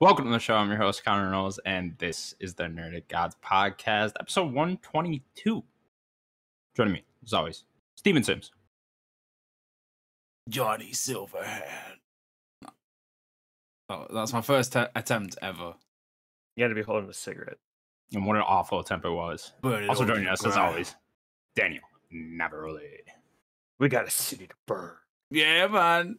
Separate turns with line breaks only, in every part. Welcome to the show. I'm your host, Connor Knowles, and this is the Nerd at Gods podcast, episode 122. Joining me, as always, Steven Sims.
Johnny Silverhand.
Oh, that's my first te- attempt ever.
You got to be holding a cigarette.
And what an awful attempt it was.
Burn it
Also
all to
joining
the
us, as
ground.
always, Daniel Navarrete.
We got a city to burn.
Yeah, man.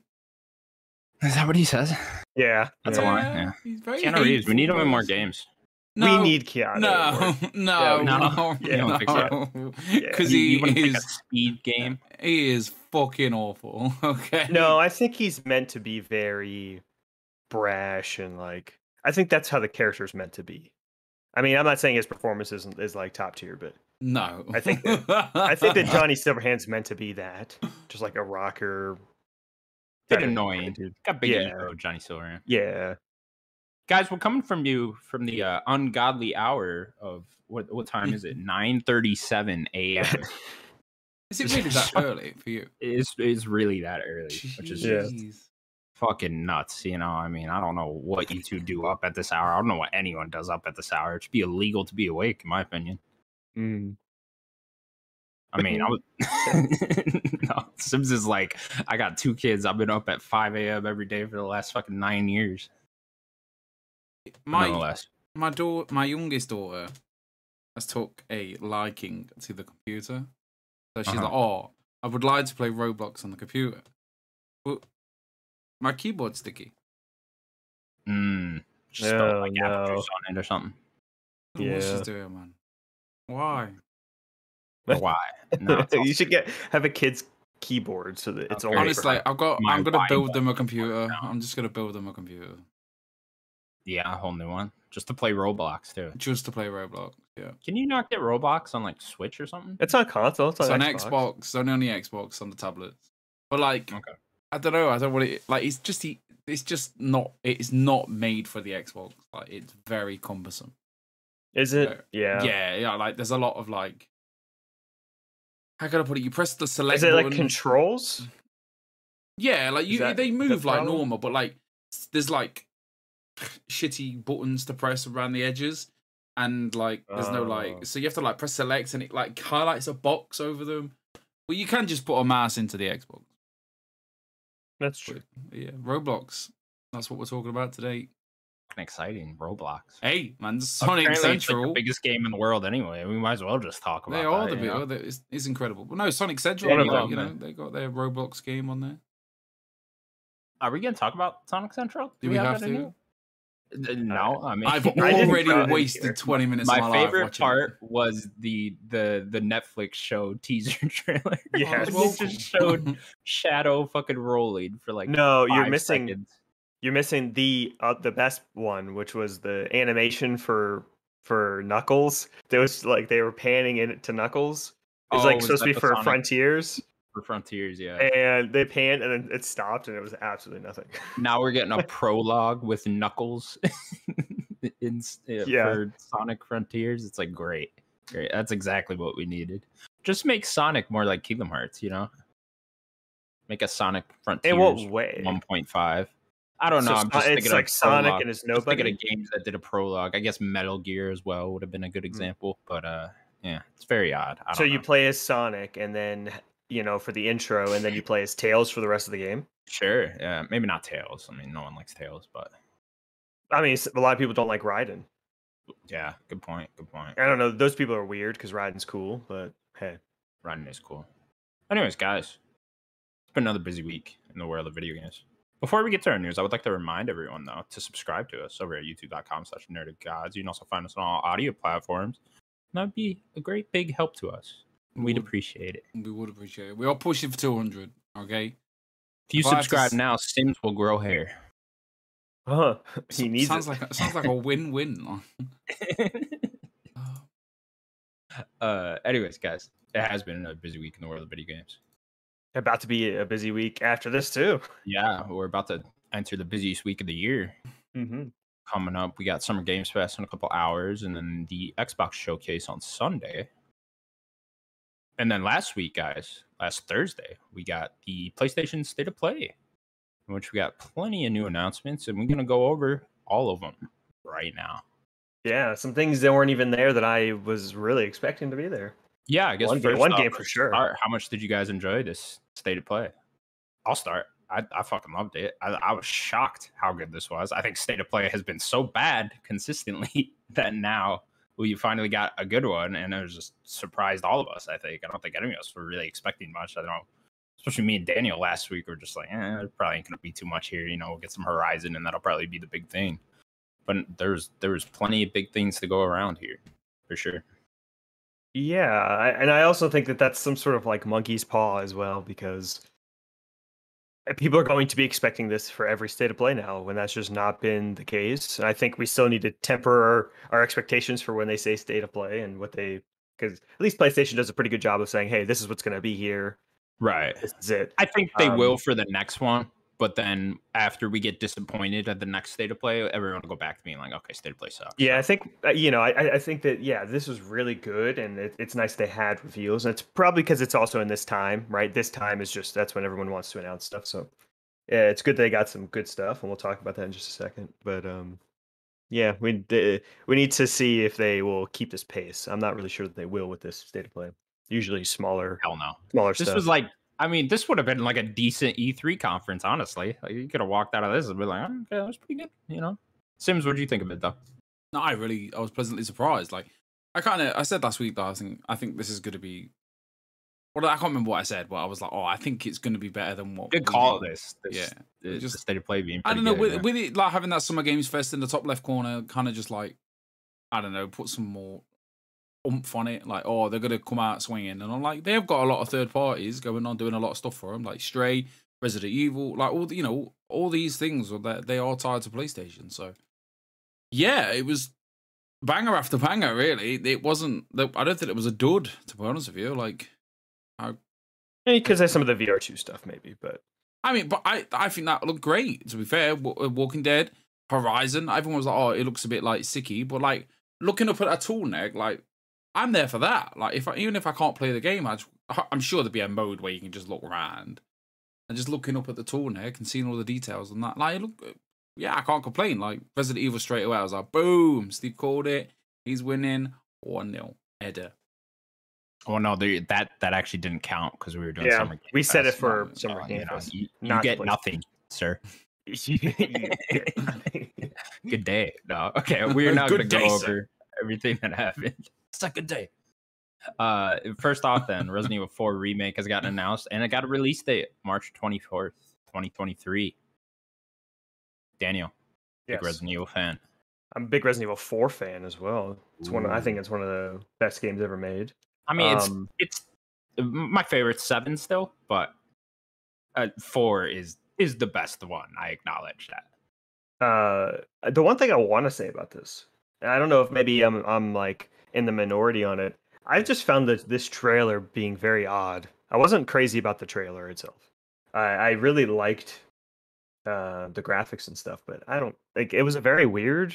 Is that what he says?
Yeah,
That's
yeah.
a line, yeah.
He's very
Keanu Reeves. We need him in more
hateful,
games.
bro.
We need Keanu. at
No,
work.
no,
we
no,
need- Yeah,
I don't think
no.
Yeah.
Because
You- you wanna
he
pick a
is
speed game.
he is fucking awful. Okay.
No, I think he's meant to be very brash and like. I think that's how the character's meant to be. I mean, I'm not saying his performance isn't is like top tier, but
no.
I think I think that Johnny Silverhand's meant to be that, just like a rocker.
Bit
kinda
annoying.
attitude.
Got big
Yeah.
ego, Johnny Silverhand.
Yeah,
guys we're coming from you from the uh, ungodly hour of what what time is it 9:37 a.m.
is it really that early for you?
it's it's really that early which is
Yeah.
Jeez.
fucking nuts you know i mean i don't know what you two do up at this hour i don't know what anyone does up at this hour it should be illegal to be awake in my opinion i mean i was no, sims is like i got two kids i've been up at 5 a.m every day for the last fucking nine years
My
nonetheless
my daughter, my youngest daughter, has took a liking to the computer. So she's
Uh-huh.
like, "Oh, I would like to play Roblox on the computer, but my keyboard's sticky.
mm, just spelled,
Oh,
like apple
no.
juice on it or something
I don't know What she's
Yeah.
doing, man? Why?
Or why no, it's
you should get have a kid's keyboard so that it's
Okay.
only. for
Honestly,
her.
I've got.
My
I'm gonna
wine
build them a
bottle.
computer. I'm just gonna build them a computer
Yeah, a whole new one. Just to play Roblox too.
just to play Roblox. Yeah,
Can you not get Roblox on like Switch or something?
it's on console. It's
it's
on
on Xbox. It's only on the Xbox on the tablets. But like,
Okay.
I don't know. I don't want it. Like, it's just the. It's just not. It's not made for the Xbox. Like, it's very cumbersome.
Is
Uh,
it? Yeah.
yeah, yeah. Like there's a lot of like, how can I put it? You press the select.
Is it like
button-
controls?
Yeah, like you,
that-
they
is that
move
the
like
problem?
normal, but like s- there's like shitty buttons to press around the edges, and like there's no
Oh.
like, so you have to like press select, and it like highlights a box over them. Well, you can just put a mouse into the Xbox.
That's
but
true.
yeah, Roblox. That's what we're talking about today.
Fucking exciting Roblox.
Hey, man, Sonic
Apparently it's, like,
Central.
the biggest game in the world anyway. We might as well just talk about
They are
that,
the
you
big.
know?
oh, they- It's, it's incredible. Well, no, Sonic Central.
One
of
anyway,
them,
you know,
man.
they got their Roblox game on there.
Are we gonna talk about Sonic Central?
Do we have
that in
to?
here? Uh, No, I mean
I've
I didn't
already
go in
wasted
here.
twenty minutes. of
my
my life
favorite
watching it.
part was the the the Netflix show teaser trailer.
Oh,
Yes.
it's
It
woeful.
just showed Shadow fucking rolling for like
no, you're
five
missing
seconds.
you're missing the uh, the best one, which was the animation for for Knuckles. There was like they were panning in to Knuckles. It's
Oh,
like
was
supposed to
that
be
the
for
Sonic
Frontiers,
for Frontiers, yeah.
and they panned and then it stopped, and it was absolutely nothing.
now we're getting a prologue with Knuckles in, uh,
Yeah.
for Sonic Frontiers. It's like great, great. That's exactly what we needed. Just make Sonic more like Kingdom Hearts, you know. Make a Sonic Frontiers
In what way?
1.5. I don't know.
So
I'm just
Son-
thinking
it's
of
like Sonic
prologue.
and his
Just thinking
nobody.
of games that did a prologue. I guess Metal Gear as well would have been a good example, but uh, yeah, it's very odd. I don't
So you
know.
play as Sonic, and then you know for the intro, and then you play as Tails for the rest of the game.
sure? Yeah, maybe not Tails. I mean, no one likes Tails, but
I mean, s- a lot of people don't like Raiden.
yeah, good point. Good point.
I don't know; those people are weird because Raiden's cool, but hey,
Running is cool. Anyways, guys, it's been another busy week in the world of video games. Before we get to our news, I would like to remind everyone though to subscribe to us over at youtube.com slash nerdofgods. You can also find us on all audio platforms. And that'd be a great big help to us. And we'd
Would.
appreciate it.
We would appreciate it. We are pushing for two hundred. Okay.
If you
If I have to
subscribe
s-
now, Sims will grow hair.
huh? He
S-
needs
sounds
it.
like sounds like a win-win.
uh anyways, guys, it has been another busy week in the world of video games.
About to be a busy week after this too.
Yeah, we're about to enter the busiest week of the year.
Mm-hmm.
coming up. We got Summer Games Fest in a couple hours, and then the Xbox Showcase on Sunday. And then last week, guys, last Thursday, we got the PlayStation State of Play, in which we got plenty of new announcements, and we're gonna go over all of them right now.
Yeah, some things that weren't even there that I was really expecting to be there.
Yeah, I guess
One, game,
first
one
off,
game for
let's
sure.
start. How much did you guys enjoy this state of play? I'll start. I, I fucking loved it. I, I was shocked how good this was. I think state of play has been so bad consistently that now we finally got a good one, and it was just surprised all of us. I think I don't think any of us were really expecting much. I don't. Especially me and Daniel last week were just like, eh, there probably ain't gonna be too much here. You know, we'll get some Horizon, and that'll probably be the big thing. But there's there was plenty of big things to go around here, for sure.
Yeah, I, and I also think that that's some sort of like monkey's paw as well because eh, people are going to be expecting this for every state of play now when that's just not been the case. And I think we still need to temper our, our expectations for when they say state of play and what they because at least PlayStation does a pretty good job of saying, "Hey, this is what's going to be here.
Right.
This is it."
I think they
Um,
will for the next one, but then after we get disappointed at the next state of play, everyone will go back to being like, okay, state of play sucks.
Yeah, I think uh, you know. I- I, I think that yeah, this was really good, and it, it's nice they had reveals, and it's probably because it's also in this time, right? This time is just that's when everyone wants to announce stuff. So yeah, it's good they got some good stuff, and we'll talk about that in just a second. But um, yeah, we d- we need to see if they will keep this pace. I'm not really sure that they will with this state of play. Usually smaller,
Hell no.
smaller
This
stuff.
was like, I mean, this would have been like a decent E3 conference, honestly. Like, you could have walked out of this and been like, oh, okay, that was pretty good, you know? Sims, what do you think of it, though?
No, I really I was pleasantly surprised. Like I kind of I said last week that I think I think this is going to be. Well, I can't remember what I said, but I was like, oh, I think it's going to be better than what.
Good
we
call
did.
this. this
Yeah,
the-
just-
the state of play being.
I
pretty
don't know
good,
with,
yeah.
with it like having that summer games fest in the top left corner, kind of just like I don't know, put some more oomph on it. Like, oh, they're gonna come out swinging, and I'm like, they've got a lot of third parties going on, doing a lot of stuff for them, like Stray, Resident Evil, like all the, you know, all these things are that they are tied to PlayStation. So, yeah, it was banger after banger. Really, it wasn't. I don't think it was a dud, to be honest with you. Like,
because of some of the VR2 stuff, maybe, but
I mean, but I I think that looked great. To be fair, Wa- uh, Walking Dead, Horizon, everyone was like, oh, it looks a bit like sicky, but like looking up at that tool neck, like I'm there for that. Like if I, even if I can't play the game, I just, I- I'm sure there'd be a mode where you can just look around and just looking up at the tool neck and seeing all the details and that. Like, it look, yeah, I can't complain. Like Resident Evil straight away, I was like, boom, Steve called it. He's winning one 0 Edda.
Well, Oh, no, they, that that actually didn't count because we were doing
Yeah,
summer game
we said it
fest.
for
not-
summer
Uh,
game
you, know,
fest.
you, you
not
get
play-
nothing, sir.
You-
good day. No, okay, we're not going
Good
to go
day, sir.
over everything that happened. It's a good day. Uh, first off, then Resident Evil 4 remake has gotten announced, and it got a release date March 24th, 2023. Daniel, big
Yes.
Resident Evil fan.
I'm a big Resident Evil 4 fan as well. It's one. I think it's one of the best games ever made.
I mean, it's
Um,
it's my favorite seven still, but uh, four is is the best one. I acknowledge that.
uh, the one thing I want to say about this, and I don't know if maybe I'm I'm like in the minority on it. I've just found that this trailer being very odd. I wasn't crazy about the trailer itself. I, I really liked uh, the graphics and stuff, but I don't like. It was a very weird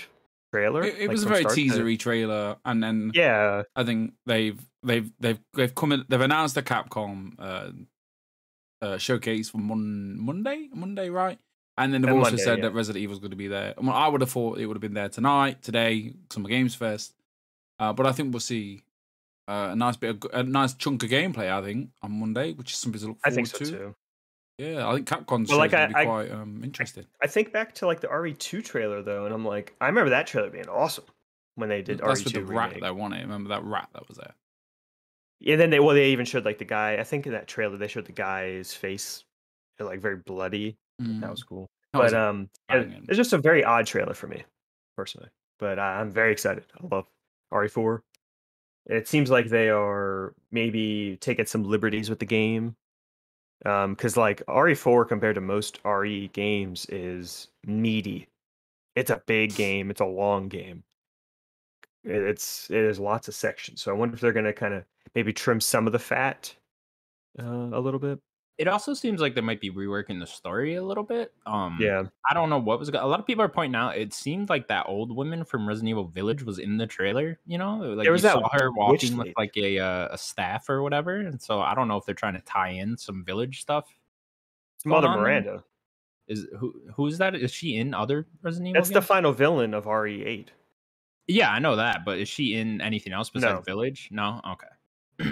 trailer.
It, it
like,
was a
from
very
start to-
teasery trailer, and then
Yeah,
I think they've they've they've they've come in, they've announced the Capcom uh, uh, showcase for mon- Monday Monday right, and then they've
Uh,
also
Monday,
said
yeah.
that Resident Evil's going to be there. Well, I would have thought it would have been there tonight, today, Summer Games Fest, uh, but I think we'll see uh, a nice bit of, g- a nice chunk of gameplay. I think on Monday, which is something to look forward
I think so
to.
too.
Yeah, I think Capcom's
Well, like,
going to
I-
be
I-
quite um, interesting.
I think back to like the RE2 trailer though, and I'm like, I remember that trailer being awesome when they did
That's
RE2
with the rat
remake.
though, wasn't it? Remember that rat that was there?
And then they well, they even showed like the guy. I think in that trailer they showed the guy's face, uh, like very bloody. That
Mm,
was cool.
that was
but um, yeah,
banging.
it's just a very odd trailer for me personally. But I, I'm very excited. I love RE4. It seems like they are maybe taking some liberties with the game, because like RE4 compared to most RE games is meaty. It's a big game. It's a long game. It- It's it is lots of sections. So I wonder if they're gonna kind of maybe trim some of the fat uh, a little bit.
It also seems like they might be reworking the story a little bit.
Hmm.
Um,
Yeah.
I don't know what was. go- A lot of people are pointing out it seemed like that old woman from Resident Evil Village was in the trailer. You know, like
Mm-hmm. There was
you
that
saw her
witch
walking with
lady.
like a uh, a staff or whatever. And so I don't know if they're trying to tie in some village stuff. going
Mother
on there.
Miranda.
Is who who is that? Is she in other Resident Evil?
That's the
games?
final villain of E RE8.
Yeah, I know that, but is she in anything else besides
No.
Village? No. Okay.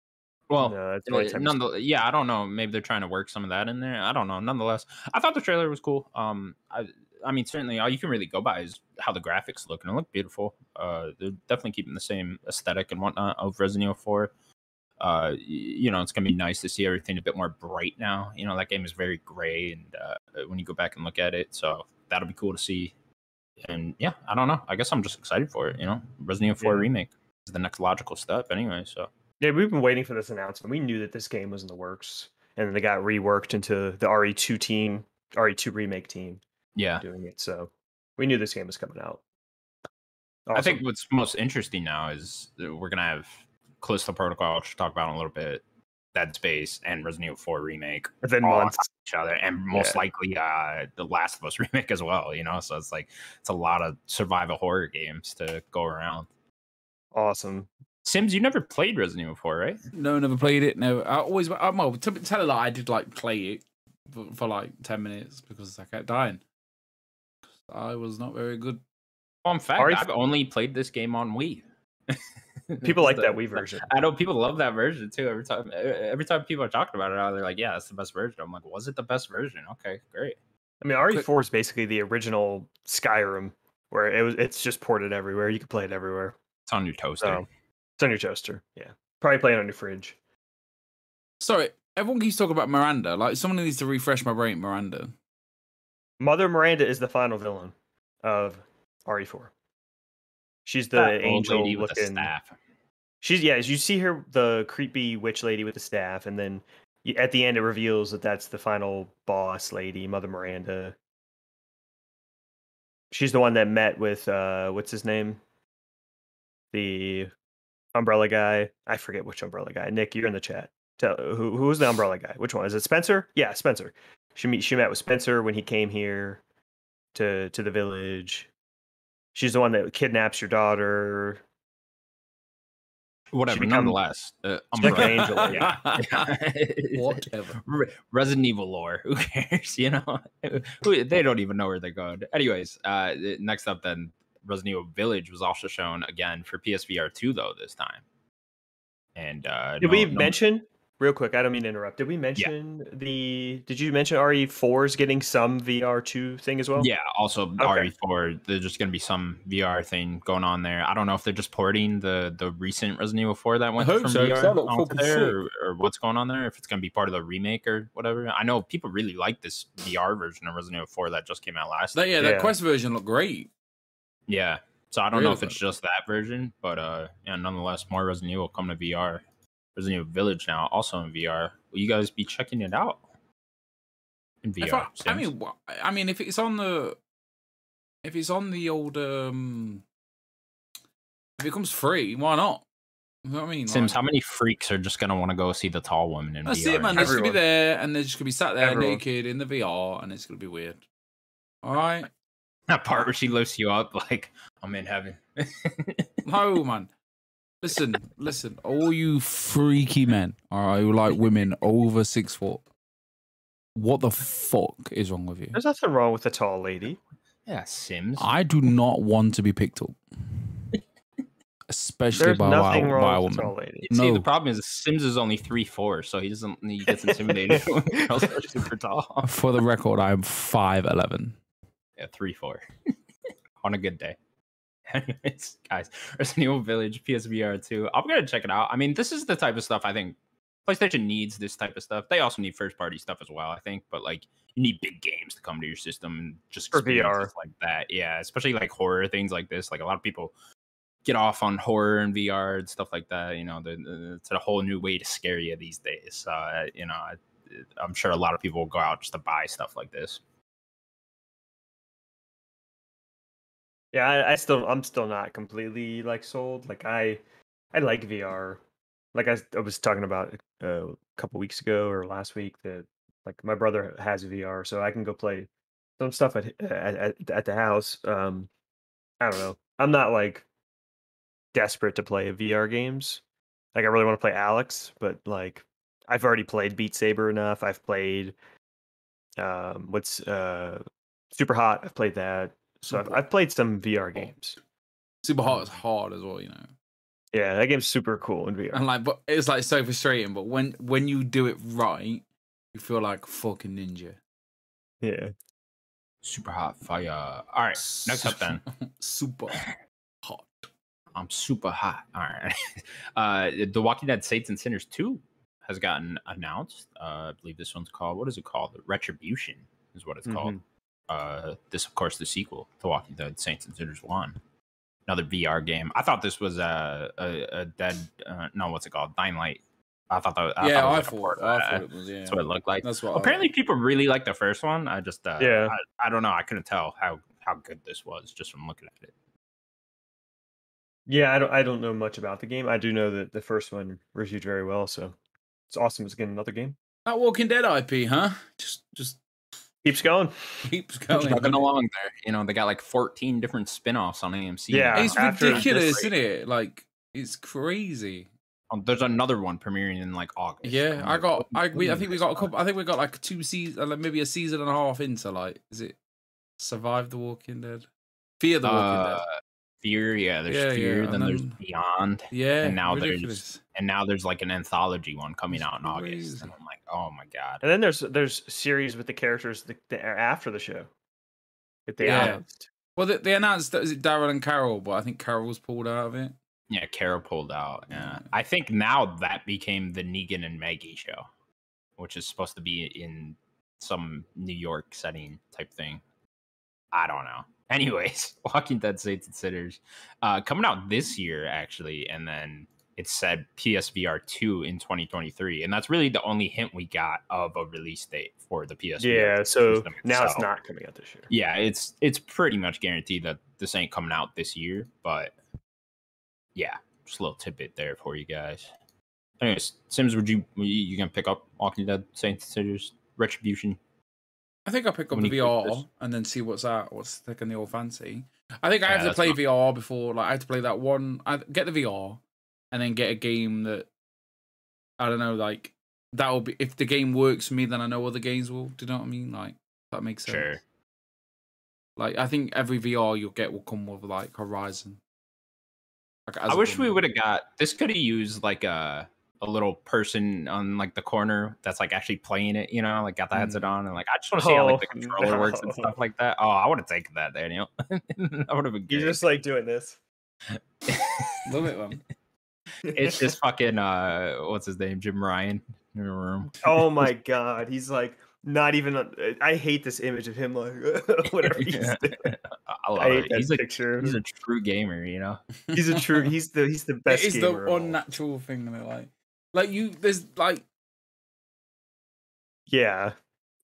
well,
no, that's
Anyway,
only time
nonetheless, yeah, I don't know. Maybe they're trying to work some of that in there. I don't know. Nonetheless, I thought the trailer was cool. Um, I, I mean, certainly all you can really go by is how the graphics look, and it looked beautiful. Uh, they're definitely keeping the same aesthetic and whatnot of Resident Evil Four. Uh, y- you know, it's gonna be nice to see everything a bit more bright now. You know, that game is very gray, and uh, when you go back and look at it, so that'll be cool to see. And yeah, I don't know. I guess I'm just excited for it. You know, Resident Evil Four
Yeah.
remake is the next logical step, anyway. So.
Yeah, we've been waiting for this announcement. We knew that this game was in the works, and then they got reworked into the RE2 team, RE2 remake team
Yeah,
doing it. So we knew this game was coming out.
I think
Awesome.
what's most interesting now is that we're gonna have Callisto Protocol, which we'll talk about in a little bit, Dead Space, and Resident Evil 4 remake
within
all on
months.
each other, and most likely uh, the Last of Us remake as well. You know, so it's like it's a lot of survival horror games to go around.
Awesome.
Sims, you never played Resident Eval 4, right?
No, never played it. No, I always. I'm well, to tell her that I did like play it for, for like ten minutes because I kept dying. I was not very good.
Well, in fact,
Are you-
I've only played this game on Wii.
People like
So-
that Wii version.
I know people love that version too. Every time, e-, every time people are talking about it, they're like, "Yeah, that's the best version." I'm like, "Was it the best version?" Okay, great.
I mean, RE4 is basically the original Skyrim, where it was. It's just ported everywhere. You can play it everywhere.
It's on your toaster.
So it's on your toaster. Yeah, probably play it on your fridge.
Sorry, everyone keeps talking about Miranda. Like someone needs to refresh my brain. Miranda.
Mother Miranda is the final villain of RE4. She's the
That old
angel
lady with the
looking.
staff.
She's yeah. You see her, the creepy witch lady with the staff, and then y- at the end it reveals that that's the final boss lady, Mother Miranda. She's the one that met with uh, what's his name, the umbrella guy. I forget which umbrella guy. Nick, you're in the chat. Tell who who was the umbrella guy? Which one is it? Spencer? Yeah, Spencer. She meet she met with Spencer when he came here to to the village. She's the one that kidnaps your daughter.
Whatever.
become-
nonetheless, uh,
she become
umbrella.
angel, yeah.
Whatever.
Re- Resident Evil lore. Who cares? You know, Who- they don't even know where they're going. Anyways, uh, the- next up then, Resident Evil Village was also shown again for PSVR two though this time. And uh,
Did
no-
we
no-
mention real quick? I don't mean to interrupt. Did we mention the? Did you mention RE4's getting some VR2 thing as well?
Yeah, also RE4. There's just gonna be some VR thing going on there. I don't know if they're just porting the the recent Resident Evil 4 that went
hope
from
so, 'cause that
VR
looked
onto
fucking
there, or, or what's going on there. If it's gonna be part of the remake or whatever. I know people really like this VR version of Resident Evil 4 that just came out last.
That, yeah, that
Yeah.
quest version looked great.
Yeah. So I don't know
Really
if it's
good.
just that version, but uh, yeah, nonetheless, more Resident Evil come to VR. Resident Evil Village now also in VR. Will you guys be checking it out in VR?
If I, I
Sims?
mean, wha- I mean, if it's on the, if it's on the old, um, if it comes free, why not? You know what I mean?
Sims,
Like-
how many freaks are just gonna want to go see the tall woman in
That's
VR?
it, man. They're just gonna be
Everyone.
there, and they're just gonna be sat there
Everyone.
naked in the VR, and it's gonna be weird. All right,
That part where she lifts you up, like I'm in heaven.
no, man. Listen, listen, all you freaky men, all right, who like women over six foot. What the fuck is wrong with you?
There's nothing wrong with a tall lady.
yeah, Sims.
I do not want to be picked up, especially
There's
by, a
nothing
wi- by a
wrong with a
woman.
tall lady.
See,
no.
the problem is Sims is only three four, so he doesn't. He gets intimidated. when girls are super tall.
For the record, I am five eleven.
Yeah, three four. On a good day. Anyways, guys, Resident Evil Village PSVR two. I'm gonna check it out. I mean, this is the type of stuff I think PlayStation needs. This type of stuff. They also need first party stuff as well. I think, but like you need big games to come to your system and just
For
experiences like that. Yeah, especially like horror things like this. Like a lot of people get off on horror and VR and stuff like that. You know, the, the- it's a whole new way to scare you these days. Uh, you know, I, I'm sure a lot of people will go out just to buy stuff like this.
Yeah, I, I still, I'm still not completely like sold. Like I, I like VR. Like I, s- I was talking about uh, a couple weeks ago or last week that like my brother has VR, so I can go play some stuff at hi- at, at, at the house. Um, I don't know. I'm not like desperate to play VR games. Like I really want to play Alex, but like I've already played Beat Saber enough. I've played Um, what's uh, super hot? I've played that. So I've,
Super
I've played some VR
Hot.
games.
Super Hot is hard as well, you know.
Yeah, that game's super cool in VR.
And like, but it's like so frustrating. But when when you do it right, you feel like fucking ninja.
yeah.
Super hot fire. All right, next up then.
Super hot.
I'm super hot. All right. Uh, the Walking Dead Saints and Sinners 2 has gotten announced. Uh, I believe this one's called, what is it called? Retribution is what it's
Mm-hmm.
called. Uh, this, of course, the sequel, The Walking Dead Saints and Sinners 1. Another VR game. I thought this was a, a, a dead, uh, no, what's it called? Dying Light. I thought that I
yeah,
thought it was
I
like a
thought,
port of
I
that.
thought it was. Yeah,
That's what it looked like.
that's what. I-
Apparently, people really like the first one. I just, uh,
Yeah.
I, I don't know. I couldn't tell how, how good this was just from looking at it.
Yeah, I don't I don't know much about the game. I do know that the first one reviewed very well, so it's awesome it's getting another game.
that Walking Dead IP, huh? Just just
Keeps going.
keeps going.
Chugging along there, you know, they got like 14 different spin-offs on AMC.
Yeah,
now.
It's
after this
ridiculous, isn't
rate.
it? Like it's crazy.
Um, there's another one premiering in like August. Oh,
Yeah,
I'm
I
like,
got.
what
I
are you
we, I
doing
think we
this
got a
time?
couple. I think we got like two seasons, like maybe a season and a half into like. Is it Survive the Walking Dead? Fear the Walking
Uh, Fear, yeah, there's
Yeah,
Fear,
yeah,
then,
and
there's
then-
Beyond,
Dead. Yeah,
and now there's-
ridiculous.
and now there's like an anthology one coming
It's
out in August. And
crazy.
I'm like, oh my god.
And then there's there's series with the characters that, that are after the show. That they
Yeah.
announced.
Well, they, they announced that is it Daryl and Carol, but I think Carol's pulled out of it.
Yeah, Carol pulled out. Yeah.
Yeah.
I think now that became the Negan and Maggie show, which is supposed to be in some New York setting type thing. I don't know. Anyways, Walking Dead Saints and Sinners uh, coming out this year, actually. And then it said PSVR 2 in 2023. And that's really the only hint we got of a release date for the PSVR.
Yeah, so
system
now it's
itself
not coming out this year.
yeah, it's it's pretty much guaranteed that this ain't coming out this year, but yeah, just a little tidbit there for you guys. Anyways, Sims, would you you, you gonna pick up Walking Dead Saints and Sinners Retribution?
I think I'll pick up
When
the
you click this.
VR and then see what's out, what's taking the old fancy. I think I
Yeah,
have to
that's
play
fine.
VR before, like, I have to play that one. I get the VR and then get a game that, I don't know, like, that'll be, if the game works for me, then I know other games will. Do you know what I mean? Like, that makes sense.
Sure.
Like, I think every VR you'll get will come with, like, Horizon. Like, as
I
a
wish we
bundle.
would have got this. Could have used like a a little person on like the corner that's like actually playing it. You know, like got the headset on and like I just want to see how like the
Oh,
controller works and
no.
stuff like that. Oh, I would have taken that, Daniel. I would have been.
You're
great.
just like doing this.
Love it, man.
it's just fucking uh what's his name jim ryan in the room
oh my god, he's like not even. a- I hate this image of him like whatever he's
Yeah.
doing.
i love
I hate
it
that
he's a,
picture.
he's a true gamer you know
He's a true. He's the he's the best.
it is
gamer of
the
all.
unnatural thing, that like, like, you, there's, like,
Yeah,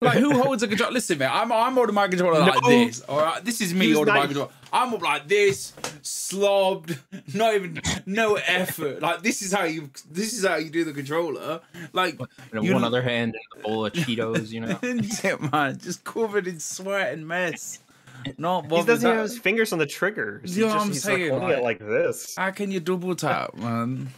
Like who holds a control? Listen, man, I'm I'm holding my controller like
No.
this. All right, this is me
He was
holding my
not-
controller. I'm up like this, slobbed, not even no effort. Like this is how you this is how you do the controller. Like
and
You
one
know-
other hand and a bowl of cheetos you know
man, just covered in sweat and mess. Not
he
bothered.
doesn't even
that-
have his fingers on the triggers.
You
He's
know what
just
I'm
he's like
saying,
holding it like this.
how can you double tap, man?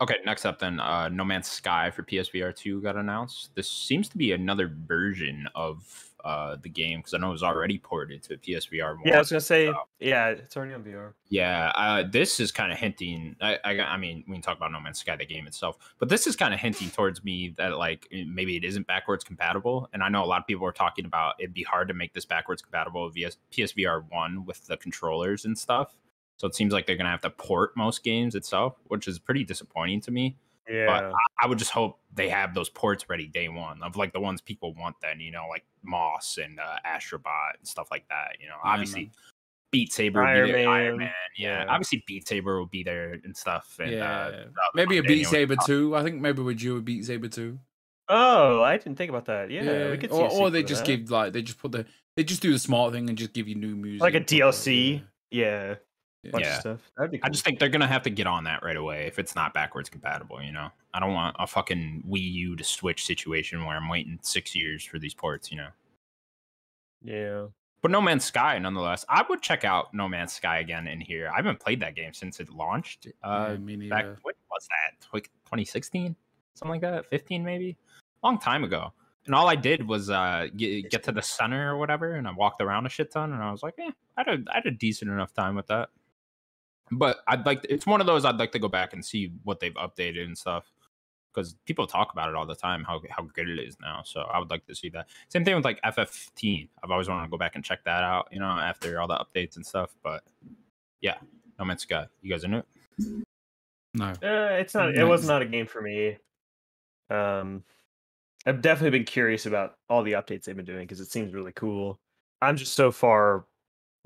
okay next up then uh no man's sky for psvr 2 got announced this seems to be another version of uh the game because i know it was already ported to psvr 1
Yeah, I was gonna say. Yeah, it's already on VR.
Yeah, uh, this is kind of hinting. I, I, I mean, we can talk about No Man's Sky, the game itself, but this is kind of hinting towards me that like eh, maybe it isn't backwards compatible. And I know a lot of people are talking about it'd be hard to make this backwards compatible via PSVR one with the controllers and stuff. So it seems like they're gonna have to port most games itself, which is pretty disappointing to me.
Yeah,
I would just hope they have those ports ready day one of like the ones people want. Then you know, like Moss and uh, Astrobot and stuff like that. You know, obviously.
man.
Beat Saber, would be
Iron
there, Iron
Man,
Man, yeah.
yeah.
Obviously, Beat Saber will be there and stuff. And,
yeah,
uh, the other
maybe a
one,
Beat
Daniel-
Saber two. I think maybe we'd do a Beat Saber two.
Oh, I didn't think about that. Yeah, we could see.
or,
a
or they
sequel to
just
that.
give like they just put the they just do the smart thing and just give you new music,
Like a
and stuff
DLC?
that,
yeah,
yeah.
bunch
Yeah.
of stuff. That'd be. Cool.
I just think they're gonna have to get on that right away if it's not backwards compatible. You know, I don't want a fucking Wii U to Switch situation where I'm waiting six years for these ports. You know,
Yeah,
but No Man's Sky, nonetheless, I would check out No Man's Sky again in here. I haven't played that game since it launched. Uh,
Yeah, me
back
neither.
when was that? Like 2016, something like that, 15 maybe, long time ago. And all I did was uh, get, get to the center or whatever, and I walked around a shit ton, and I was like, eh, I had a, I had a decent enough time with that. But I'd like to- it's one of those I'd like to go back and see what they've updated and stuff because people talk about it all the time how how good it is now. So I would like to see that. Same thing with like FF15. I've always wanted to go back and check that out, you know, after all the updates and stuff. But yeah, No Man's Sky. You guys are new.
No.
Uh, it's not. It was
Nice.
not a game for me. Um, I've definitely been curious about all the updates they've been doing because it seems really cool. I'm just so far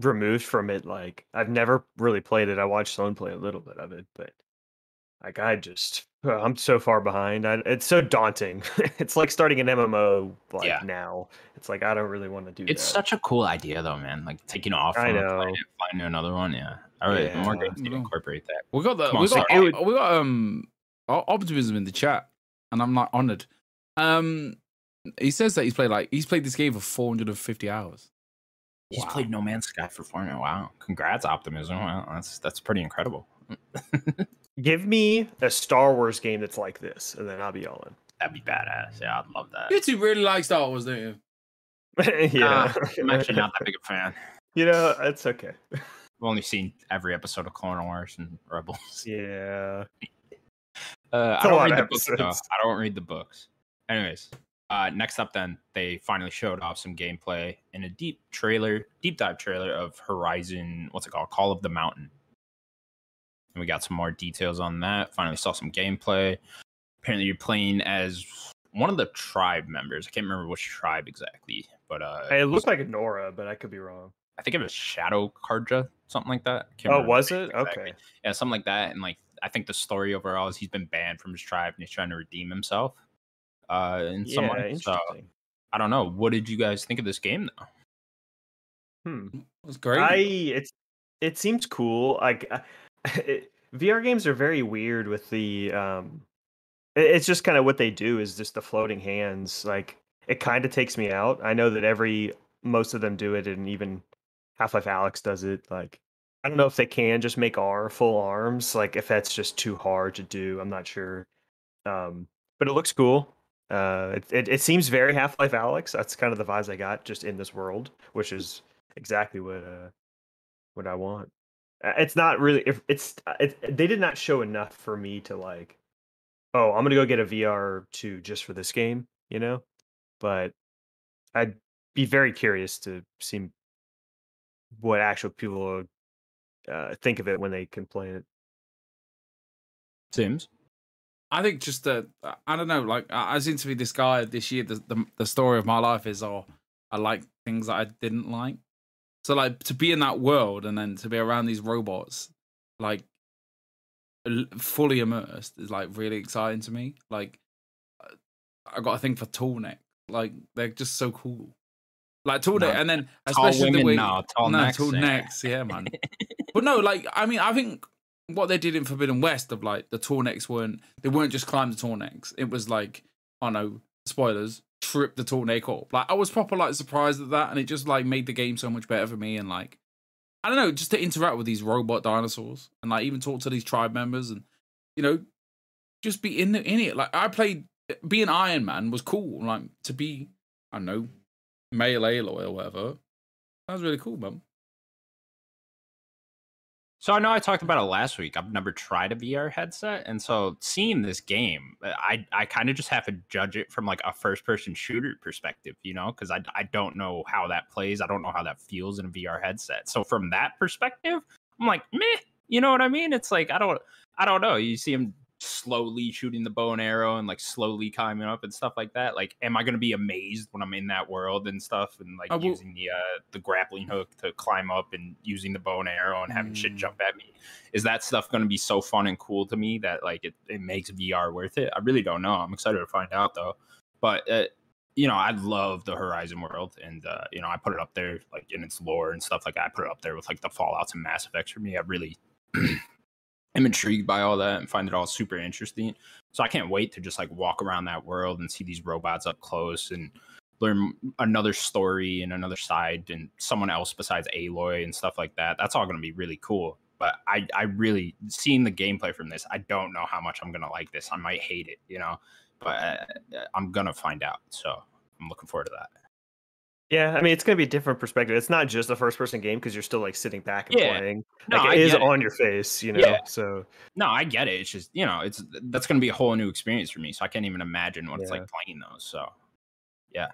removed from it. Like I've never really played it. I watched someone play a little bit of it, but like I just uh, I'm so far behind. I, it's so daunting. it's like starting an MMO like
Yeah. now.
now. It's like I don't really want to do.
It's
that.
such a cool idea though, man. Like taking off
I
from a
know.
planet, flying to another one. Yeah. All right. More
Yeah.
games need to incorporate that.
We got the
Come on,
we got,
Slick. It
uh, we got um o- optimism in the chat, and I'm like honored. Um, he says that he's played like he's played this game for 450 hours.
He's
Wow.
played No Man's Sky for four now. Wow. Congrats, Optimism. Wow, that's that's pretty incredible.
Give me a Star Wars game that's like this, and then I'll be all in.
That'd be badass. Yeah, I'd love that.
You two really like Star Wars, don't you?
Ah,
yeah,
I'm actually not that big a fan.
you know, it's okay.
I've only seen every episode of Clone Wars and Rebels. Uh,
Yeah. It's
I
a
don't
lot
read the
of
books. Though.
episodes.
I don't read the books. Anyways, uh, next up, then they finally showed off some gameplay in a deep trailer, deep dive trailer of Horizon. What's it called? Call of the Mountain. And we got some more details on that. Finally saw some gameplay. Apparently, you're playing as one of the tribe members. I can't remember which tribe exactly, but uh,
It looked like Nora, but I could be wrong.
I think it was Shadow Karja, something like that. I can't
Oh,
remember
was
the
it?
name exactly
Okay.
yeah, something like that. And like, I think the story overall is he's been banned from his tribe and he's trying to redeem himself. Uh, in some
Yeah,
way. So
interesting.
I don't know. What did you guys think of this game though?
Hmm.
That's great.
I it's it seems cool. Like I- it, VR games are very weird with the um it- it's just kind of what they do is just the floating hands. Like it kind of takes me out. I know that every most of them do it and even Half-Life Alex does it like I don't know if they can just make R full arms like if that's just too hard to do. I'm not sure. Um but it looks cool. Uh, it, it, it seems very Half-Life Alex. That's kind of the vibes I got just in this world, which is exactly what uh what I want. Uh, It's not really if it's uh, it, they did not show enough for me to like oh, I'm going to go get a VR 2 just for this game, you know? But I'd be very curious to see what actual people uh, think of it when they can play it.
Sims.
I think just the I don't know. Like I I was interviewed this guy this year. The, the the story of my life is oh, I like things that I didn't like. So like to be in that world and then to be around these robots, like l- fully immersed is like really exciting to me. Like I- I got a thing for tall neck. Like they're just so cool. Like tall neck,
No,
and then
Tall
especially
women
the way
now. Tall
no,
necks.
tall
yeah.
necks, yeah, man. but no, like I mean, I think what they did in Forbidden West of like the tall necks weren't they weren't just climb the tall necks. It was like I know spoilers trip the tall neck up. Like I was proper like surprised at that, and it just like made the game so much better for me. And like I don't know, just to interact with these robot dinosaurs and like even talk to these tribe members and you know just be in the in it. Like I played being Iron Man was cool. Like to be I don't know male Aloy or whatever. That was really cool, man.
So I know I talked about it last week. I've never tried a VR headset, and so seeing this game, uh, I I kind of just have to judge it from like a first person shooter perspective, you know, because I I don't know how that plays. I don't know how that feels in a VR headset. So from that perspective, I'm like meh. You know what I mean? It's like I don't I don't know. You see him slowly shooting the bow and arrow and like slowly climbing up and stuff like that. Like, am I going to be amazed when I'm in that world and stuff and like
I will-
using the uh, the grappling hook to climb up and using the bow and arrow and having shit
Mm.
jump at me? Is that stuff going to be so fun and cool to me that like it, it makes VR worth it? I really don't know. I'm excited to find out though. But uh, you know, I love the Horizon world, and uh, you know, I put it up there like in its lore and stuff like that. I put it up there with like the Fallout's and Mass Effects for me. I really am intrigued by all that and find it all super interesting. So I can't wait to just like walk around that world and see these robots up close and learn another story and another side and someone else besides Aloy and stuff like that. That's all going to be really cool. But I, I really seeing the gameplay from this, I don't know how much I'm going to like this. I might hate it, you know, but uh, I'm going to uh, find out. So I'm looking forward to that.
Yeah, I mean it's going to be a different perspective. It's not just a first-person game because you're still like sitting back and
Yeah.
playing.
No,
like,
I
it is
get it.
on your face, you know.
Yeah.
So
No, I get it. It's just you know, it's that's going to be a whole new experience for me. So I can't even imagine what it's like
Yeah.
playing those. So, yeah.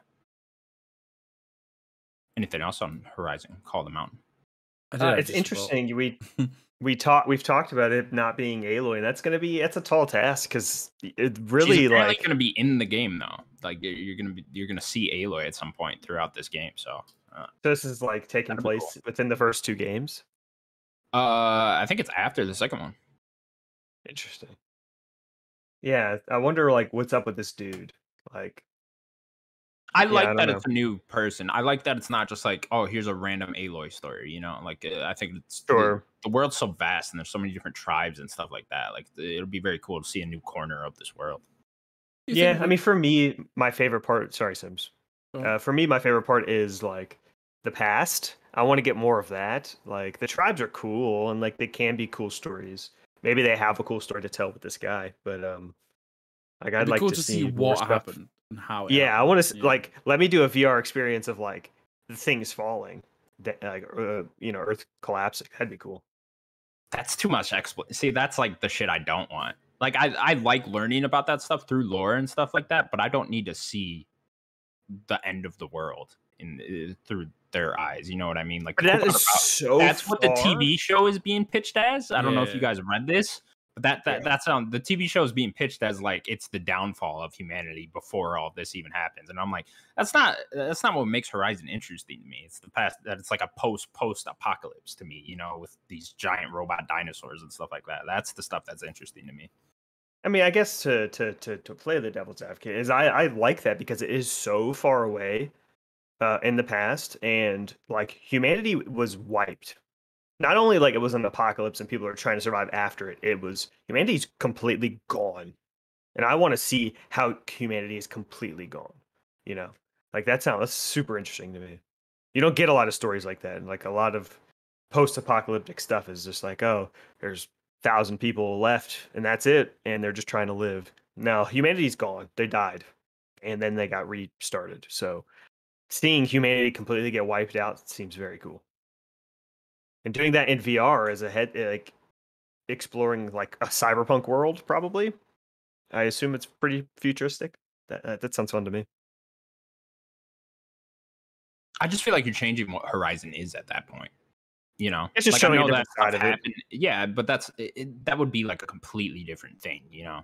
Anything else on Horizon? Call the Mountain.
I
uh,
dunno,
it's
just
interesting. We we talk we've talked about it not being Aloy, and that's going to be that's a tall task because it really like
going to be in the game though. Like you're- you're going to be you're going to see Aloy at some point throughout this game. So
this is like taking
That'd be cool.
place within the first two games.
uh, I think it's after the second one.
Interesting. Yeah, I wonder like what's up with this dude. Like,
I
Yeah,
like
I don't
that it's a new person. I like that it's not just like oh here's a random Aloy story. You know, like uh, I think it's the-
sure,
the world's so vast and there's so many different tribes and stuff like that. Like th- it'll be very cool to see a new corner of this world.
You think
yeah. I
that-
mean, for me, my favorite part. Sorry, Sims.
Go on.
Uh, for me, my favorite part is like the past. I want to get more of that. Like the tribes are cool, and like they can be cool stories. Maybe they have a cool story to tell with this guy, but um, like I'd
it'd be
like
cool
to,
to
see,
see
more
what
stuff.
happened and how. It
Yeah, I
happened.
want to
Yeah.
like let me do a VR experience of like the things falling, that, like uh, you know, Earth collapsing. That'd be cool.
That's too much expl. See, that's like the shit I don't want. Like I, I like learning about that stuff through lore and stuff like that, but I don't need to see the end of the world in uh, through their eyes. You know what I mean? Like
But that
Cooper
is
about-
so.
that's what the
far.
TV show is being pitched as. I don't know if you
Yeah.
guys read this, but that that
Yeah.
that's um the TV show is being pitched as like it's the downfall of humanity before all this even happens, and I'm like, that's not that's not what makes Horizon interesting to me. It's the past that it's like a post post apocalypse to me, you know, with these giant robot dinosaurs and stuff like that. That's the stuff that's interesting to me.
I mean, I guess to to to to play the devil's advocate is I I like that because it is so far away, uh, in the past, and like humanity was wiped. Not only like it was an apocalypse and people are trying to survive after it, it was humanity's completely gone, and I want to see how humanity is completely gone. You know, like that sounds that's super interesting to me. You don't get a lot of stories like that, and like a lot of post-apocalyptic stuff is just like, oh, there's thousand people left and that's it and they're just trying to live now humanity's gone they died and then they got restarted so seeing humanity completely get wiped out seems very cool and doing that in vr as a head eh, like exploring like a cyberpunk world probably i assume it's pretty futuristic that, uh, that, that sounds fun to me
I just feel like you're changing what Horizon is at that point. You know,
It's just
like, I
showing a
know that
different side
stuff
of it.
happened- Yeah, but that's it, it- that would be like a completely different thing. You know.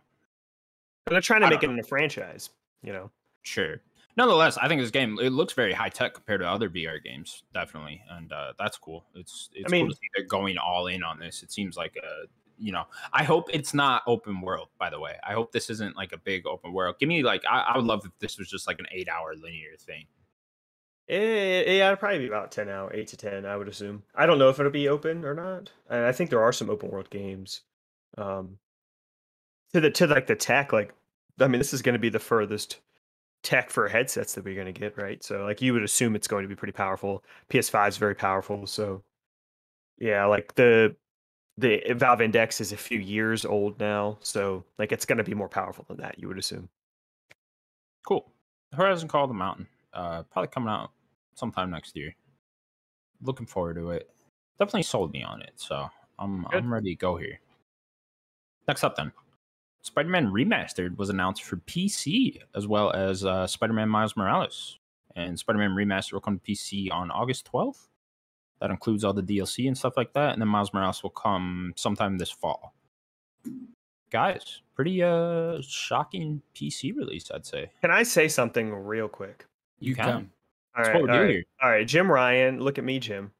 but they're trying to
I
make it
don't
in a franchise you know
Sure. Nonetheless, I think this game it looks very high tech compared to other VR games, definitely, and uh, that's cool. It's it's
mean-
cool to see they're going all in on this. It seems like a you know I hope it's not open world. By the way, I hope this isn't like a big open world. Give me like I, I would love if this was just like an eight hour linear thing.
Eh, yeah, it'd probably be about 10 hour, 8 to 10, I would assume. I don't know if it'll be open or not. I I think there are some open world games. Um, to the to like the tech, like I mean, this is going to be the furthest tech for headsets that we're going to get, right? So like you would assume it's going to be pretty powerful. PS5 is very powerful, so yeah, like the the eh, Valve Index is a few years old now, so like it's going to be more powerful than that, you would assume.
Cool. Horizon Call of the Mountain, uh, probably coming out sometime next year. Looking forward to it. Definitely sold me on it, so I'm
Good.
I'm ready to go here. Next up, then, Spider-Man Remastered was announced for PC as well as uh, Spider-Man Miles Morales, and Spider-Man Remastered will come to PC on August 12th. That includes all the DLC and stuff like that, and then Miles Morales will come sometime this fall. Guys, pretty uh shocking PC release, I'd say.
Can I say something real quick?
you
can.
can.
All
That's
right,
what we
all
do
right.
here.
All right, Jim Ryan, look at me, Jim.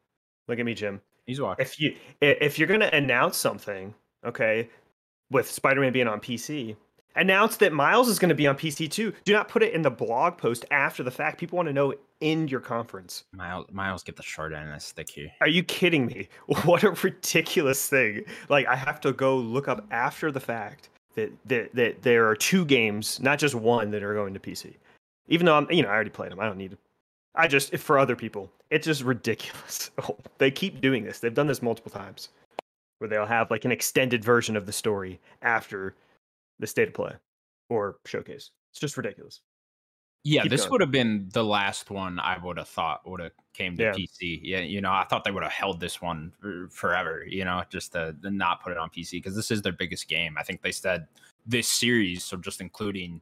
Look at me, Jim.
He's watching.
If you i- if you're gonna announce something, okay, with Spider-Man being on PC, announce that Miles is gonna be on PC too. Do not put it in the blog post after the fact. People want to know in your conference.
Miles, Miles, get the short end of the stick here.
Are you kidding me? What a ridiculous thing! Like I have to go look up after the fact that that, that there are two games, not just one, that are going to PC. Even though I'm, you know, I already played them. I don't need to. I just for other people, it's just ridiculous. Oh, they keep doing this. They've done this multiple times, where they'll have like an extended version of the story after the state of play or showcase. It's just ridiculous.
Yeah,
Keep
this
going.
would have been the last one I would have thought would have came to
Yeah.
PC. Yeah, you know, I thought they would have held this one for- forever. You know, just to, to not put it on PC because this is their biggest game. I think they said this series, so just including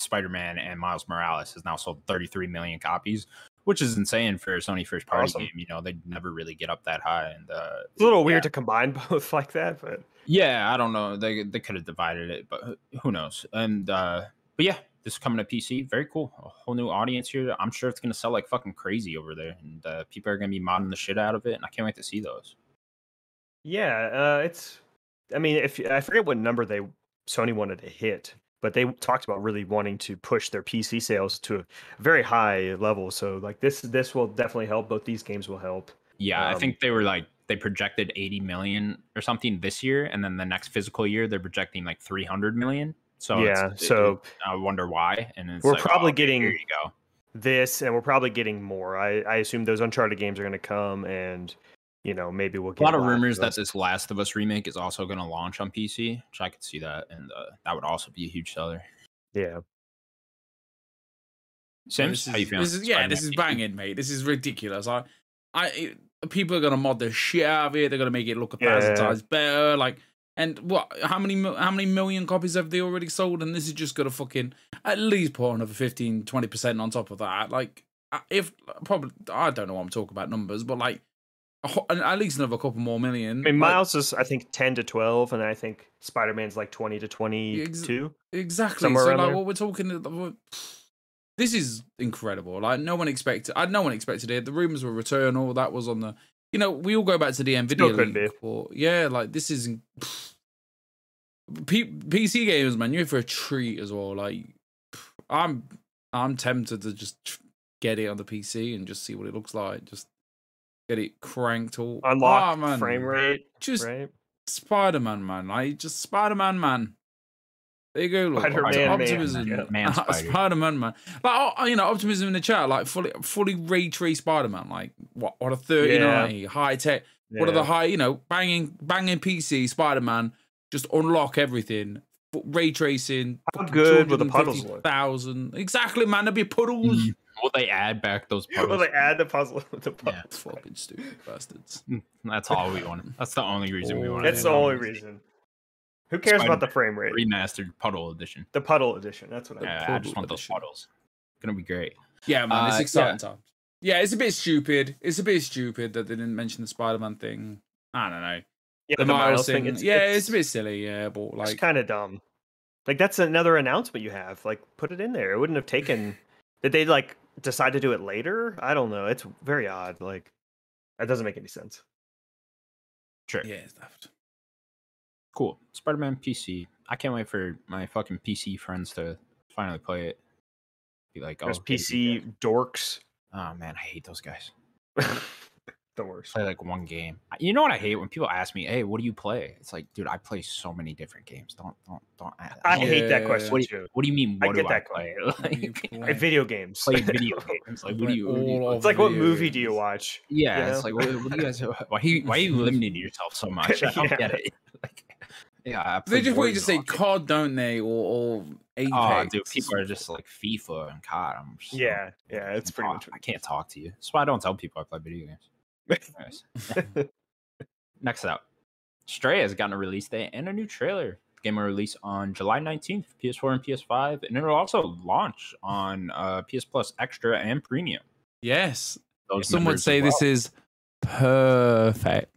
Spider-Man and Miles Morales, has now sold 33 million copies, which is insane for a Sony first-party
Awesome.
game. You know, they never really get up that high, and uh,
It's a little weird to combine both like that, but
yeah, I don't know. They they could have divided it, but who- who knows? And uh but yeah, this is coming to PC. Very cool. A whole new audience here. I'm sure it's gonna sell like fucking crazy over there, and uh, people are gonna be modding the shit out of it. And I can't wait to see those.
yeah, uh, it's. I mean, if I forget what number they Sony wanted to hit, but they talked about really wanting to push their PC sales to a very high level. So like this, this will definitely help. Both these games will help.
Yeah, I
Um,
think they were like they projected 80 million or something this year, and then the next physical year they're projecting like 300 million. So it's-
yeah,
it-
so
it- I wonder why. And it's
We're
like, oh,
probably
okay,
getting-
here you go.
this, and we're probably getting more. I, I assume those Uncharted games are going to come, and you know maybe we'll
a
get
lot of
Last
rumors that
Us.
this Last of Us remake is also going to launch on PC, which I could see that, and uh, that would also be a huge seller.
yeah,
Sims,
This is,
how you feeling?
this is- yeah, this is
Spider-Man?
banging, mate. This is ridiculous. I, I, it- people are gonna mod the shit out of it. They're gonna make it look a thousand
Yeah.
times better. Like, and what? How many? mil- How many million copies have they already sold? And this is just gonna fucking at least put another 15 20 percent on top of that. Like, I- if probably, I don't know. what I'm talking about numbers, but like, a ho- at least another couple more million.
I mean,
Like,
Miles is I think ten to twelve, and I think Spider Man's like twenty to twenty two.
Exactly.
Somewhere
So
around
like
there.
what we're talking about this is incredible. Like no one expected I no one expected it. The rumors were returnal, that was on the you know, we all go back to the Nvidia
could be.
leak, or yeah, like this is P- PC gamers, man, you're in for a treat as well. Like I'm I'm tempted to just tr- get it on the PC and just see what it looks like. Just get it cranked all
Unlock
Ah, man,
frame rate,
Just
right?
Spider Man, man. Like just Spider Man, man. There you go. Look,
Spider-Man, man.
optimism.
Yeah.
Man spider.
Spider Man, man. Like oh, you know, optimism in the chat. Like fully, fully ray trace Spider Man. Like what? What a thirty ninety high tech. What are the
Yeah.
high? You know, banging, banging PC Spider Man. Just unlock everything. F- Ray tracing.
How good would the puzzles look?
Thousand exactly, man. There'd be puddles.
Mhm. Will they add back those
Well,
puzzles?
they add the puzzle. The puzzle.
Yeah.
It's fucking stupid bastards.
That's all we want. That's the only reason we
Oh.
want. Um,
That's the only reason. Who cares about the frame rate?
Remastered puddle edition.
The puddle edition. That's what I.
Yeah, I
puddle
just want those
edition.
puddles. Gonna be great.
Yeah, man,
Uh,
it's
yeah.
exciting times. Yeah, it's a bit stupid. It's a bit stupid that they didn't mention the Spider-Man thing. I don't know.
Yeah,
The, Miles, thing.
It's,
yeah, it's, a bit silly. Yeah, but
it's
like,
kind of dumb. Like that's another announcement you have. Like put it in there. It wouldn't have taken. Did they like decide to do it later? I don't know. It's very odd. Like that doesn't make any sense.
Sure.
yeah, it's daft.
Cool. Spider-Man PC. I can't wait for my fucking PC friends to finally play it. Be like, oh,
There's
okay,
PC dorks.
Oh man, I hate those guys.
the worst.
play like one game. I- You know what I hate when people ask me, "Hey, what do you play?" It's like, dude, I play so many different games. Don't don't don't. a-
I
don't-
hate that
Yeah.
question
What do
too.
What do you mean?
I
What
get
do
that
I play?
What do you
Like,
play?
Uh, video games.
play video games. Like, what do
Play
you? what do you-
all of
it's like what
video
movie do you
games.
watch?
yeah,
you
it's
know?
like, what, what do you guys? Why you Why are you limiting yourself so much? I don't
Yeah.
get it. Like, yeah, I
They
play
just want you to
Warzone.
say COD, don't they? Or, or Apex.
Oh, dude, people are just like FIFA and COD. I'm just like,
Yeah, yeah,
I
it's
can't
pretty
talk-
much.
I can't talk to you. That's why I don't tell people I play video games. Anyways. Next up, Stray has gotten a release date and a new trailer. The game will release on July 19th, PS4 and PS5, and it'll also launch on uh, PS Plus Extra and Premium.
Yes.
Those
Some would
members
say
as
this
well.
is perfect.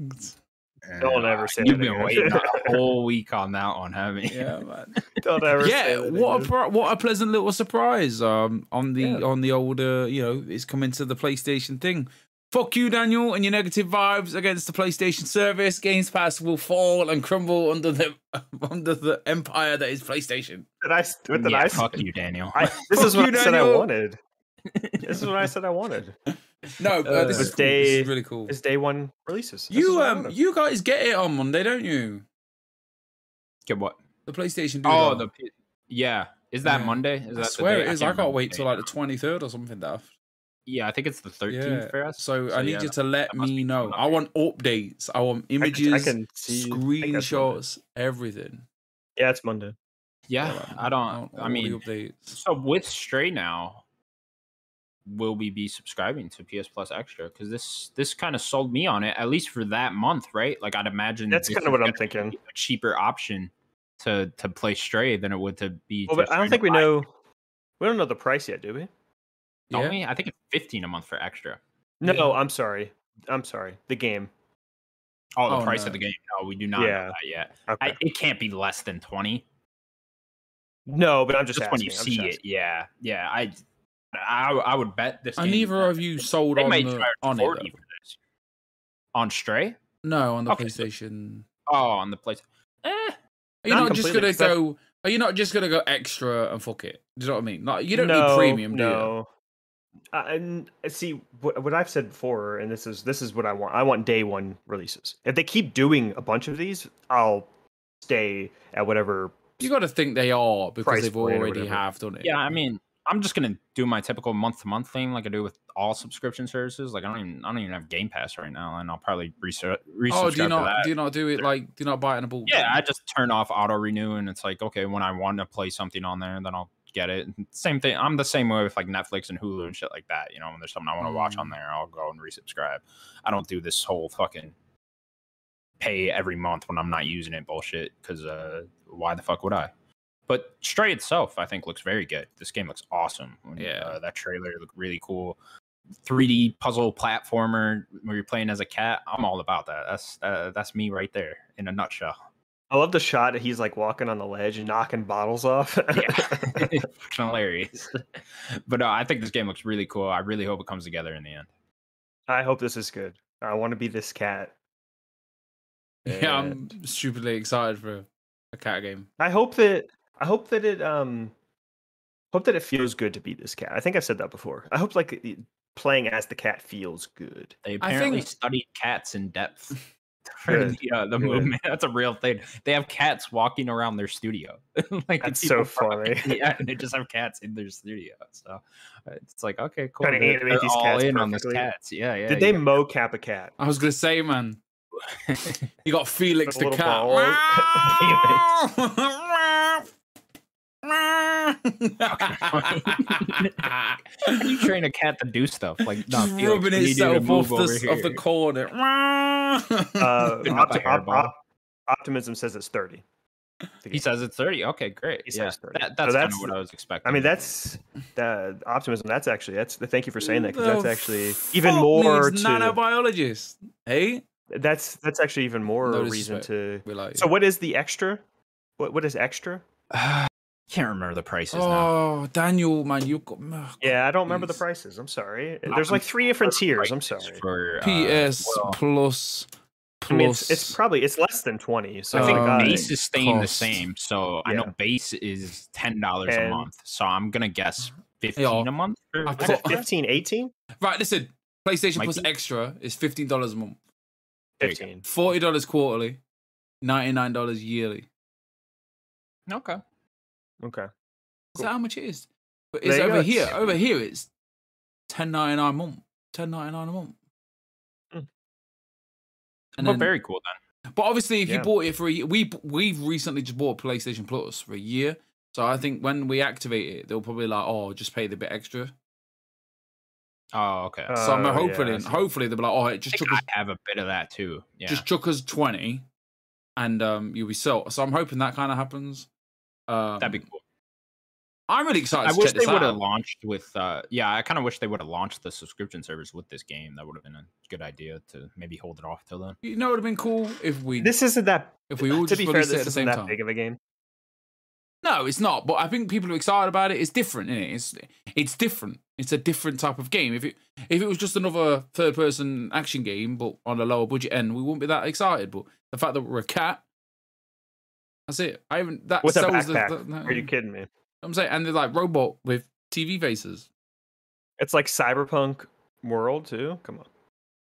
And,
Don't ever
uh,
say
You've
that
been
again.
waiting a whole week on that one, haven't you?
Yeah, man.
Don't ever say
yeah,
that
what a
again.
pro- what a pleasant little surprise. Um, on the
Yeah.
on the older, you know, it's coming to the PlayStation thing. Fuck you, Daniel, and your negative vibes against the PlayStation service. Games Pass will fall and crumble under the under the empire that is PlayStation.
Did I s- what did
Yeah,
I s-
fuck you, Daniel.
I, this
Fuck
is what
you,
I said I
Daniel.
wanted. this is what I said I wanted.
No, uh, this,
Uh,
is cool.
Day-
this is really cool.
It's day one releases. This is
You
what I
um,
wanted.
you guys get it on Monday, don't you?
Get what?
The PlayStation.
Oh,
doodle.
the P- yeah. Is that
Yeah.
Monday? Is that
I
the
swear
day?
it is. I
can't
can't
remember
wait
the
till
date.
like the twenty third or something. Daft.
Yeah, I think it's the 13th
Yeah.
for us.
So, I
So,
need
yeah,
you to let
that must
me
be
know.
coming up.
I want updates. I want
I
images.
can, I can see I think that's Monday.
screenshots, everything.
Yeah, it's Monday.
Yeah,
Well,
I don't.
All-
Uh, I
all the
mean,
updates.
so with Stray now, will we be subscribing to PS Plus Extra? Because this this kind of sold me on it, at least for that month, right? Like I'd imagine
That's
this
kind
is
of what I'm
gonna
thinking.
be A cheaper option to to play Stray than it would to be.
Well,
to
but I don't
stream
think we
live,
know. We don't know the price yet, do we?
Don't
Yeah.
we? I think it's fifteen a month for Extra.
No,
Yeah.
I'm sorry. I'm sorry. The game.
Oh, the
Oh,
price
no.
of the game. No, we do not
Yeah.
know that yet.
Okay.
I, it can't be less than twenty.
no, but I'm just,
Just when you
asking, I'm
see
just
it, yeah, yeah. I, I, I would bet this.
And
game-
neither of you sold
They
on,
may
the-
charge
on it.
forty
though.
for this. On Stray?
No, on the
Okay, so-
PlayStation.
Oh, on the place. Eh,
Are you
Not
not, just
completely,
gonna
'cause that's-
go? Are you not just gonna go extra and fuck it? Do you know what I mean? Like you don't
No,
need premium, do you?
No. Uh, and uh, see what, what I've said before, and this is this is what I want. I want day one releases. If they keep doing a bunch of these, I'll stay at whatever.
You got to think they are because
Price
they've
point or
already
whatever.
have done it. Oh,
yeah, I mean, I'm just gonna do my typical month to month thing, like I do with all subscription services. Like I don't even, I don't even have Game Pass right now, and I'll probably research.
Oh, do you not?
that.
Do you not do it like? Do you not buy it in a ball?
yeah, I just turn off auto renew, and it's like, okay, when I want to play something on there, then I'll get it. And Same thing. I'm the same way with like Netflix and Hulu and shit like that. You know, when there's something I want to watch on
Mm.
there, I'll go and resubscribe. I don't do this whole fucking pay every month when I'm not using it bullshit. Because uh, why the fuck would I? But Stray itself, I think, looks very good. This game looks awesome. When,
Yeah.
uh, that trailer looked really cool. 3D puzzle platformer where you're playing as a cat. I'm all about that. That's uh, that's me right there in a nutshell.
I love the shot that he's like walking on the ledge and knocking bottles off.
yeah, It's hilarious. But uh, I think this game looks really cool. I really hope it comes together in the end.
I hope this is good. I want to be this cat.
yeah. I'm stupidly excited for a cat game.
I hope that I hope that it um hope that it feels good to be this cat. I think I've said that before. I hope like it- playing as the cat feels good.
They
I
apparently
think-
studied cats in depth for
Good,
the, uh, the
good.
movement. That's a real thing. They have cats walking around their studio. like
That's
people
so
from-
funny.
yeah, and they just have cats in their studio. So uh, it's like okay, cool.
Kinda
They're,
animate
they're
these
all
cats
in on this
perfectly.
cats. Yeah, yeah.
Did they
yeah.
mocap a cat?
I was gonna say, man, you got Felix
The
the
little
cat.
How do you train a cat to do stuff like no,
Just
Felix, we
rubbing
need you to
itself off
move
the,
over
s- of the
here.
corner.
Uh,
Picking up a
Opti- Op-
hairball.
Op- Optimism says it's thirty. The
He
game.
says it's 30. Okay, great.
He
yeah.
says 30.
That,
So
that's, kind
that's-
of what I was expecting.
I mean that's the optimism. That's actually that's. Thank you for saying that because that's
The
actually even
fuck
more
needs
to
nanobiologist. Hey,
that's that's actually even more
No
a reason
disrespect.
to.
we like.
So what is the extra? What what is extra?
I can't remember the prices now.
Oh, Daniel, man, you got ugh,
Yeah, I don't remember the
Jeez.
prices. I'm sorry.
I'm
There's like three different tiers. I'm
Prices
sorry.
For, uh,
PS
well,
plus plus.
I mean, it's, it's probably it's less than twenty. So
I think
uh,
base is staying the
cost.
same. So I know
Yeah.
base is ten dollars a
And-
month. So I'm gonna guess fifteen a month. for
I
extra?
thought-
15, 18?
right. Listen, PlayStation
Might
Plus
be.
Extra is fifteen dollars a month,
There you go.
15.
forty dollars quarterly, ninety nine dollars yearly.
Okay.
Okay.
Is that
Cool.
how much it is? But it's
There you
over
go,
here.
it's-
Over here, it's ten ninety nine a month. Ten ninety nine a month.
Hmm.
And
well,
then-
very cool then.
But obviously, if you
Yeah.
bought it for a year, we we've recently just bought PlayStation Plus for a year. So I think when we activate it, they'll probably like, oh, just pay the bit extra.
Oh, okay.
Uh,
so I'm
Oh, yeah,
hopefully,
I see.
hopefully they'll be like, oh, it
I
just
think
took us,
I have a bit of that too. Yeah.
just took us twenty, and um, you'll be sold. So I'm hoping that kind of happens. Um,
That'd be cool.
I'm really excited.
I
to
wish
Uh, check this
they would have
out.
launched with. Uh, yeah, I kind of wish they would have launched the subscription service with this game. That would have been a good idea to maybe hold it off till then.
You know, it would have been cool if we
This isn't that.
if we all
to
just
be
released
fair,
it
this
at the
isn't
same
that
time.
big of a game.
No, it's not. But I think people are excited about it. It's different, is It's it's different. It's a different type of game. If it if it was just another third person action game, but on a lower budget end, we wouldn't be that excited. But the fact that we're a cat, that's it. I haven't. Uh, That
What's a
sells the-
backpack?
the- the-
Are you kidding me?
I'm saying, and they're like robot with TV faces.
It's like Cyberpunk World too. Come on,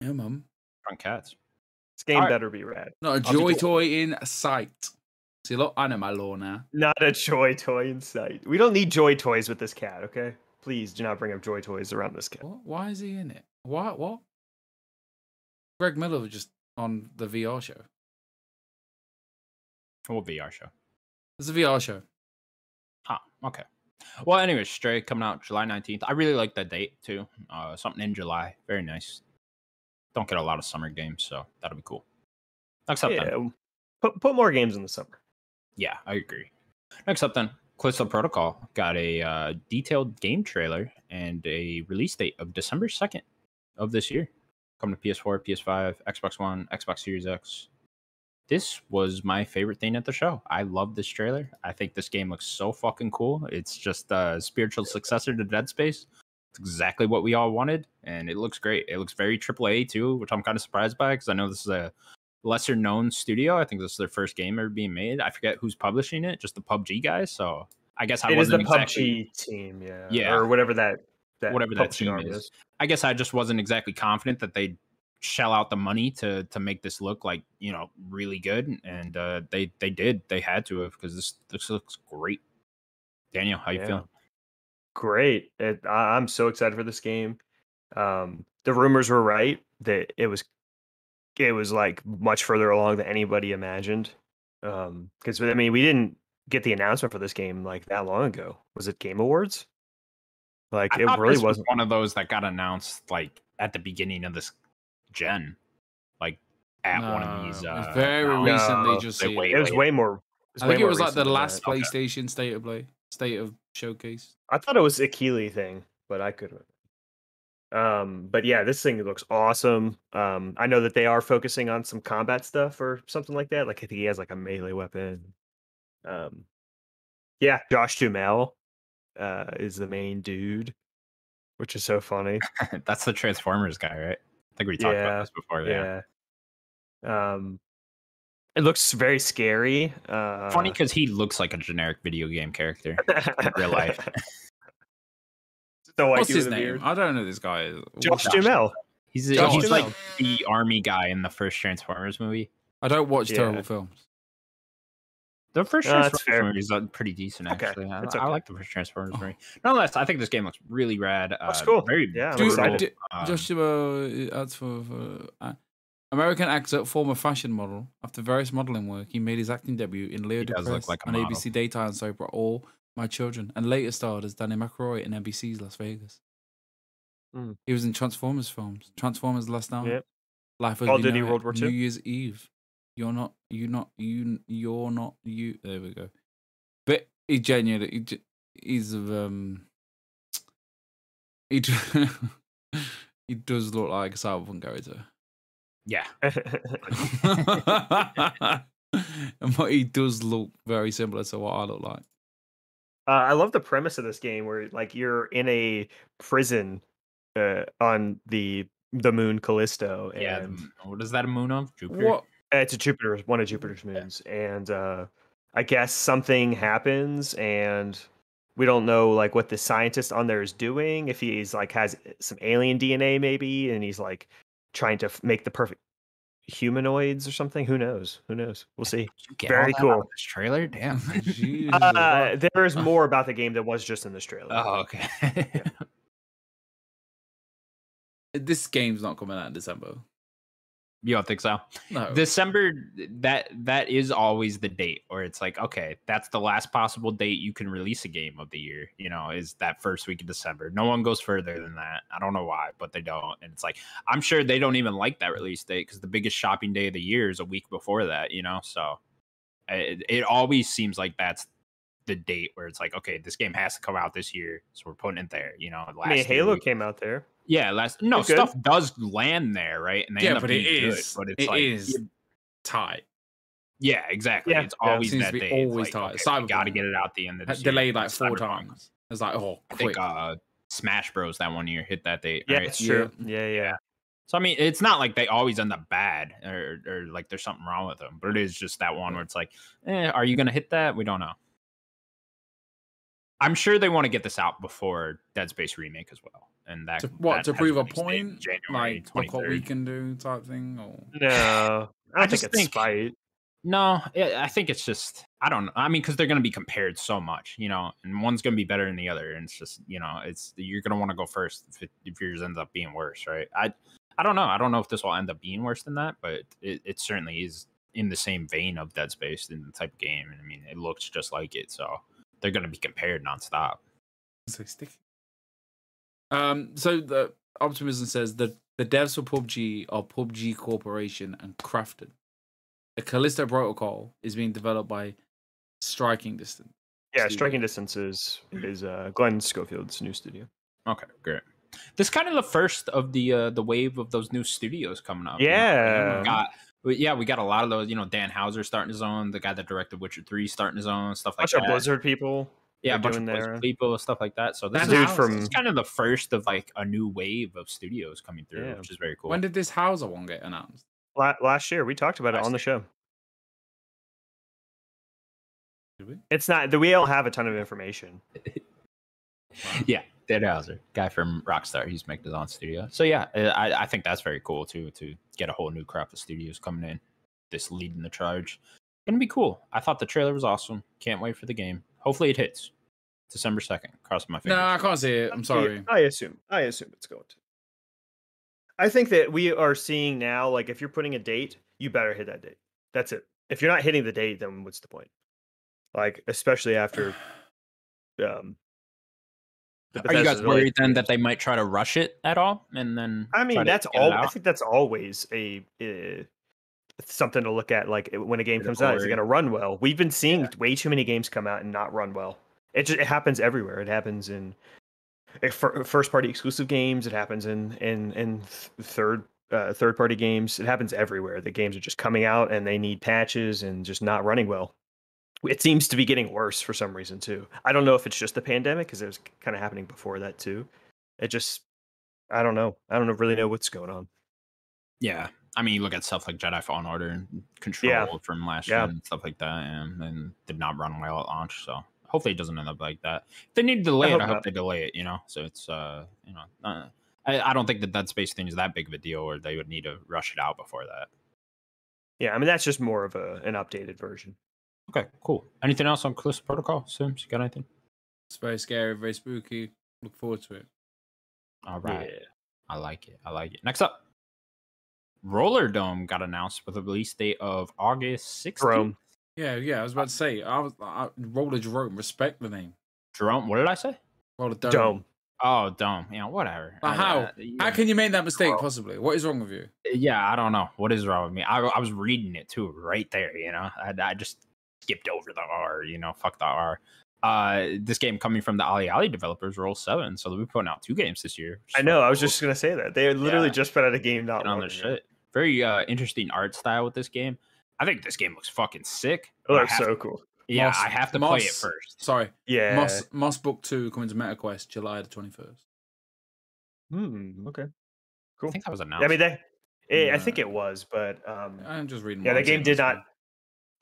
Yeah, mum.
Front cats.
this game
Alright.
better be rad.
Not a
I'll be
joy
cool.
toy in sight. See, look, I know my law now.
Not a joy toy in sight. We don't need joy toys with this cat. Okay, please do not bring up joy toys around this cat.
What? Why is he in it? Why? What? Greg Miller was just on the VR show.
Or VR show.
There's a VR show.
Ah, okay. Well, anyway, Stray coming out July 19th. I really like that date too. Uh, something in July. Very nice. Don't get a lot of summer games, so that'll be cool. Next up, then.
Yeah, put put more games in the summer.
Yeah, I agree. Next up, then, Callisto Protocol got a uh, detailed game trailer and a release date of December 2nd of this year. Coming to PS4, PS5, Xbox One, Xbox Series X. This was my favorite thing at the show. I love this trailer. I think this game looks so fucking cool. It's just a spiritual successor to Dead Space. It's exactly what we all wanted, and it looks great. It looks very AAA too, which I'm kind of surprised by because I know this is a lesser known studio. I think this is their first game ever being made. I forget who's publishing it, just the PUBG guys. So I guess I
it is the
wasn't exactly,
PUBG team, yeah,
Yeah.
or whatever that that
Whatever that
PUBG
team
arm
is. I guess I just wasn't exactly confident that they'd shell out the money to to make this look like you know really good, and uh, they they did. They had to have because this this looks great. Daniel, how you
Yeah.
feeling?
Great! It, I, I'm so excited for this game. Um, the rumors were right that it was it was like much further along than anybody imagined. Because I mean, we didn't get the announcement for this game like that long ago. Was it Game Awards? Like
I
it
thought
really
this was
wasn't.
one of those that got announced like at the beginning of this gen, like at one of these.
No,
Uh,
very
rounds.
recently,
No,
just
they
seen
wait-
it.
It was
like-
way more.
I think
way
it
more
was like the
recent than
last
that.
Okay.
PlayStation state of play, state of showcase.
I thought it was a Keeley thing, but I could. Um, but yeah, this thing looks awesome. Um, I know that they are focusing on some combat stuff or something like that. Like I think he has like a melee weapon. Um, yeah, Josh Duhamel uh, is the main dude, which is so funny.
That's the Transformers guy, right? I think we talked
Yeah,
about this before. Yeah.
Yeah. Um, it looks very scary. Uh,
Funny because he looks like a generic video game character. real life.
the white
What's
dude
his
with the
name? Oh,
beard.
I don't know this guy.
Josh
Josh
Duhamel.
He's,
Josh
he's like
Duhamel.
the army guy in the first Transformers movie.
I don't watch
Yeah.
terrible films.
The first
No, that's fair.
Transformers movie is uh, pretty decent,
Okay,
actually. I,
that's
I
okay.
like the first Transformers movie. Nonetheless, I think this game looks really rad. Uh,
Looks cool.
Very
Yeah, I'm
Dude,
brutal,
excited.
d-
um,
Joshua uh, adds for, for uh, American actor, former fashion model. After various modeling work, he made his acting debut in Leo
He does look
Depress
like a
on
model.
ABC daytime soap All My Children, and later starred as Danny McRoy in NBC's Las Vegas.
Mm.
He was in Transformers films, Transformers Last Night,
Yep.
Life as
Call
We
of Duty
Know It,
World War
New
Two.
Year's Eve. You're not, you not, you, you're not, you. There we go. But he genuinely, he ge- he's um, he d- he does look like a Cyberpunk character.
Yeah.
but he does look very similar to what I look like.
Uh, I love the premise of this game where like you're in a prison uh, on the the moon Callisto, and
Yeah. the m- what is that a moon Mm-hmm, of? Jupiter?
What?
uh, it's a Jupiter's one of Jupiter's moons, and uh, I guess something happens, and we don't know like what the scientist on there is doing. If he's like has eh, some alien DNA maybe, and he's like trying to f- make the perfect humanoids or something. Who knows? Who knows? We'll see.
Did you get all
Very
that out of
cool.
This trailer? Damn.
Jesus.
Uh, there is
Uh.
more about the game that was just in this trailer.
oh, okay.
this game's not coming out in December.
you don't think so?
No.
December that that is always the date where it's like, okay, that's the last possible date you can release a game of the year, you know, is that first week of December. No one goes further than that. I don't know why, but they don't. And it's like I'm sure they don't even like that release date because the biggest shopping day of the year is a week before that, you know? So it, it always seems like that's the date where it's like, okay, this game has to come out this year. So we're putting it there, you know.
I mean,
last
Halo
year-
came out there.
yeah, last no
It's good.
stuff does land there, right? And they end
yeah,
up
but it
being good,
is.
but it's
it
like
is tight.
yeah, exactly.
Yeah,
It's
yeah.
always
Seems
that
to be
day.
always
it's
tight.
like, okay, we got to
Cyberpunk.
get it out at the end of
Uh,
this year.
Delayed like four
Cyberpunk.
times. It's like, oh,
I
quick.
think uh, Smash Bros. that one year hit that date.
Yeah,
right?
it's true. Yeah, yeah.
So I mean, it's not like they always end up bad or, or like there's something wrong with them, but it is just that one where it's like, eh, are you gonna hit that? We don't know. I'm sure they want to get this out before Dead Space remake as well, and that
to, what
that
to
has
prove a
release date in
point,
January
like look what we
23rd.
can do type thing, Oh, or
No, I,
I
think
just
it's
think-
spite.
No, I I think it's just I don't. I mean, because they're going to be compared so much, you know, and one's going to be better than the other, and it's just you know, it's you're going to want to go first if, it, if yours ends up being worse, right? I I don't know. I don't know if this will end up being worse than that, but it, it certainly is in the same vein of Dead Space and the type of game, and I mean, it looks just like it, so they're going to be compared nonstop.
So sticky. Um. So the optimism says that the devs for PUBG are PUBG Corporation and Crafton. The Callisto Protocol is being developed by Striking Distance.
Yeah,
Studio.
Striking Distance is, is uh, Glenn Schofield's new studio.
Okay, great. This kind of the first of the uh, the wave of those new studios coming up. you know?
Yeah.
we got we- yeah, we got a lot of those. You know, Dan Hauser starting his own, the guy that directed Witcher Three starting his own, stuff like
bunch
that.
of Blizzard people.
yeah, a
they're
bunch of
doing
Blizzard
their-
people, stuff like that. So this
That
is,
dude
house
from-
this is kind of the first of like a new wave of studios coming through,
Yeah.
which is very cool.
When did this Hauser one get announced?
La- last year we talked about it
Last
on the show.
Did we?
It's not that we don't have a ton of information.
yeah, Dan Hauser, guy from Rockstar, he's making his own studio. So yeah, uh, I, I think that's very cool too to get a whole new crop of studios coming in, this leading the charge. Gonna be cool. I thought the trailer was awesome. Can't wait for the game. Hopefully it hits December second. Cross my
No,
fingers.
I can't see it. I'm sorry.
I assume. I assume it's going to. I think that we are seeing now, like if you're putting a date, you better hit that date. That's it. If you're not hitting the date, then what's the point? Like, especially after um the
Are you guys
Bethesda's really-
worried then that they might try to rush it at all? And then
I
try
mean,
to
that's
get it
all. I
out?
think that's always a uh, something to look at. Like uh, when a game
Bit of
comes out, is it
glory.
going to run well? We've been seeing way too many games come out and not run well. It just it happens everywhere. It happens in eh, first party exclusive games. It happens in in in th- third uh, third party games. It happens everywhere. The games are just coming out and they need patches and just not running well. It seems to be getting worse for some reason too. I don't know if it's just the pandemic because it was kind of happening before that too. It just I don't know. I don't know- really know what's going on.
Yeah. I mean, you look at stuff like Jedi Fallen Order and Control from last
Yeah.
year and stuff like that, and, and did not run well at launch. So hopefully it doesn't end up like that. If they need to delay
hope
it, I hope
not.
they delay it. You know, so it's uh, you know, uh, I, I don't think the Dead Space thing is that big of a deal, or they would need to rush it out before that.
Yeah, I mean that's just more of a an updated version.
Okay, cool. Anything else on Callisto Protocol? Sims, you got anything?
It's very scary, very spooky. Look forward to it.
All right. I like it. I like it. Next up, Roller Dome got announced with a release date of August 16th.
Rome.
Yeah, yeah. I was about to say, I was I, Roller Jerome. Respect the name.
Jerome, what did I say?
Roller Dome.
Dome.
Oh, Dome. Yeah, whatever.
But
I-
how?
I- yeah.
How can you make that mistake?
Jerome.
Possibly. What is wrong with you?
yeah, I don't know what is wrong with me. I, I was reading it too, right there. You know, I, I just skipped over the R. You know, fuck the R. Uh, this game coming from the Ali Ali developers, Roll Seven. So they'll be putting out two games this year. which is
I know. I was
cool.
just Oh, gonna say that they literally
Yeah.
just put out a game not
Get on
long
their
ago.
shit. Very uh, interesting art style with this game. I think this game looks fucking sick.
Oh,
but I
they're
have-
so cool.
yeah,
Moss-
I have to play it
Moss-
first.
Sorry,
Yeah.
Moss Moss Book Two coming to MetaQuest July the twenty first.
Hmm, okay.
I
Cool.
think that was announced.
I mean, they. eh, I think
Yeah.
it was, but um,
I'm just reading.
yeah,
what
the
I'm seeing
game did
on
not.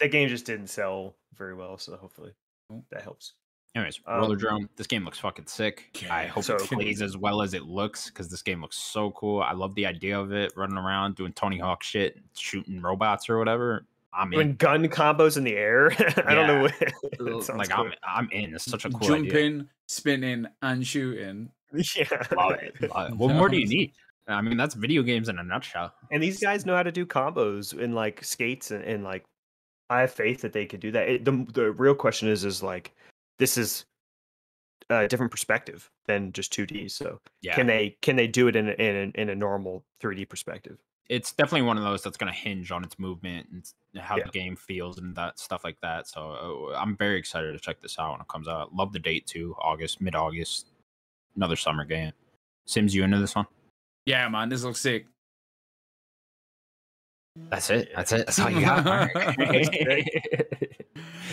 That game just didn't sell very well, so hopefully
Cool.
that helps.
Anyways, Roller
Um,
Drone. This game looks fucking sick. I
Yeah,
hope
so
it
cool.
plays as well as it looks because this game looks so cool. I love the idea of it running around doing Tony Hawk shit, shooting robots or whatever. I'm in.
When gun combos in the air, I don't know.
Yeah.
What, it sounds
Like
cool.
I'm, I'm in. It's such a cool
Jumping,
idea.
spinning, and shooting.
yeah.
Love it. Love it. What more do you need? I mean, that's video games in a nutshell.
And these guys know how to do combos in like skates and, and like I have faith that they could do that. It, the the real question is is like this is a different perspective than just 2D. So
Yeah,
can they can they do it in a, in a, in a normal 3D perspective?
it's definitely one of those that's going to hinge on its movement and s- how
Yeah.
the game feels and that stuff like that. So uh, I'm very excited to check this out when it comes out. Love the date too. August, mid August, another summer game. Sims, you into this one?
Yeah, man, this looks sick.
That's it. That's it. That's all
you
you
got,
got.
Mark.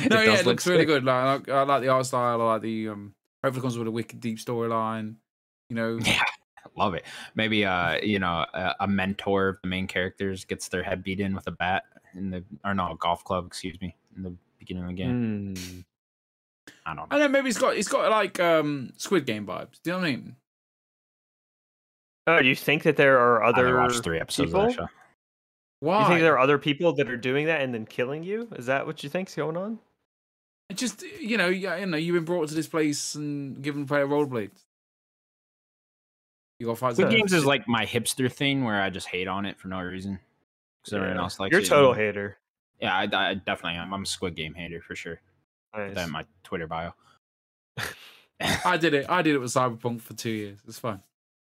No, yeah, it looks really good. Like, I, I like the art style. I like the um. Hopefully, it comes with a wicked deep storyline. You know,
Yeah, love it. Maybe uh, you know, a, a mentor of the main characters gets their head beat in with a bat in the or no, a golf club, excuse me, in the beginning of the
Mm.
game.
Hmm.
I don't know.
and then maybe it's got it's got like um Squid Game vibes. Do you know what I mean?
Oh, do you think that there are
I only
other
watched three episodes of that
people?
show.
Why?
you think there are other people that are doing that and then killing you? Is that what you think's going on?
It's just you know, yeah, you know, you've been brought to this place and given to play a rollerblade. You got fight.
Squid
zone.
Games is like my hipster thing where I just hate on it for no reason because everyone
Yeah.
else likes
You're
it.
a
you
total
know?
hater.
Yeah, I, I definitely am. I'm a Squid Game hater for sure. Put
Nice.
That in my Twitter bio.
I did it. I did it with Cyberpunk for two years. It's fine.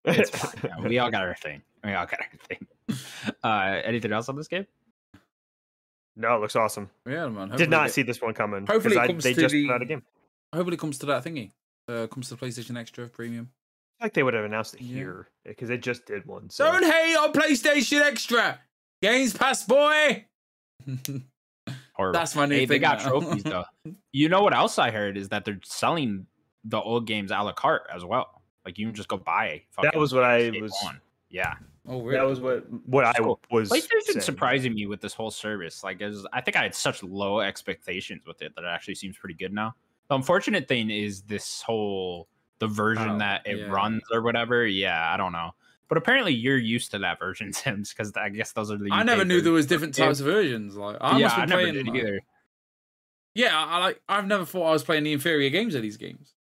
It's fine. Yeah, we all got our thing. We all got our thing. Uh, anything else on this game?
no, it looks awesome.
Yeah, man. hopefully
Did not
it-
see this one coming. 'cause
Hopefully it
I-
comes
they
to
just put out
the-
a game.
Hopefully, it comes to that thingy. Uh, comes to the PlayStation Extra Premium.
I feel like they would have announced it
Yeah.
here because they just did one. So
Don't hate on PlayStation Extra. Games Pass, boy.
Or
That's my new
hey, they
thing
got
now.
trophies though. You know what else I heard is that they're selling the old games a la carte as well. Like you can just go buy. fucking
was what I
Escape
was-
On. Yeah,
oh, really?
that was what what I
Cool.
was.
PlayStation
saying.
surprising me with this whole service. Like, it was, I think I had such low expectations with it that it actually seems pretty good now. The unfortunate thing is this whole the version
Oh,
that it
yeah.
runs or whatever. Yeah, I don't know. But apparently, you're used to that version, Sims, because I guess those are the.
I
UK
never knew there
versions.
was different
Yeah.
types of versions. Like I
yeah,
must be
I never
playing.
did
like-
either.
Yeah, I like. I've never thought I was playing the inferior games of these games.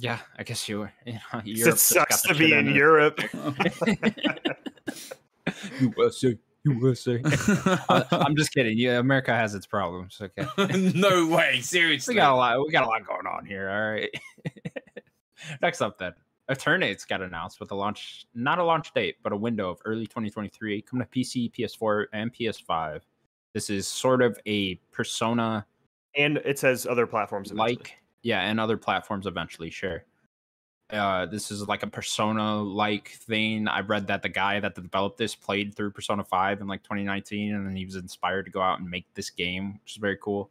Yeah, I guess you were. You know,
It
Europe just got
sucks
the
to
shit
be
out
in
of it.
Europe.
USA, USA. I, I'm just kidding. Yeah, America has its problems. Okay.
no way,
We
seriously.
got a lot. We got a lot going on here. All right. Next up, then Eternate's got announced with a launch, not a launch date, but a window of early 2023, coming to PC, PS4, and PS5. This is sort of a Persona
and it says other platforms eventually.
like, yeah, and other platforms eventually. Sure. Uh, this is like a Persona like thing. I read that the guy that developed this played through Persona 5 in like 2019, and then he was inspired to go out and make this game, which is very cool.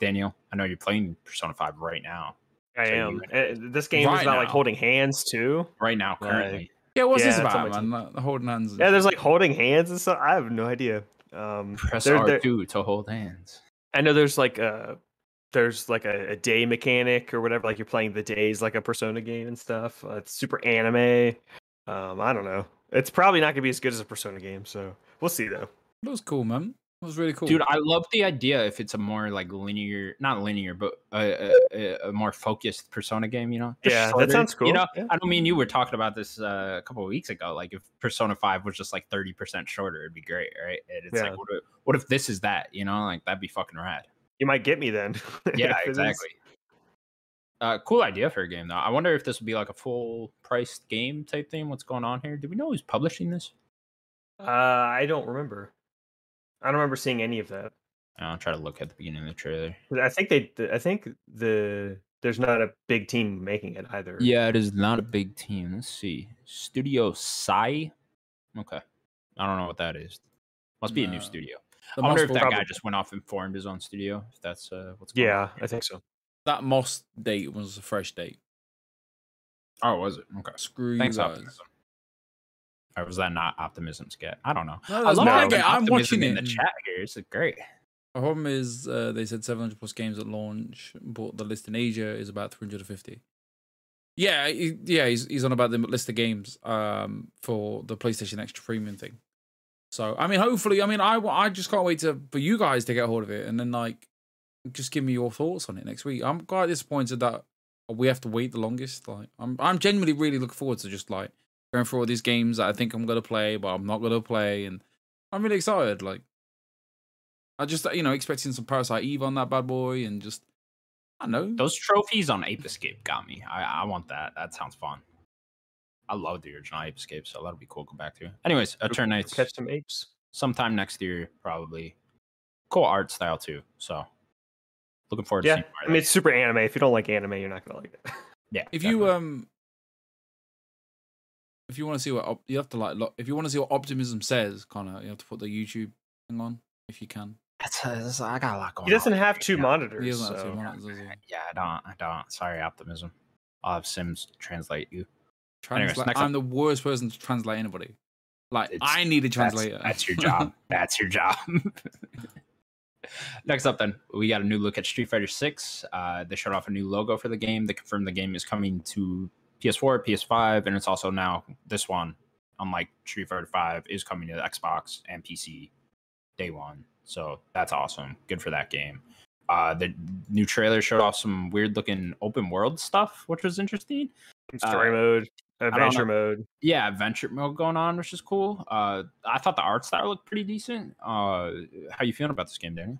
Daniel, I know you're playing Persona 5 right now.
I
So you
am. Uh, This game
Right
is not like
now.
holding hands too.
right now
Like-
currently.
Yeah, what's this
Yeah, that's
about,
what I
man? Like, the holding hands. and
Yeah, there's like holding hands and stuff. I have no idea. Um,
Press
there- there-
R two to hold hands.
I know there's like a there's like a, a day mechanic or whatever. Like you're playing the days like a Persona game and stuff. Uh, it's super anime. Um, I don't know. It's probably not gonna be as good as a Persona game, so we'll see though.
That was cool, man. That was really cool.
Dude, I love the idea if it's a more like linear, not linear, but a, a- a, a more focused Persona game. You know?
Yeah, that
shorter,
sounds
You
cool,
know,
yeah.
I don't mean you were talking about this uh, a couple of weeks ago. Like if Persona Five was just like thirty percent shorter, it'd be great, right? And it's
Yeah.
like, what if, what if this is that? You know, like that'd be fucking rad.
You might get me then.
yeah,
if it is.
exactly. Uh, cool idea for a game though. I wonder if this would be like a full priced game type thing. What's going on here? Do we know who's publishing this?
Uh, I don't remember. I don't remember seeing any of that.
I'll try to look at the beginning of the trailer.
I think they. th- I think the there's not a big team making it either.
Yeah, it is not a big team. Let's see. Studio Sai. Okay. I don't know what that is. Must be a new
No.
studio.
The
I wonder if
Moss
that
Ball-
guy just went off and formed his own studio. If that's uh, what's going
Yeah,
on.
I think so.
that Moss date was a fresh date.
Oh, was it? Okay.
Screw you
Thanks,
guys.
optimism. Or was that not optimism's get? I don't know.
No,
I
that's
love
not
how
a
we
game.
have
I'm
optimism
watching it.
in the
and
chat here. It's great.
The problem is uh, they said 700 plus games at launch, but the list in Asia is about 350. Yeah, he- yeah, he's he's on about the list of games um, for the PlayStation Extra Premium thing. So I mean, hopefully, I mean, I wa- I just can't wait to for you guys to get hold of it and then like just give me your thoughts on it next week. I'm quite disappointed that we have to wait the longest. Like, I'm I'm genuinely really looking forward to just like going through all these games that I think I'm gonna play, but I'm not gonna play, and I'm really excited. Like. I just, you know, expecting some Parasite Eve on that bad boy and just, I don't know.
Those trophies on Ape Escape got me. I, I want that. That sounds fun. I love the original Ape Escape, so that'll be cool to go back to. Anyways, Eternal Knights.
Catch some apes.
sometime next year, probably. Cool art style too. So looking forward to
Yeah,
seeing more
I
of
mean
that.
it's super anime. If you don't like anime, you're not gonna like it.
yeah.
If you,
definitely.
um, if you want to see what, op- you have to like, look, if you want to see what Optimism says, Connor, you have to put the YouTube thing on if you can.
uh, that's, that's I got a lot going
He doesn't
on.
have two
Yeah.
monitors.
He doesn't have
so-
two monitors, does he?
Yeah, I don't I don't. Sorry, optimism. I'll have Sims translate you. Anyways,
Transla-
next up.
I'm the worst person to translate anybody. Like,
It's-
I need a
That's-
translator.
That's, your job. that's your job. Next up, then we got a new look at Street Fighter Six. Uh, they showed off a new logo for the game. They confirmed the game is coming to PS4, PS5, and it's also now this one, unlike Street Fighter Five, is coming to the Xbox and PC day one. So that's awesome. Good for that game. Uh, the new trailer showed off some weird looking open world stuff, which was interesting
Story
Uh,
mode,
don't
adventure
know.
mode.
yeah, adventure mode going on, which is cool. Uh, I thought the art style looked pretty decent. Uh, how you feeling about this game, Daniel?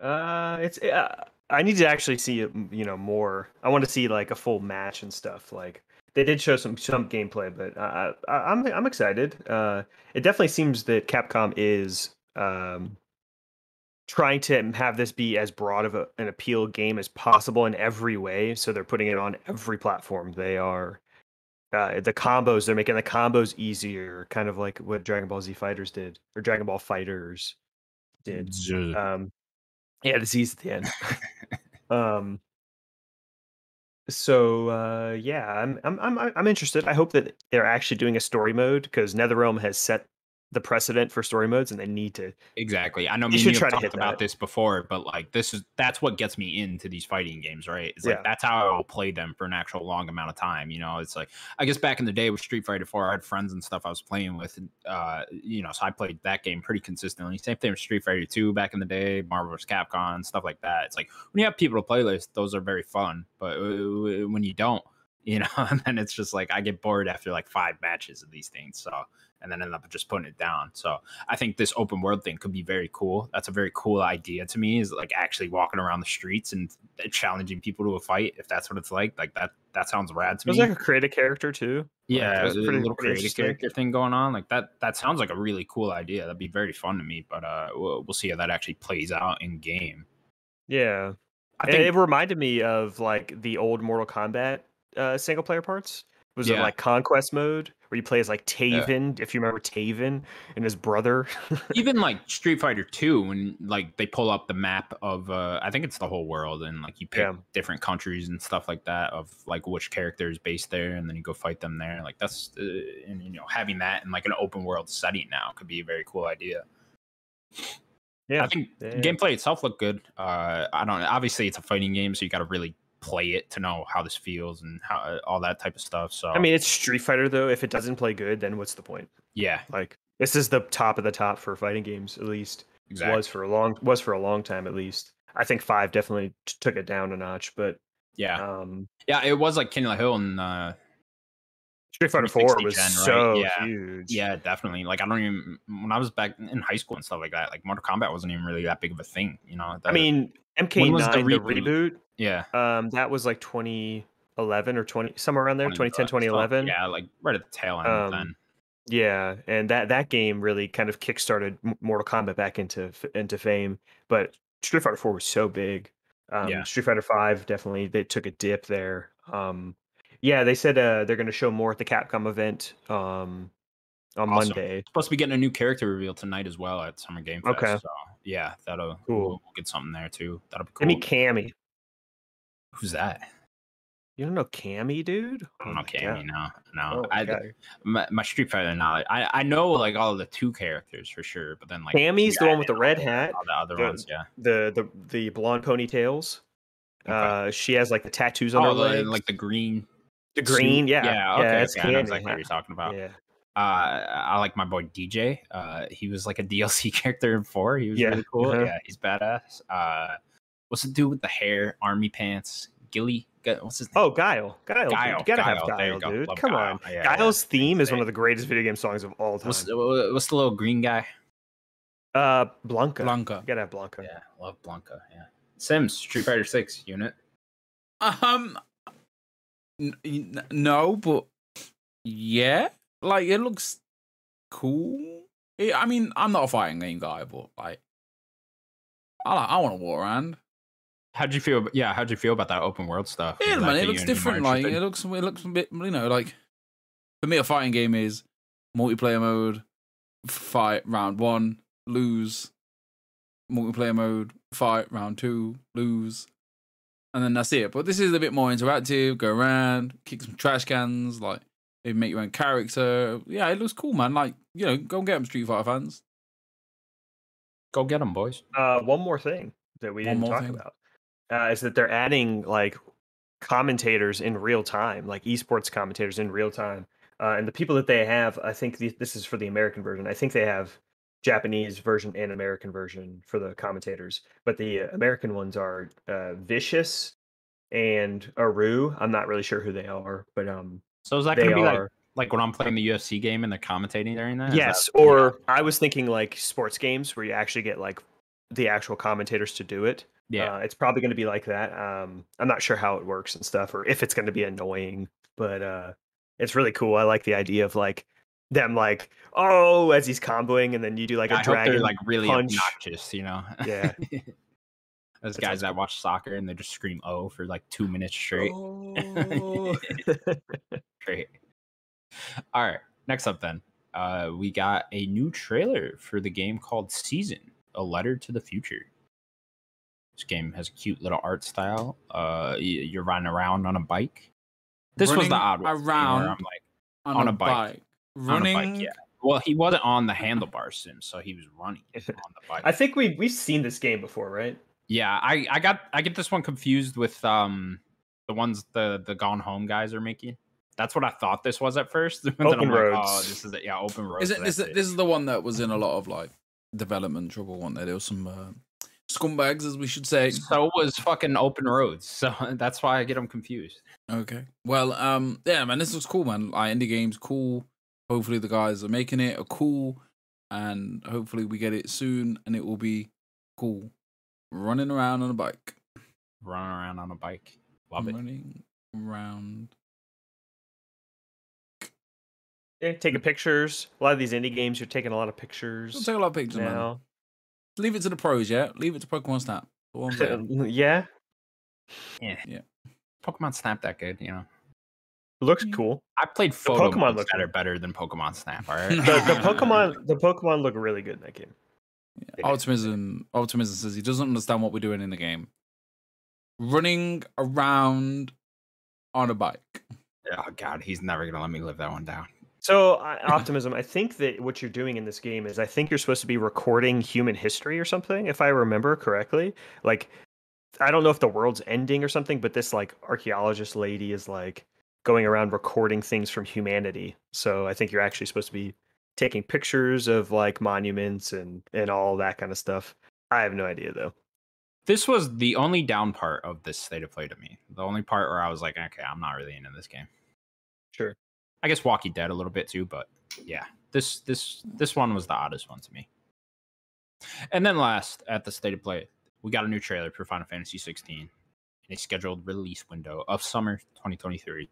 Uh, it's. Uh, I need to actually see it, m- you know, more. I want to see like a full match and stuff. Like they did show some some gameplay, but I, I, I'm I'm excited. Uh, it definitely seems that Capcom is um, trying to have this be as broad of a, an appeal game as possible in every way. So they're putting it on every platform. They are uh, the combos. They're making the combos easier, kind of like what Dragon Ball Z Fighters did or Dragon Ball Fighters did. Um, yeah, the Z's at the end. um, so uh, yeah, I'm I'm I'm I'm I'm interested. I hope that they're actually doing a story mode because NetherRealm has set the precedent for story modes, and they need to.
Exactly. I know
You
me
should
and you
try
have
to hit
talked about
that.
this before, but like this is that's what gets me into these fighting games, right? It's like
Yeah.
that's how I'll play them for an actual long amount of time. You know, it's like I guess back in the day with Street Fighter 4, I had friends and stuff I was playing with. and, Uh, you know, so I played that game pretty consistently. Same thing with Street Fighter 2 back in the day, Marvel vs. Capcom, stuff like that. It's like when you have people to play with, those are very fun. But uh, when you don't, you know, and then it's just like I get bored after like five matches of these things. So and then end up just putting it down. So I think this open world thing could be very cool. That's a very cool idea to me. Is like actually walking around the streets and uh, challenging people to a fight if that's what it's like. Like that that sounds rad to
There's
me.
like a create a character too.
yeah,
that's
a
pretty-
little
pretty
creative
interesting.
character thing going on. Like that that sounds like a really cool idea. That'd be very fun to me. But uh, we'll, we'll see how that actually plays out in game.
Yeah,
I
And
think
it reminded me of like the old Mortal Kombat uh, single player parts. Was it
Yeah.
like conquest mode where you play as like Taven, if you remember Taven and his brother?
even like Street Fighter 2 when like they pull up the map of uh I think it's the whole world and like you pick
Yeah.
different countries and stuff like that of like which character is based there and then you go fight them there like that's uh, and you know having that in like an open world setting now could be a very cool idea.
yeah,
I think
yeah, yeah.
gameplay itself looked good. Uh I don't obviously it's a fighting game so you got to really play it to know how this feels and how uh, all that type of stuff so
I mean it's Street Fighter though. If it doesn't play good, then what's the point?
yeah
Like this is the top of the top for fighting games, at least
exactly.
was for a long was for a long time at least. I think five definitely t- took it down a notch, but
Yeah.
um,
Yeah, it was like King of the Hill and uh
Street Fighter Four
360
was
gen, right?
so
Yeah.
huge.
Yeah, definitely. Like I don't even when I was back in high school and stuff like that, like Mortal Kombat wasn't even really that big of a thing, you know.
I
The-
mean
When
MK9
was the
the
reboot?
reboot
yeah,
Um, that was like 2011 or 20 somewhere around there,
uh,
2010, 2011.
Yeah, like right at the tail end
Um,
then.
Yeah, and that that game really kind of kickstarted M- Mortal Kombat back into f- into fame. But Street Fighter 4 was so big. Um,
Yeah.
Street Fighter 5 definitely they took a dip there. Um, yeah, they said uh, they're going to show more at the Capcom event um,
Awesome.
on Monday.
Supposed to be getting a new character reveal tonight as well at Summer Game Fest.
Okay.
So yeah, that'll we'll-
Cool.
We'll, get something there too. That'll be
I
cool.
mean, Cammy.
Who's that?
You don't know Cammy, dude?
I
Oh
don't know,
my
Cammy. No, no.
God. Oh my
I,
God.
my, my Street Fighter knowledge. I I know like all of the two characters for sure, but then like
Cammy's the
yeah,
one with the red hat.
all the other
the-
ones, yeah.
the the the blonde ponytails.
Okay.
Uh, she has like the tattoos on
Oh,
her
the,
legs.
like the green,
the
suit.
green, yeah,
yeah. Okay,
it's
okay, I know
Cammy,
exactly what
yeah.
you're talking about.
Yeah,
uh, I like my boy DJ. Uh, he was like a DLC character in four. He was
Yeah,
really cool.
uh-huh.
Yeah, he's badass. Uh, what's the dude with the hair, army pants, Gilly? Gu- What's his name?
Oh, Guile, Guile, dude,
Guile,
you gotta have
Guile, there you
Guile,
go,
dude.
love
Come
Guile,
on,
yeah, yeah.
Guile's theme is one
Insane.
of the greatest video game songs of all time.
what's the, wha- what's the little green guy?
Uh, Blanca,
Blanca.
you gotta have Blanca.
Yeah, love Blanca. Yeah, Sims Street Fighter Six unit.
Um, n- n- no, but yeah, like it looks cool. It, I mean, I'm not a fighting game guy, but like, I like, I want to walk around.
How'd you feel? ab- Yeah, how'd you feel about that open world stuff? Is
Yeah,
that
man, it
getting you
looks
any more
different. Like,
interested?
it looks it looks a bit, you know, like for me, a fighting game is multiplayer mode, fight round one, lose. Multiplayer mode, fight round two, lose, and then that's it. But this is a bit more interactive. Go around, kick some trash cans, like maybe make your own character. Yeah, it looks cool, man. Like you know, go and get them, Street Fighter fans.
go get them, boys.
Uh, one more thing that we
One
didn't
more
talk
thing.
about uh, is that they're adding like commentators in real time, like esports commentators in real time. Uh, and the people that they have, I think the, this is for the American version. I think they have Japanese version and American version for the commentators, but the uh, American ones are uh, Vicious and Aru. I'm not really sure who they are, but um,
So is that
they
gonna be like
are
like when I'm playing the UFC game and they're commentating during that? Is that-
yes. Or I was thinking like sports games where you actually get like the actual commentators to do it.
Yeah.
Uh, it's probably going to be like that. Um, I'm not sure how it works and stuff, or if it's going to be annoying, but uh, it's really cool. I like the idea of like them like oh as he's comboing, and then you do like
I
a
hope
dragon.
they're like really
punch.
obnoxious, you know.
Yeah.
Those
That
guys
sounds
that watch soccer and they just scream "oh" for like two minutes straight.
Oh.
Great. All right. Next up, then, uh, we got a new trailer for the game called Season: A Letter to the Future. This game has a cute little art style. Uh, y- you're riding around on a bike. This was
Running
the odd one. you know, where
around
I'm like,
on,
On
a,
a bike.
bike.
on a
Running.
bike. Yeah. Well, he wasn't on the handlebar sim, so he was running on the bike.
I think we we've seen this game before, right?
Yeah, I, I got I get this one confused with um the ones the the Gone Home guys are making. That's what I thought this was at first. But then
Open
I'm like, oh,
Roads.
this is it. Yeah, open roads.
Is it, is
that's
it, this is the one that was in a lot of like development trouble, wasn't there? There was some uh, scumbags, as we should say.
So was fucking open roads. So that's why I get them confused.
Okay. Well, um, yeah, man, this looks cool, man. Like indie games, cool. Hopefully, the guys are making it are cool, and hopefully, we get it soon, and it will be cool. Running around on a bike.
Running around on a bike. Love it.
Running
Mm-hmm.
around.
Yeah, Eh,
Mm.
taking pictures. A lot of these indie games, you're taking a lot of
Don't
pictures
take a lot of pictures, man.
now.
Leave it to the pros, yeah. Leave it to Pokemon Snap. The ones there.
yeah,
Yeah.
Yeah.
Pokemon Snap that good, you know.
looks
Mm.
cool.
I played photo
Pokemon
Pokemon
looks
that
good.
are better than Pokemon Snap, all
The,
right?
the Pokemon, the Pokemon look really good in that game. They
Oh,
do.
Optimism. Optimism says he doesn't understand what we're doing in the game. Running around on a bike.
oh god, he's never gonna let me live that one down.
So, I- optimism. I think that what you're doing in this game is I think you're supposed to be recording human history or something, if I remember correctly. Like, I don't know if the world's ending or something, but this like archaeologist lady is like going around recording things from humanity. So I think you're actually supposed to be taking pictures of like monuments and and all that kind of stuff. I have no idea though.
this was the only down part of this state of play to me. The only part where I was like, okay, I'm not really into this game.
Sure.
I guess Walkie Dead a little bit too, but yeah, this this this one was the oddest one to me. And then last at the state of play, we got a new trailer for Final Fantasy 16 in a scheduled release window of summer 2023.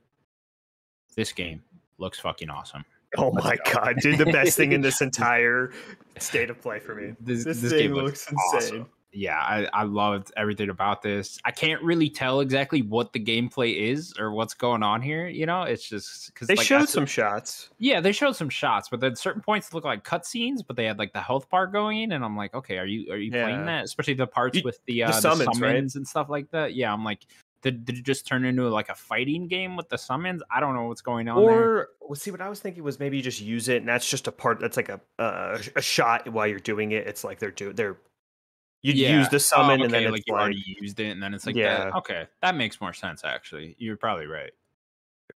This game looks fucking awesome.
Oh
Let's
my
go.
god, dude! The best thing in this entire state of play for me.
This,
This
this
thing
game looks,
looks
insane.
insane.
Yeah, I, I loved everything about this. I can't really tell exactly what the gameplay is or what's going on here. You know, it's just because
They showed some shots.
yeah, they showed some shots, but then certain points look like cutscenes, but they had like the health bar going, and I'm like, okay, are you are you
Yeah.
playing that? Especially the parts
You-
with the, uh, the
summons,
summons,
right?
and stuff like that. Yeah, I'm like, did, did it just turn into like a fighting game with the summons? I don't know what's going on. there.
or well, see what i was thinking was maybe you just use it and that's just a part that's like a uh, a shot while you're doing it it's like they're do they're you would
Yeah.
use the summon
Oh,
and then
okay,
it's
like
like,
you already used it, and then it's like,
Yeah.
yeah, okay, that makes more sense. Actually, you're probably right.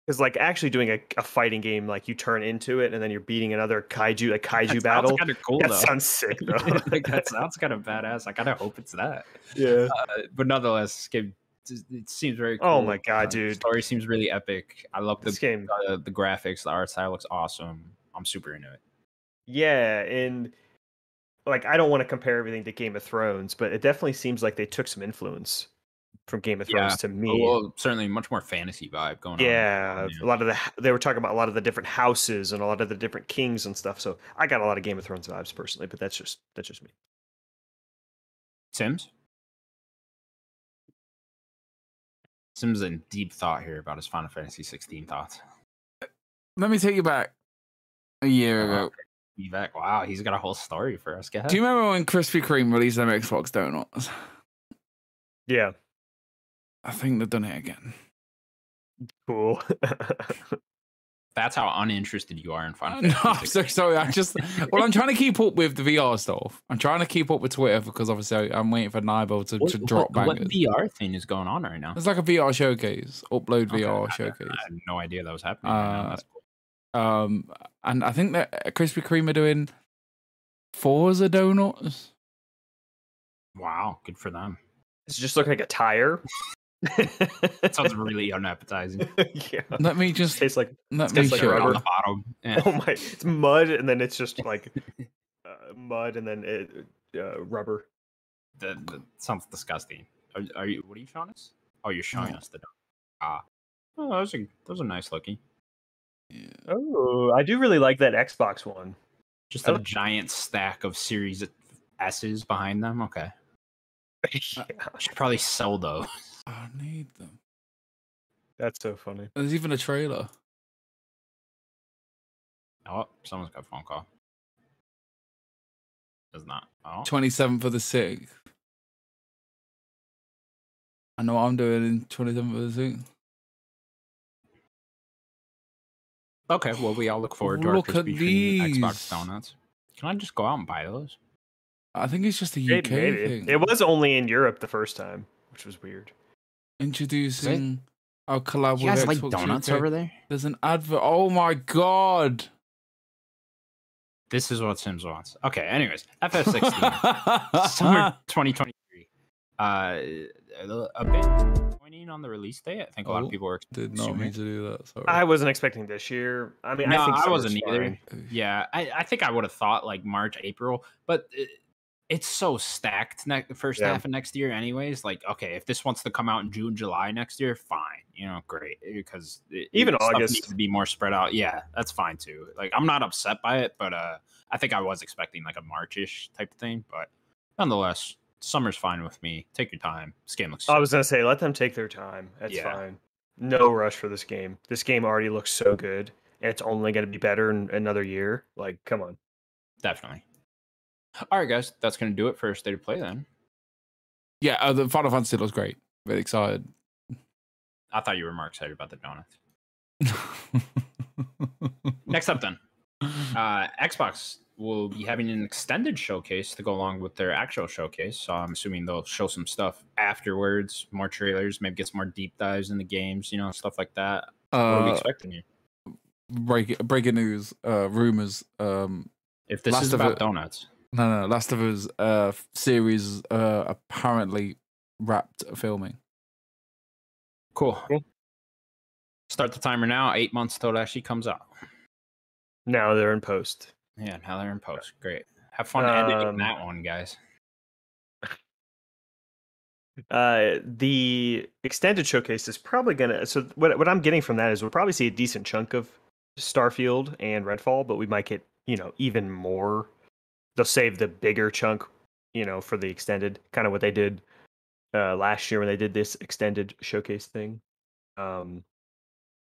because like actually doing a, a fighting game like you turn into it and then you're beating another kaiju a kaiju battle
kind of cool
that
though.
sounds sick though
like that sounds kind of badass. I kind of hope it's that.
yeah
Uh, but nonetheless, this game just- it seems very. Cool.
Oh my God,
Uh,
dude.
Story seems really epic. I love
this
the
game
uh, the graphics. The art style looks awesome. I'm super into it.
yeah and like i don't want to compare everything to game of thrones but it definitely seems like they took some influence from game of thrones
Yeah.
to me
Oh, well, certainly much more fantasy vibe going
Yeah,
on.
a lot of the they were talking about a lot of the different houses and a lot of the different kings and stuff. So I got a lot of Game of Thrones vibes personally, but that's just that's just me.
Sims. Sims in deep thought here about his Final Fantasy 16 thoughts.
Let me take you back a year
Oh,
ago.
Vivek, wow, he's got a whole story for us. Go ahead.
Do you remember when Krispy Kreme released them Xbox donuts?
Yeah,
I think they've done it again.
cool.
That's how uninterested you are in Final
Uh, no,
Fantasy.
I'm so
16.
sorry. I'm just well, I'm trying to keep up with the VR stuff. I'm trying to keep up with Twitter because obviously I'm waiting for Nibel to,
What-
to drop
what, what
bangers.
VR thing is going on right now?
It's like a VR showcase, upload
Okay,
VR
I
showcase.
had no idea that was happening. right now.
Uh,
That's cool.
Um, and I think that Krispy Kreme are doing Forza donuts.
Wow, good for them.
it's just looking like a tire.
That sounds really unappetizing.
yeah,
Let me just
tastes like
let me
tastes
Like
like
show.
on
rubber.
the bottom. Yeah.
oh my, it's mud, and then it's just like uh, mud, and then it, uh, rubber.
That, that sounds disgusting. Are, are you? What are you showing us? Oh, you're showing
No.
us the dog. Ah, oh, those are those are nice looking.
Yeah.
Oh, I do really like that Xbox one.
Just
I
a
like-
giant stack of Series S's behind them. Okay,
yeah,
I should probably sell those.
I need them.
that's so funny.
There's even a trailer.
Oh, someone's got a phone call. Does not. Oh,
27th for the 6th. I know what I'm doing in 27th for the 6th.
okay. Well, we all look forward to
Look
our
at
Krispy Kreme
these.
Xbox donuts. Can I just go out and buy those?
I think it's just a
Hey,
UK
maybe.
thing.
It was only in Europe the first time, which was weird.
Introducing our collab
You
with
guys like
Xbox
donuts
UK.
over there?
There's an advert. Oh my god.
This is what Sims wants. Okay. Anyways, FF16. summer 2023. Uh, a- a bit disappointing on the release date. I think a lot
Oh,
of people were.
Did not
Summer.
mean to do that. Sorry.
I wasn't expecting this year. I mean,
No,
I think
I
summer's
wasn't either.
fine.
Yeah, I, I think I would have thought like March, April, but it, it's so stacked ne- the first
Yeah.
half of next year, anyways. Like, okay, if this wants to come out in June, July next year, fine. You know, great eh, because it,
Even
it- stuff
August.
needs to be more spread out. Yeah, that's fine too. Like, I'm not upset by it, but uh, I think I was expecting like a Marchish type of thing, but nonetheless, summer's fine with me. Take your time. This game looks.
I was gonna say, let them take their time. That's
Yeah.
fine. No rush for this game. This game already looks so good, and it's only gonna be better in another year. Like, come on.
Definitely. All right, guys, that's going to do it for State of Play then.
yeah, uh, the Final Fantasy looks great. Very excited.
I thought you were more excited about the donuts. Next up, then, uh, Xbox will be having an extended showcase to go along with their actual showcase. So I'm assuming they'll show some stuff afterwards, more trailers, maybe get some more deep dives in the games, you know, stuff like that. what are we
uh,
expecting here?
break, breaking news, uh, rumors. Um,
If this
Last
is
of
about
Us-
donuts,
no, no, Last of Us uh, f- series uh, apparently wrapped filming.
cool.
Cool.
Start the timer now. Eight months till it actually comes out.
Now they're in post.
Yeah, now they're in post. Great. Have fun editing
Um,
that one, guys.
Uh, the extended showcase is probably gonna. So what what I'm getting from that is we'll probably see a decent chunk of Starfield and Redfall, but we might get you know even more. They'll save the bigger chunk, you know, for the extended. Kind of what they did uh, last year when they did this extended showcase thing. Um,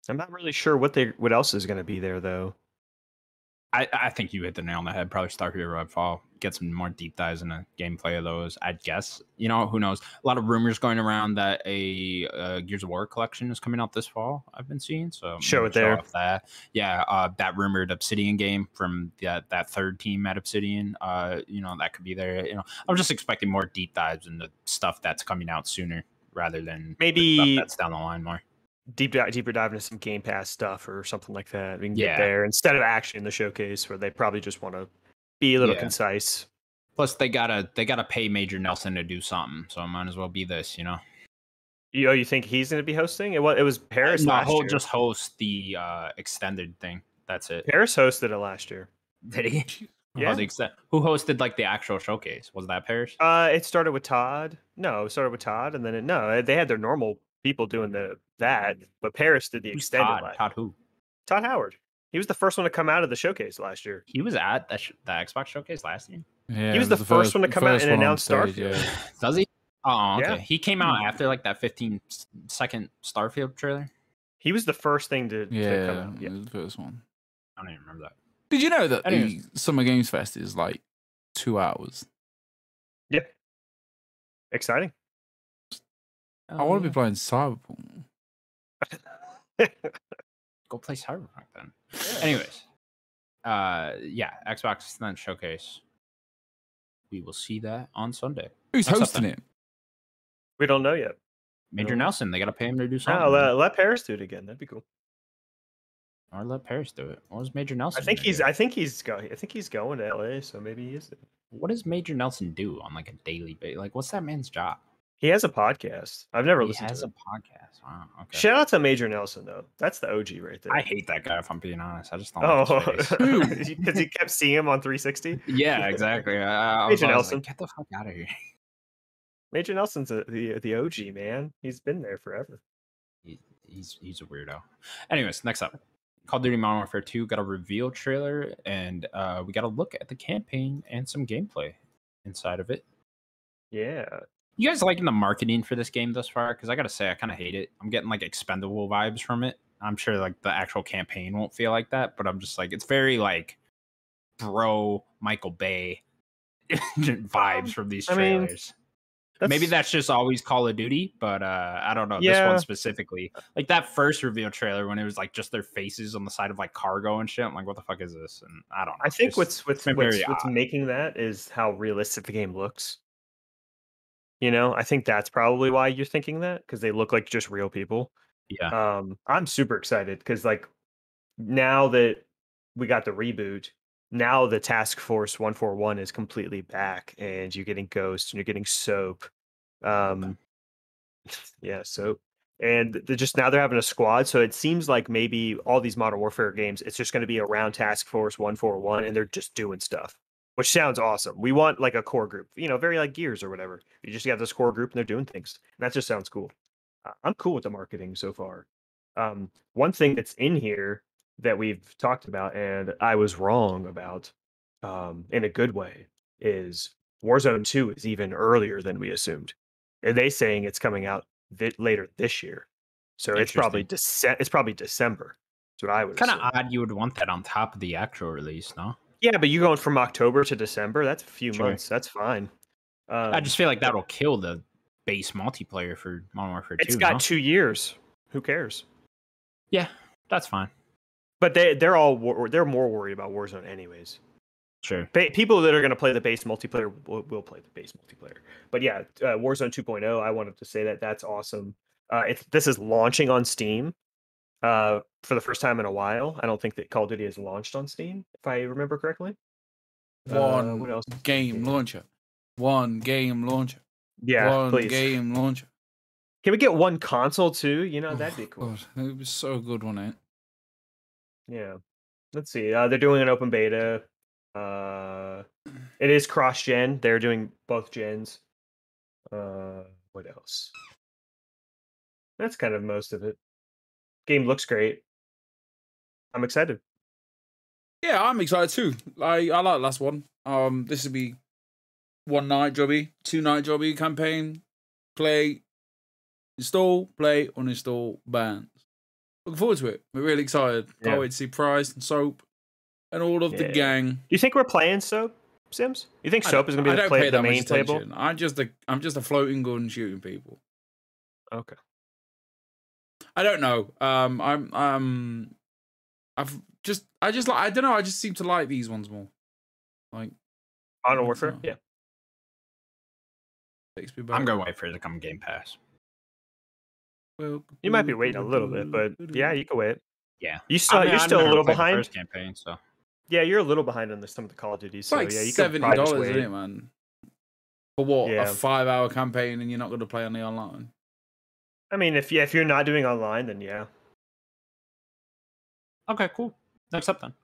I'm not really sure what they what else is gonna be there though.
I, I think you hit the nail on the head. Probably start here Redfall. Get some more deep dives in the gameplay of those. I guess you know who knows. A lot of rumors going around that a uh, Gears of War collection is coming out this fall. I've been seeing so
Show
maybe
it there.
off that yeah, uh, that rumored Obsidian game from that that third team at Obsidian. Uh, you know that could be there. You know I'm just expecting more deep dives into stuff that's coming out sooner rather than the stuff
Maybe
that's down the line more.
deep dive, deeper dive into some Game Pass stuff or something like that. We can
Yeah.
get there instead of actually in the showcase where they probably just want to be a little
Yeah.
concise.
Plus they gotta they gotta pay Major Nelson to do something, so it might as well be this. You know.
You, oh, you think he's going to be hosting? It was, it was Paris
no,
last
he'll
year.
just host the uh, extended thing. That's it.
Paris hosted it last year.
Did he? Oh,
Yeah.
who hosted like the actual showcase? Was that Parrish?
Uh, it started with Todd. No, it started with Todd, and then it, no, they had their normal people doing the that, but Paris did the
Who's
extended.
Todd?
last-
Todd who?
Todd Howard. He was the first one to come out of the showcase last year.
He was at that sh- the Xbox showcase last year.
Yeah,
was
it
the first one to come out
first
and
one on
announce
stage,
Starfield.
yeah.
Does he? Oh, okay.
Yeah.
He came out
Hmm.
after like that 15 s- second Starfield trailer.
He was the first thing to, to come
Yeah,
out. Yeah.
mm.
it was the first one.
I don't even remember that.
Did you know that the
Anyways.
Summer Games Fest is like two hours?
yeah. Exciting.
I want
Oh,
to be playing Cyberpunk.
go play Cyberpunk then. Anyways, uh, yeah, Xbox extended showcase. We will see that on Sunday.
Who's
Next up
hosting
then.
it?
we don't know yet.
Major
Cool.
Nelson, they gotta pay him to do something.
No, let, let Paris do it again. That'd be cool.
Or let Paris do it. What is Major Nelson?
I think
gonna
he's.
do?
I think he's going. I think he's going to LA. So maybe he is.
What does Major Nelson do on like a daily basis? Like, what's that man's job?
He has a podcast. I've never
He
listened
has
to.
a
it.
podcast. Wow. Okay.
Shout out to Major Nelson though. That's the OG right there.
I hate that guy. If I'm being honest, I just don't. Like
Oh,
his face.
because you kept seeing him on 360.
yeah, exactly. I, I was
Major
always like,
Nelson.
Get the fuck out of here.
Major Nelson's a, the the OG man. He's been there forever.
He- he's he's a weirdo. Anyways, next up, Call of Duty Modern Warfare 2 got a reveal trailer, and uh, we got a look at the campaign and some gameplay inside of it.
Yeah,
You guys liking the marketing for this game thus far? Because I gotta say, I kind of hate it. I'm getting like expendable vibes from it. I'm sure like the actual campaign won't feel like that, but I'm just like it's very like bro Michael Bay vibes from these
Um, I mean,
trailers. Maybe that's just always Call of Duty, but uh, I don't know this
Yeah.
one specifically. Like that first reveal trailer when it was like just their faces on the side of like cargo and shit. I'm like, what the fuck is this? And I don't. know.
I think
Just-
what's what's
been
what's,
very
what's making that is how realistic the game looks. You know, I think that's probably why you're thinking that because they look like just real people.
yeah,
Um, I'm super excited because like now that we got the reboot, now the Task Force 141 is completely back, and you're getting Ghost and you're getting Soap. Um, yeah, Soap. And they're just now they're having a squad, so it seems like maybe all these modern warfare games, it's just going to be around Task Force 141, and they're just doing stuff, which sounds awesome. We want like a core group, you know, very like Gears or whatever. You just got this core group, and they're doing things. that just sounds cool. I- I'm cool with the marketing so far. Um, one thing that's in here that we've talked about and I was wrong about um, in a good way is Warzone 2 is even earlier than we assumed. And they saying it's coming out vi- later this year. So it's probably Dece- it's probably December. That's what I would
kind of
assume.
odd. You would want that on top of the actual release, no?
Yeah, but you going from October to December, that's a few
Sure.
months. That's fine. Um,
I just feel like that'll kill the base multiplayer for Modern Warfare 2.
it's got
no?
two years. Who cares?
yeah, that's fine.
But they they're all wor- they're more worried about Warzone anyways.
Sure.
Ba- people that are going to play the base multiplayer will, will play the base multiplayer. But yeah, uh, Warzone 2.0. I wanted to say that that's awesome. Uh, it's this is launching on Steam uh, for the first time in a while. I don't think that Call of Duty has launched on Steam, if I remember correctly.
One
Uh, what else?
game launcher. One game launcher.
Yeah,
one
please.
game launcher.
Can we get one console too? You know
Oh,
that'd be cool.
God, It was so good, wasn't it?
Yeah. Let's see. Uh, they're doing an open beta. Uh, it is cross gen. They're doing both gens. Uh, what else? That's kind of most of it. Game looks great. I'm excited.
Yeah, I'm excited too. Like I like the last one. Um, this would be one night jobby, two night jobby campaign, play, install, play, uninstall, bans. Looking forward to it. We're really excited.
Yeah.
Can't wait to see Price and Soap and all of the
Yeah.
gang.
Do you think we're paying Soap, Sims? You think
I
Soap is
don't-
going to
I don't
be the, play,
pay
the
that much
main playable?
attention. I'm just a I'm just a floating gun shooting people.
Okay.
I don't know. Um, I'm um, I've just I just like I don't know. I just seem to like these ones more. Like
Modern
think
Warfare?
so.
Yeah.
takes me back.
I'm going to wait for it to come Game Pass.
Well,
You might be waiting a little bit, but yeah, you can wait.
Yeah.
You still,
I mean,
you're
I've
still a
never
little
played the
behind.
first campaign, so
Yeah, you're a little behind on the, some of the Call of Duty.
it's
So
like
yeah, you could
seventy
probably just
dollars, isn't
wait.
it, man? For what
Yeah.
a five-hour campaign, and you're not going to play on the online.
I mean, if yeah, if you're not doing online, then yeah.
Okay, cool. Next up then.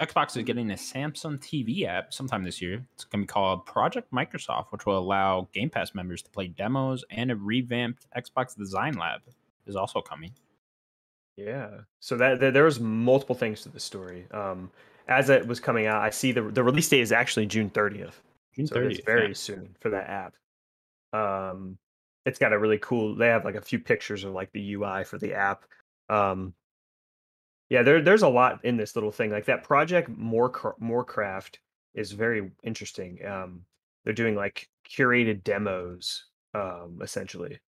Xbox is getting a Samsung TV app sometime this year. It's going to be called Project Microsoft, which will allow Game Pass members to play demos, and a revamped Xbox Design Lab is also coming.
Yeah. So that, there there was multiple things to the story. Um, as it was coming out, I see the the release date is actually June thirtieth.
June
So it's
30th.
very
yeah.
soon for that app. Um, it's got a really cool. They have like a few pictures of like the UI for the app. Um, yeah, there there's a lot in this little thing. Like that project more Cra- more craft is very interesting. Um, they're doing like curated demos, um, essentially.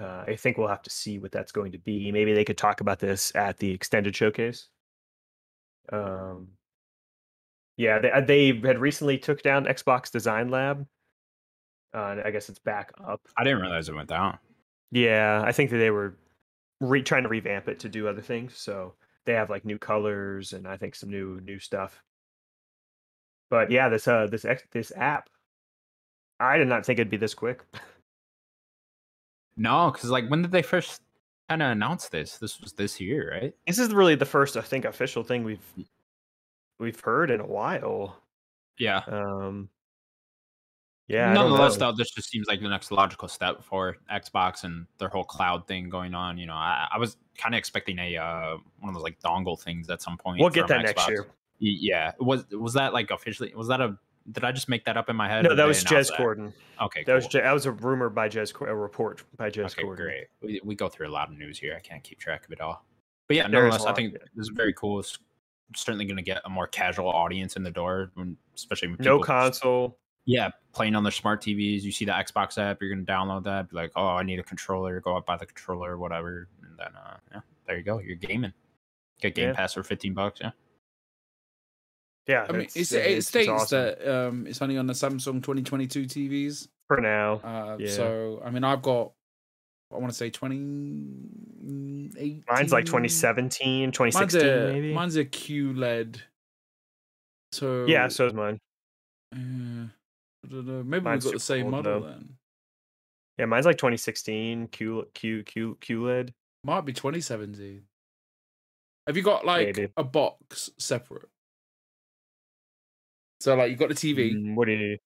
Uh, I think we'll have to see what that's going to be. Maybe they could talk about this at the extended showcase. Um, yeah, they, uh, they had recently took down Xbox Design Lab. Uh, and I guess it's back up.
I didn't realize it went down.
Yeah, I think that they were re- trying to revamp it to do other things. So they have like new colors and I think some new new stuff. But yeah, this uh this ex- this app, I did not think it'd be this quick.
No, because like when did they first kind of announce this? This was this year, right?
This is really the first I think official thing we've
Mm.
we've heard in a while.
Yeah.
Um, Yeah. I don't
Nonetheless,
know.
though, this just seems like the next logical step for Xbox and their whole cloud thing going on. You know, I, I was kind of expecting a uh, one of those like dongle things at some point.
we'll get
from
that next
Xbox.
year.
Y- Yeah. Was was that like officially? Was that a? Did I just make that up in my head?
No,
or
that
they
was
announce
Jez Corden.
Okay,
That was
cool.
Je- that was a rumor by Jez, Cor- a report by Jez
okay,
Corden.
great. We, we go through a lot of news here. I can't keep track of it all. But yeah,
There is a
nonetheless, I
lot,
think
yeah.
this is very cool. It's certainly going to get a more casual audience in the door, when, especially when
No
people-
console.
Yeah, playing on their smart TVs. You see the Xbox app, you're going to download that. Be like, oh, I need a controller. Go out buy the controller, or whatever. And then, uh, yeah, there you go. You're gaming. Get Game
Yeah.
Pass for 15 bucks. Yeah.
Yeah.
I mean,
that's-
it's, it,
it's
states
awesome.
that um, it's only on the Samsung 2022 TVs.
for now.
Uh,
Yeah.
So, I mean, I've got, I want to say 2018.
Mine's like 2017, 2016,
mine's a,
maybe.
Mine's a QLED. So
yeah, so is mine.
uh, I don't know. Maybe
Mine's
we've got the
super
same
old,
model
though.
then.
Yeah, mine's like 2016 Q Q Q E QLED.
Might be 2017. Have you got like
Maybe.
a box separate? So like you've got the TV, and
Mm, What do you?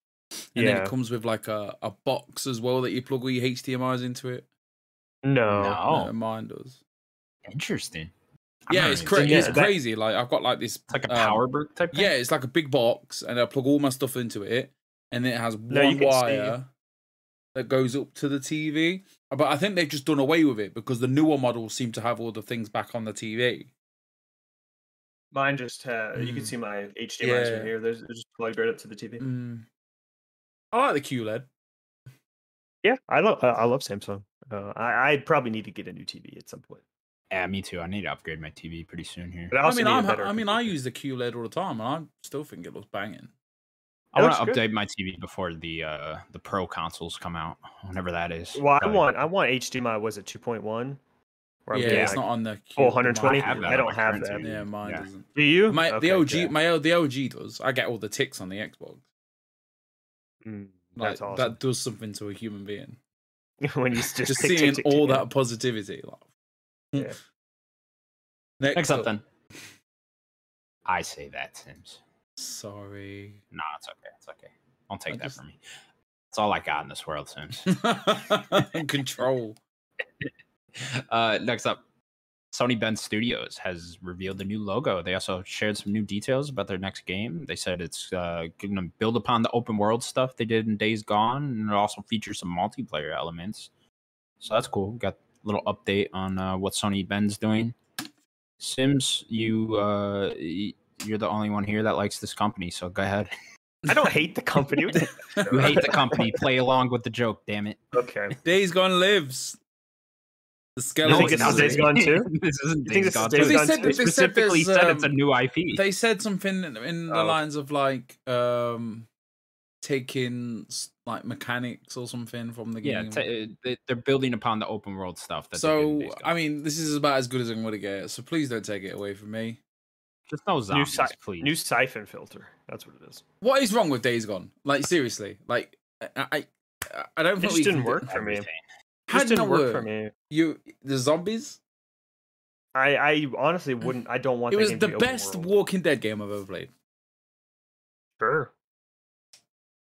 then
Yeah.
it comes with like a, a box as well that you plug all your HDMIs into it.
No.
No.
No, mine does.
Interesting. I
Yeah,
don't
it's
even-
crazy.
yeah,
it's
that-
crazy. Like I've got like this.
It's like a
um,
power brick type thing.
Yeah, it's like a big box, and I plug all my stuff into it, and then it has
No, you
one
can see-
wire that goes up to the TV. But I think they've just done away with it because the newer models seem to have all the things back on the TV.
Mine just uh, you
Mm.
can see my HDMIs
Yeah.
from here. There's it's just plugged right up to the TV.
Mm. I like the E QLED.
Yeah, I love I love Samsung. Uh, I I probably need to get a new TV at some point.
Yeah, me too. I need to upgrade my TV pretty soon here.
But I
I
also
mean,
need a
I'm, ha-
better
I mean, I
computer.
use the QLED all the time, and I still think it looks banging.
I
It
want to
looks
update
good.
my TV before the uh the pro consoles come out, whenever that is.
Well, I
Probably-
want I want HDMI was it 2.1? Where I'm
yeah,
getting,
it's
like,
not on the
full
QLED. Mine-
120.
I have that
I
on
don't
my
have
current
that.
TV.
E Yeah, mine
Yeah.
doesn't.
Do you?
My
Okay,
the OG,
yeah.
my the OG does. I get all the ticks on the Xbox.
Mm,
Like,
that's awesome.
That does something to a human being.
when you just,
just,
tick, tick,
seeing
tick, tick,
all
tick.
that positivity. Like,
Yeah.
Next,
Next up
up.
then. I say that, Sims.
Sorry.
Nah, it's okay. It's okay. Don't take
I
that
just-
from me. That's all I got in this world, Sims.
Control.
uh, next up, Sony Ben Studios has revealed the new logo. They also shared some new details about their next game. They said it's uh, going to build upon the open world stuff they did in Days Gone, and it also features some multiplayer elements. So that's cool. Got a little update on uh, what Sony Ben's doing. Sims, you uh, y- you're the only one here that likes this company, so go ahead.
I don't hate the company. What the-
You hate the company. Play along with the joke, damn it.
okay.
Days Gone lives. The
You
skeleton.
think it's
this
Days
isn't-
Gone too?
this isn't
You think
Days
this is
Gone
Days
too.
Gone They said- too?
They
they
said
specifically
there's,
said it's a
um,
new IP.
They said something in- in the
Oh.
lines of like um taking s- like mechanics or something from the
yeah,
game.
t- uh, they- they're building upon the open world stuff. That they did in
so
Days Gone.
I mean, this is about as good as I'm gonna get. So please don't take it away from me.
just no zombies,
site-
please.
New siphon filter. That's what it is.
What is wrong with Days Gone? Like seriously, like I, I, I don't
It
think
just
we can
didn't
do-
work for me. It
Everything.
How
just
did
didn't
that
work for me.
You the zombies?
I, I honestly wouldn't. I don't want.
It
that
was
game
the
to be open
best
world.
Walking Dead game I've ever played.
Sure.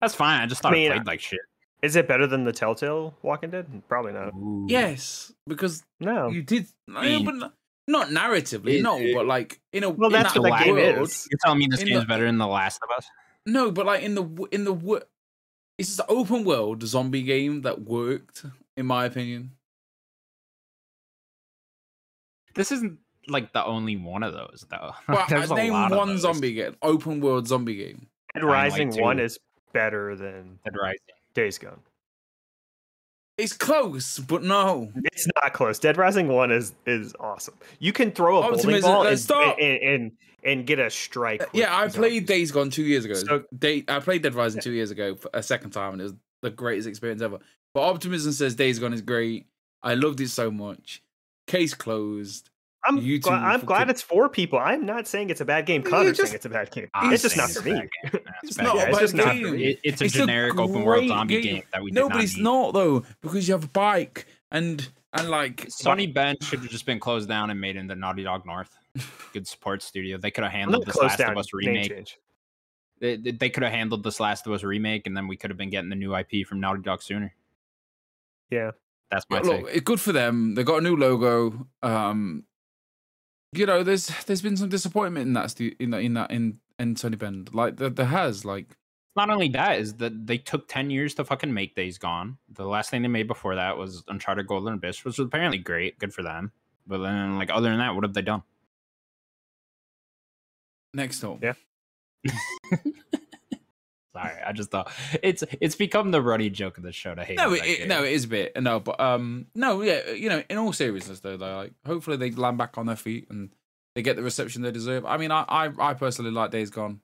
That's fine. I just thought
I mean,
it played like shit.
Is it better than the Telltale Walking Dead? Probably not.
Ooh.
Yes, because
No.
you did, yeah,
mean-
but not, not narratively,
It-
no,
it-
but like in a
Well,
in
that's
the
what that game
world,
is.
You're telling me this
In
game is
the-
better than The Last of Us?
No, but like in the w- in the wo- it's an open world zombie game that worked, in my opinion.
This isn't like the only one of those though.
But
There's a
name
lot of
one
those.
zombie game, open world zombie game.
Dead
Dying Light
Rising One
2.
is better than
Dead Rising.
Days Gone.
It's close, but no.
It's not close. Dead Rising One is is awesome. You can throw a bowling
Optimism-
ball
uh,
and,
stop!
and, and and get a strike. with
yeah, I played
zombies.
Days Gone two years ago.
So-
Day, I played Dead Rising two years ago for a second time, and it was the greatest experience ever. But Optimism says Days Gone is great. I loved it so much. Case closed.
I'm
you
gla-
two
I'm
for
glad
kids.
it's for people. I'm not saying it's a bad game.
You
Connor's
just-
saying it's a bad game.
I'm
it's just
saying
not for me.
bad game. No, it's
It's
bad game.
not
a
It's
bad
just not for
game.
me. It- It's a
It's a
generic open world
great
zombie
game.
game that we did
no,
not
but it's
need.
not though because you have a bike and and like
Sony Ben should have just been closed down and made into Naughty Dog North. Good support studio. They could have
I'm not
handled this
close
Last
down.
of Us
Name
remake.
change.
They, they- they could have handled this Last of Us remake, and then we could have been getting the new IP from Naughty Dog sooner.
Yeah.
that's my
But look,
take.
it's good for them. They got a new logo. Um, you know, there's there's been some disappointment in that stu- in that in that in in Tony Bend. Like there, there has like
Not only that is that they took ten years to fucking make Days Gone. The last thing they made before that was Uncharted Golden Abyss, which was apparently great, good for them. But then, like other than that, what have they done?
next up.
Yeah.
Sorry, I just thought it's it's become the runny joke of the show to hate.
No,
on
it,
that
it,
game.
no, it is a bit. No, but um, no, yeah, you know, in all seriousness though, though, like hopefully they land back on their feet and they get the reception they deserve. I mean, I I, I personally like Days Gone.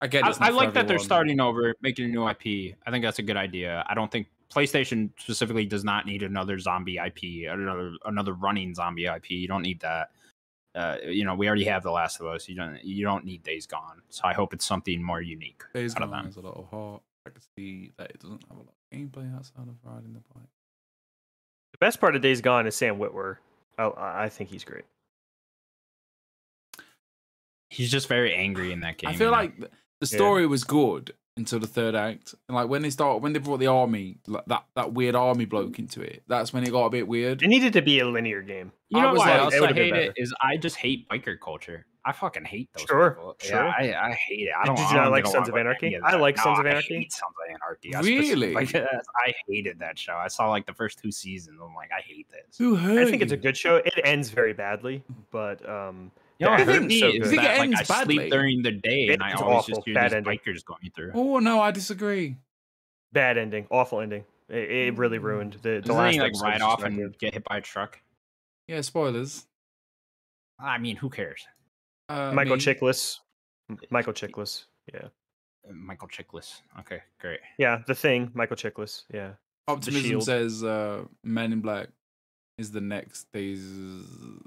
I get.
I,
it's
I
not for
like that they're
everyone.
starting over, making a new IP. I think that's a good idea. I don't think PlayStation specifically does not need another zombie IP, another another running zombie IP. You don't need that. Uh, you know, we already have The Last of Us. You don't you don't need Days Gone. So I hope it's something more unique.
Days
out of
Gone
them.
has a lot of heart. I can see that it doesn't have a lot of gameplay outside of riding the bike.
The best part of Days Gone is Sam Witwer. I, I I think he's great.
He's just very angry in that game.
I
you
feel
know?
like th- the
Yeah.
story was good until the third act, and like when they start when they brought the army, like that that weird army bloke into it. That's when it got a bit weird.
It needed to be a linear game.
you
I
know
was
why
like,
I
it
also
would've been
hate
better.
it is I just hate biker culture. I fucking hate those.
Sure,
people.
sure.
Yeah, I, I hate it. I
Did
don't.
you
I
not
don't
like
get
Sons
along
of
with
Anarchy?
any of
I
that.
like
No,
Sons of
I
Anarchy.
hate Sons of Anarchy. I spec-
Really?
like, I hated that show. I saw like the first two seasons. I'm like, I hate this.
Who
I
hurt?
think it's a
you?
good show. It ends very badly, but um,
You know what
Yeah,
hurt
it's
me
so
is
good.
that
It
like I
ends badly.
sleep during the day and I
It's
always
awful.
just hear
Bad
these
ending.
bikers going through.
Oh no, I disagree.
bad ending, awful ending. It, it really ruined the, the
Doesn't
last
he like
episode was
ride
just
off
not
and
good.
get hit by a truck?
Yeah, spoilers.
I mean, who cares?
Uh,
Michael
me.
Chiklis. M- Michael Chiklis. Yeah.
Uh, Michael Chiklis. Okay, great.
Yeah. The thing. Michael Chiklis. Yeah.
Optimism
Shield.
says uh, Men in Black is the next Days.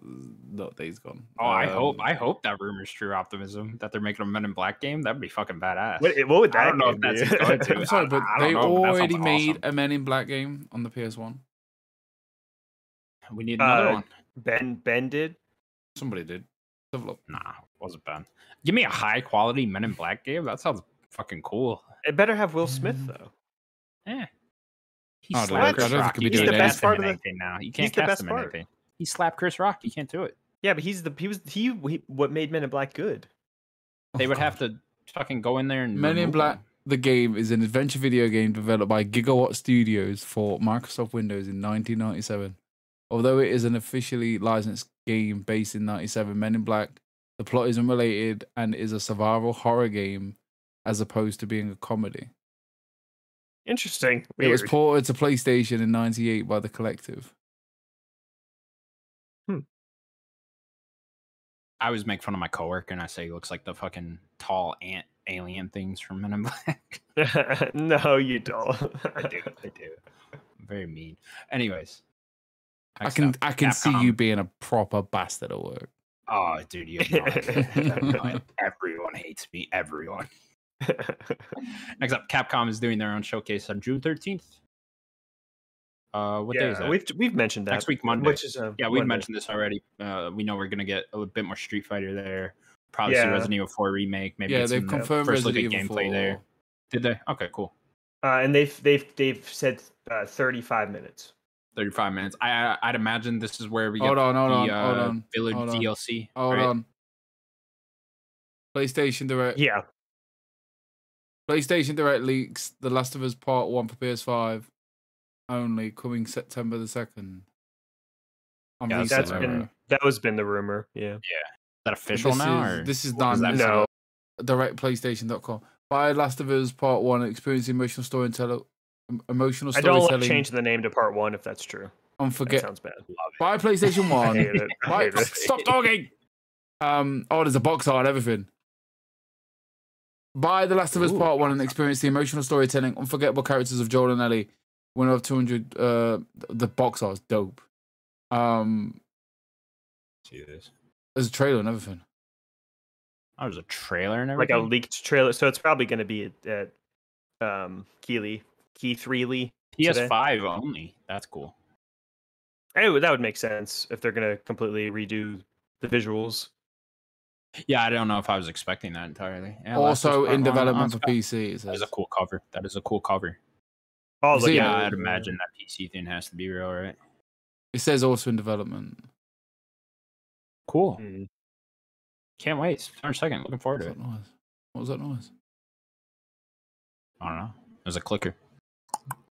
Not Days Gone.
Oh, I hope
Um,
I hope that rumor's true optimism that they're making a Men in Black game. That'd be fucking badass.
What, what would that
I don't know if
game
that's
be?
going to.
I'm sorry,
I-
but
I don't
they
know, but that sounds
already made
awesome.
a Men in Black game on the PS One.
We need another
Uh,
one.
ben Ben did.
Somebody did. Let's have a look.
Nah, wasn't bad. Give me a high quality Men in Black game. That sounds fucking cool.
It better have Will Smith
Mm.
though.
Eh. He
I don't know,
slapped
I
Oh, Chris
don't think
Rock.
we
You
could do
can't
that.
cast
He's
him
the
in
best
anything now. You can't
the
cast
best
him in
part.
anything. He slapped Chris Rock. You can't do it.
Yeah, but he's the he was he, he what made Men in Black good.
They
Oh,
would
God.
have to fucking go in there and
Men in
remove
Black,
him.
the game, is an adventure video game developed by Gigawatt Studios for Microsoft Windows in 1997. Although it is an officially licensed game based in 97, Men in Black, the plot is unrelated and is a survival horror game as opposed to being a comedy.
Interesting.
It was
Weird.
ported to PlayStation in 98 by The Collective.
I always make fun of my coworker and I say he looks like the fucking tall ant alien things from Men in Black.
no, you don't.
I do. I do. I'm very mean. Anyways.
I
next
can
up,
I can see you
Capcom.
being a proper bastard at work.
Oh, dude, you have no idea. No, I- Everyone hates me. Everyone. Next up, Capcom is doing their own showcase on June 13th. Uh, what day is
yeah,
that?
we've we've mentioned that
Next week, Monday.
which is um,
yeah, we've
Monday.
mentioned this already. Uh, we know we're gonna get a little bit more Street Fighter there. Probably see
Yeah.
Resident Evil 4 remake. Maybe
yeah,
get
they've
some, uh,
confirmed
first look at
Resident Evil
gameplay
4.
there. Did they? Okay, cool.
Uh, and they've they've they've said uh, 35 minutes.
35 minutes. I, I I'd imagine this is where we get
Hold on,
the
hold on,
uh,
hold on.
Village
hold on,
DLC.
Hold
right?
on. PlayStation Direct.
Yeah,
PlayStation Direct leaks The Last of Us Part 1 for PS5 only coming September the 2nd. I'm
Yeah,
reading
that's
that
been
right.
that was been the rumor. Yeah,
Is that official
this
now?
Is,
or
this is
what was
done.
that?
this is
No.
a- DirectPlaystation.com. Buy Last of Us Part 1 experience emotional storytelling. Emotional
I don't like
storytelling.
changing the name to part one if that's true. That
unforget.
sounds bad.
Buy PlayStation
I
1.
hate it. I
Right,
hate it.
stop talking. Um, oh, there's a box art, everything. Buy The Last of Us
Ooh,
Part One and experience the emotional storytelling, unforgettable characters of Joel and Ellie. Winner of 200. Uh, the box art's dope. Um,
See this?
there's a trailer and everything.
Oh, there's a trailer and
Like a
everything.
leaked trailer, so it's probably going to be at, at um, Keeley Key Three Lee.
PS5 only. That's cool.
Oh, that would make sense if they're going to completely redo the visuals.
Yeah, I don't know if I was expecting that entirely. Yeah, Last of Us
also
Part
in
One on
development for
Sky.
PC. It
That is
says.
a cool cover. That is a cool cover.
Oh,
You
look,
see
yeah,
at
it?
it.
I'd imagine that PC thing has to be real, right?
It says also in development.
Cool.
Mm.
Can't wait. September second. Looking forward
What's
to it.
that noise? What was that noise?
I don't know. It was a clicker.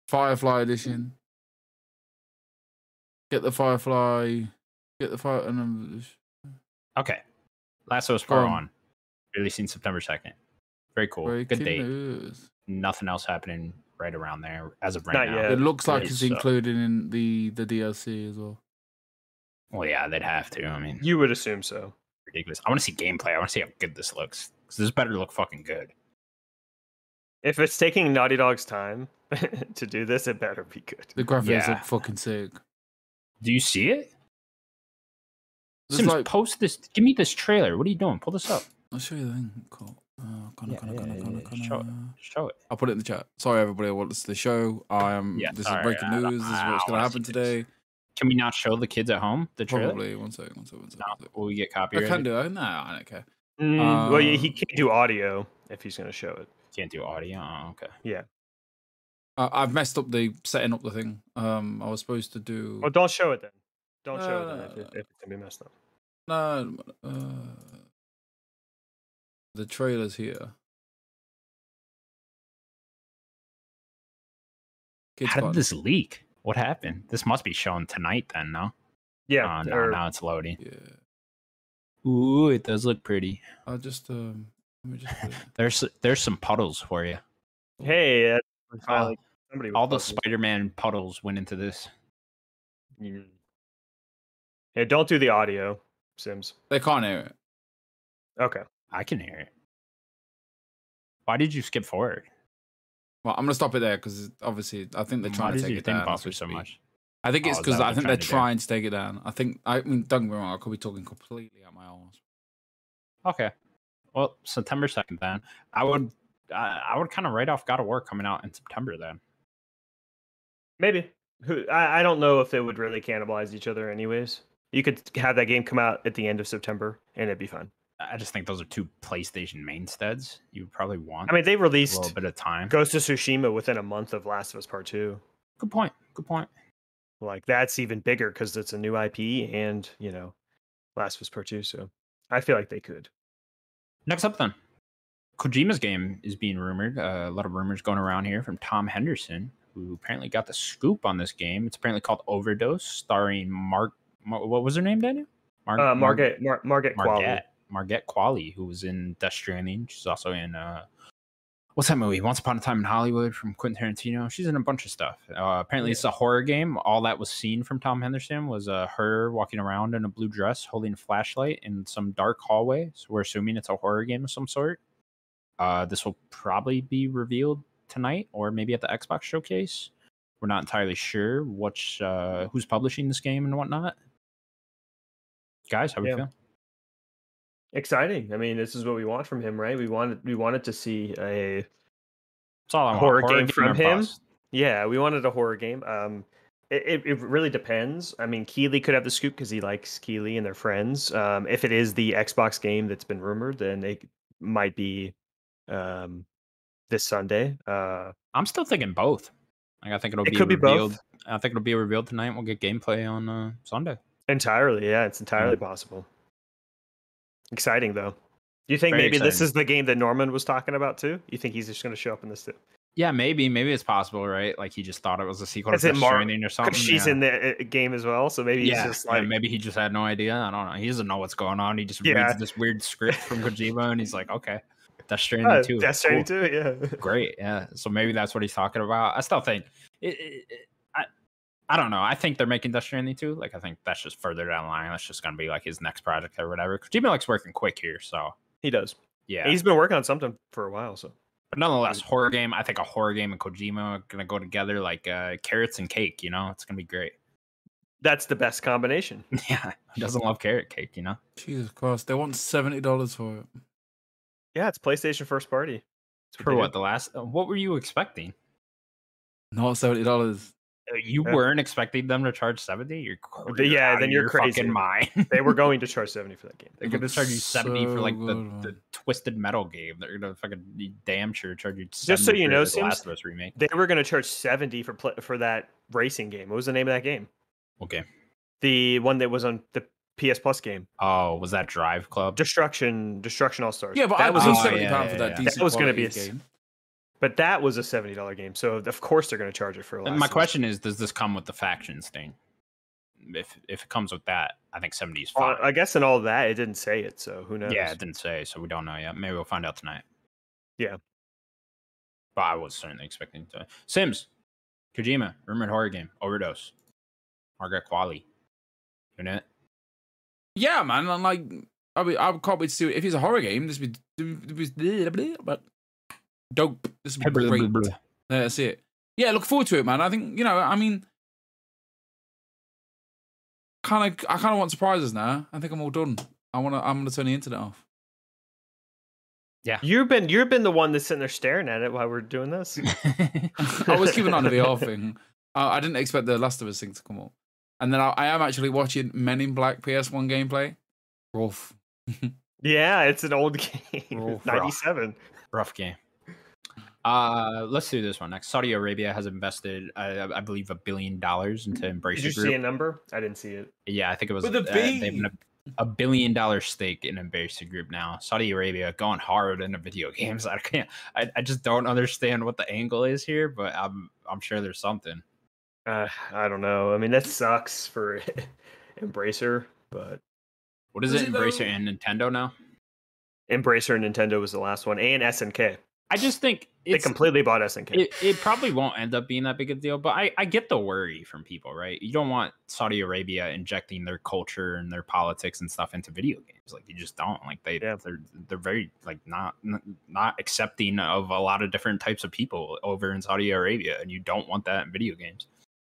Firefly edition. Get the Firefly. Get the fire. And then
Okay. Last of Us Part
Um,
One, releasing September second. Very cool. Good
breaking
date.
news.
Nothing else happening right around there as of right
Not
now.
yet.
It looks like
it
it's
is, uh,
included in the the DLC as well.
Well, yeah, they'd have to. I mean,
You would assume so.
ridiculous. I want to see gameplay. I want to see how good this looks. 'Cause this better look fucking good.
If it's taking Naughty Dog's time to do this, it better be good.
The graphics
Yeah.
look fucking sick.
Do you see it?
There's
Sims,
like-
post this. Give me this trailer. What are you doing? Pull this up.
I'll show you the thing. Cool. Uh, gonna,
Yeah,
gonna,
yeah,
gonna,
yeah,
gonna,
yeah, show it.
gonna-
Show it.
uh, I'll put it in the chat. Sorry, everybody. Well, it's the show. I am.
Yeah,
this
sorry,
is breaking
I-
news. This is
I-
what's
I
going to
wanna
happen
see this.
today.
Can we not show the kids at home the trailer?
Probably. One second. One second. One second.
No,
one second.
will we get
I
copyrighted?
can do it. No, I don't care.
Mm, well, yeah, he
Um,
Uh,
can't do audio if he's going to show it.
Can't do audio. Oh, okay.
I, I've messed up the setting up the thing. Um, I was supposed to do.
Well, don't show it then. Don't show it then if,
No.
it,
Uh,
if it's going to be messed up.
No, uh, the trailer's here. Kids
How did
button.
this leak? What happened? This must be shown tonight then, no?
Yeah.
Oh, no,
or-
now it's loading.
Yeah,
Ooh, it does look pretty.
I just um, let me just. Put it.
There's there's some puddles for you.
Hey, that- finally, somebody was
All the
puzzled.
Spider-Man puddles went into this.
Mm. Yeah, don't do the audio, Sims.
They can't hear it.
Okay.
I can hear it. Why did you skip forward?
Well, I'm gonna stop it there because obviously I think they're
Mm,
trying
Why
to
did
take
you
it
think
down.
about
as
it
we
so
speak.
much?
I think it's
Oh, is
because
that
I
what
think
they're
they're
trying
trying to take it down. I think I mean, don't get me wrong. I could be talking completely out my arse.
Okay. Well, September second then. I would I, I would kind of write off God of War coming out in September then.
Maybe. Who I, I don't know if they would really cannibalize each other anyways. You could have that game come out at the end of September and it'd be fun.
I just think those are two PlayStation mainsteads. You would probably want
I mean, they
a little
released
bit of time.
Ghost of Tsushima within a month of Last of Us Part 2.
Good point. Good point.
Like that's even bigger cuz it's a new IP and, you know, Last of Us Part 2, so I feel like they could.
Next up, then, Kojima's game is being rumored. Uh, a lot of rumors going around here from Tom Henderson, who apparently got the scoop on this game. It's apparently called Overdose, starring Mark. Mar- what was her name, Daniel? Mar-
Uh,
Mar-
Margaret Mar- Margaret Qualley.
Margette. Margette Qualley, who was in Death Stranding. She's also in uh, what's that movie? Once Upon a Time in Hollywood from Quentin Tarantino. She's in a bunch of stuff. Uh, apparently, it's a horror game. All that was seen from Tom Henderson was uh, her walking around in a blue dress, holding a flashlight in some dark hallway. So we're assuming it's a horror game of some sort. Uh, this will probably be revealed tonight, or maybe at the Xbox showcase. We're not entirely sure which uh, who's publishing this game and whatnot. Guys, how we
Yeah.
feel?
Exciting. I mean, this is what we want from him, right? We wanted we wanted to see a
That's all I want.
horror game from
or
him?
bust.
Yeah, we wanted a horror game. Um, it, it, it really depends. I mean, Keeley could have the scoop because he likes Keeley and their friends. Um, if it is the Xbox game that's been rumored, then it might be um, this Sunday. Uh,
I'm still thinking both. Like I think it'll
It
be
could be both.
revealed. I think it'll be revealed tonight. We'll get gameplay on uh, Sunday.
entirely, yeah, it's entirely
Mm-hmm.
possible. Exciting though. Do you think
Very
maybe this
exciting.
is the game that Norman was talking about too? You think he's just going to show up in this too?
Yeah, maybe, maybe it's possible, right? Like he just thought it was a sequel
Is
to
it
Death
Mar-
Stranding or something.
Because she's
yeah.
in the uh, game as well, so maybe
Oh, yeah,
he's just
yeah,
like,
maybe he just had no idea. I don't know. He doesn't know what's going on. He just
Yeah.
reads this weird script from Kojima, and he's like, "Okay, Death Stranding
"Oh,
too.
Death Stranding
cool."
too, yeah.
great. Yeah. So maybe that's what he's talking about. I still think it, it, it- I I don't know. I think they're making Death Stranding too. Like I think that's just further down the line. That's just gonna be like his next project or whatever. Kojima likes working quick here, so
He does.
yeah.
He's been working on something for a while, so
but nonetheless, horror game. I think a horror game and Kojima are gonna go together like uh, carrots and cake. You know, it's gonna be great.
that's the best combination.
yeah. Who doesn't love carrot cake? You know.
Jesus Christ! They want seventy dollars for it.
Yeah, it's PlayStation first party. That's
For
they
what
do.
the last? uh, What were you expecting?
Not seventy dollars.
You
Yeah.
weren't expecting them to charge seventy. You're cr-
Th- yeah,
out of
then you're
your
crazy.
Fucking mind.
they were going to charge 70 for that game.
They're gonna
looks
charge you seventy for
so
like
good,
the,
man.
the twisted metal game. They're gonna fucking be damn sure charge you.
so
70
you
for
know,
the
Sims-
Last of Us remake.
They were going to charge 70 for pla for that racing game. What was the name of that game?
Okay.
The one that was on the PS Plus game,
Oh, was that Drive Club?
Destruction, Destruction All Stars.
Yeah, but
that
I was
Oh,
on
yeah,
seventy pounds
yeah,
for
yeah.
that.
That
Decent
was gonna be
quality
a s-
game.
But that was a seventy dollar game, so of course they're going to charge it for. a
And
Last
my
of Us.
question is, does this come with the factions thing? If if it comes with that, I think seventy is
Uh,
fine.
I guess in all that, it didn't say it, so who knows?
yeah, it didn't say, so we don't know yet. Maybe we'll find out tonight.
Yeah.
But I was certainly expecting to. Sims, Kojima, rumored horror game, overdose, Margaret Qualley, you know it?
Yeah, man. I'm like, I mean, I can't wait to see it. if it's a horror game. This would be, this be but dope. This would be great. That's it. Yeah, look forward to it, man. I think you know. I mean, kind of. I kind of want surprises now. I think I'm all done. I wanna. I'm gonna turn the internet off.
You've been you've been the one that's sitting there staring at it while we're doing this.
I was keeping on to the VR thing. I, I didn't expect the Last of Us thing to come up, and then I, I am actually watching Men in Black PS1 gameplay. Rough.
Yeah, it's an old game,
Oh,
ninety seven.
Rough game. Uh, let's do this one next. Saudi Arabia has invested, I, I believe, a billion dollars into
Did
Embracer
you
Group.
see a number? I didn't see it.
Yeah, I think it was
With a
they have
B.
an, a billion dollar stake in Embracer Group now. Saudi Arabia going hard into video games. I can't. I, I just don't understand what the angle is here, but I'm I'm sure there's something.
Uh, I don't know. I mean, that sucks for Embracer, but
What is
Is
it,
it,
Embracer
though?
and Nintendo now?
Embracer and Nintendo was the last one, and SNK.
I just think
They
it's
completely bought SNK.
it, it probably won't end up being that big a deal, but I, I get the worry from people, right? You don't want Saudi Arabia injecting their culture and their politics and stuff into video games. Like you just don't. Like they
Yeah.
they're they're very like not n- not accepting of a lot of different types of people over in Saudi Arabia, and you don't want that in video games.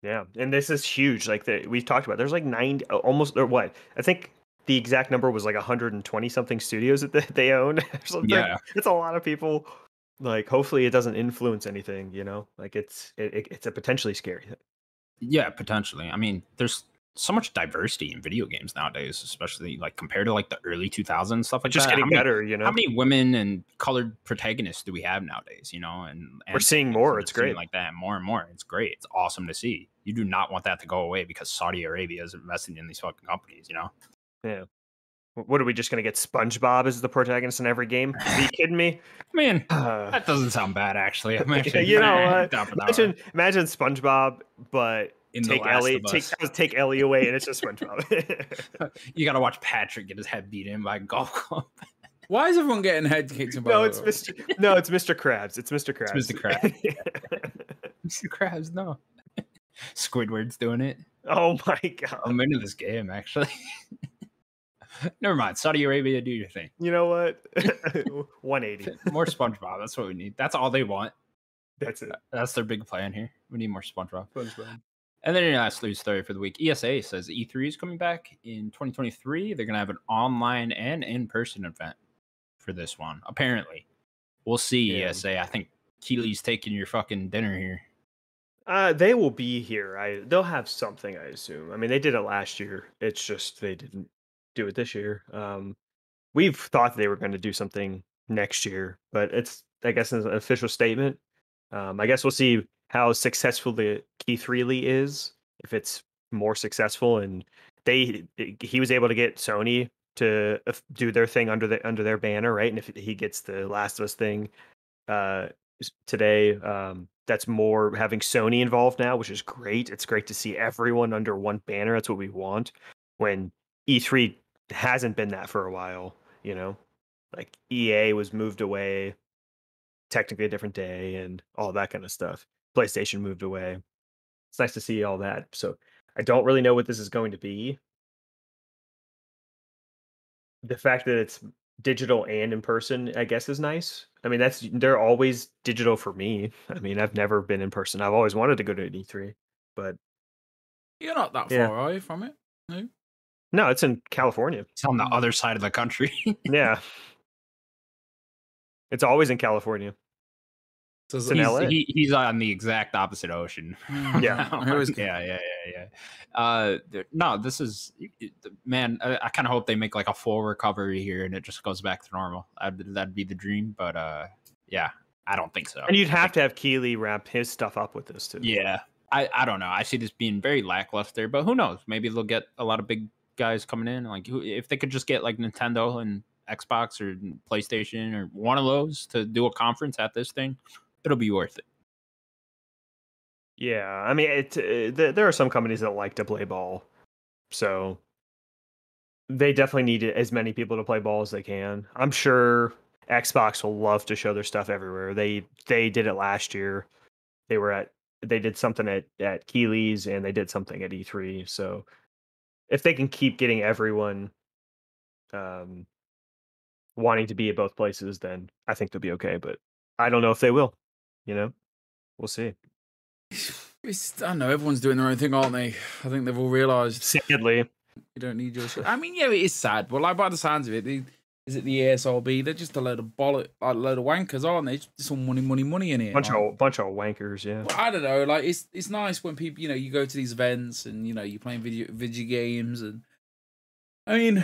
Yeah, and this is huge. Like the, we've talked about, there's like nine, uh, almost or what? I think the exact number was like 120 something studios that they- they own. Or something.
Yeah.
it's a lot of people. Like, hopefully, it doesn't influence anything. You know, like it's it, it- it's a potentially scary thing.
Yeah, potentially. I mean, there's so much diversity in video games nowadays, especially like compared to like the early 2000s stuff like
Just
that. How
getting
many-
better. You know,
How many women and colored protagonists do we have nowadays? You know, and, and
we're seeing
things
more.
that
It's
are seen
great.
like that more and more it's great it's awesome to see you do not want that to go away because saudi arabia is investing in these fucking companies you know
Wh- what are we just gonna get? SpongeBob as the protagonist in every game? Are you kidding me?
man
Uh,
that doesn't sound bad actually i'm
Yeah,
actually
you know
I'm
what?
down for that one.
imagine imagine SpongeBob, but
in
take
Last
Ellie
of
take
Us,
take Ellie away, and it's just SpongeBob.
you gotta watch patrick get his head beat in by a golf club
Why is everyone getting head kicked? in by
No,
the
it's
way?
Mr. No, it's Mr. Krabs. It's Mr. Krabs.
It's Mr. mr krabs no squidward's doing it
oh my god!
i'm into this game actually never mind saudi arabia do your thing
You know what? 180.
more spongebob that's what we need that's all they want
That's it.
that's their big plan here we need more spongebob
SpongeBob.
And then your last news story for the week ESA says E3 is coming back in 2023. They're going to have an online and in person event for this one, apparently. We'll see,
Yeah.
ESA. I think Keely's taking your fucking dinner here.
Uh, they will be here. I they'll have something. I assume. I mean, they did it last year. It's just they didn't do it this year. Um, we've thought they were going to do something next year, but it's I guess an official statement. Um, I guess we'll see how successful the Key Three is. If it's more successful, and they he was able to get Sony to eff- do their thing under the under their banner, right? And if he gets the Last of Us thing, uh, s- today. Um, that's more having Sony involved now, which is great. It's great to see everyone under one banner. That's what we want. When E3 hasn't been that for a while, you know, like EA was moved away, technically a different day, and all that kind of stuff. PlayStation moved away. It's nice to see all that. So I don't really know what this is going to be. The fact that it's digital and in person i guess is nice i mean that's they're always digital for me i mean i've never been in person i've always wanted to go to an e3 but
You're not that far,
Yeah.
are you, from it?
no it's in california
It's on the other side of the country.
yeah it's always in california
So it's
It's an
he's,
like-
LA.
he, he's on the exact opposite ocean.
Yeah.
I always-
yeah, yeah, yeah, yeah. Uh, th- no, this is it- it- man. I, I kind of hope they make like a full recovery here and it just goes back to normal. That'd, that'd be the dream, but uh, yeah, I don't think so.
And you'd have to have Keeley wrap his stuff up with this too.
yeah, I, I don't know. I see this being very lackluster, but who knows? Maybe they'll get a lot of big guys coming in. Like who, if they could just get like Nintendo and Xbox or PlayStation or one of those to do a conference at this thing, it'll be worth it.
Yeah, I mean, it. uh, th- there are some companies that like to play ball, so they definitely need as many people to play ball as they can. I'm sure Xbox will love to show their stuff everywhere. They they did it last year. They were at they did something at at Keeley's and they did something at E3. So if they can keep getting everyone um wanting to be at both places, then I think they'll be okay. But I don't know if they will. You know, we'll see.
It's, I don't know. Everyone's doing their own thing, aren't they? I think they've all realised
Sadly.
you don't need your shit. I mean, yeah, it is sad, but like by the sounds of it, they, is it the ASRB? They're just a load of bollock, like a load of wankers, aren't they? Just some money, money, money in it.
bunch
like.
of bunch of wankers. Yeah,
Well, I don't know. Like it's it's nice when people you know you go to these events and you know you're playing video video games and I mean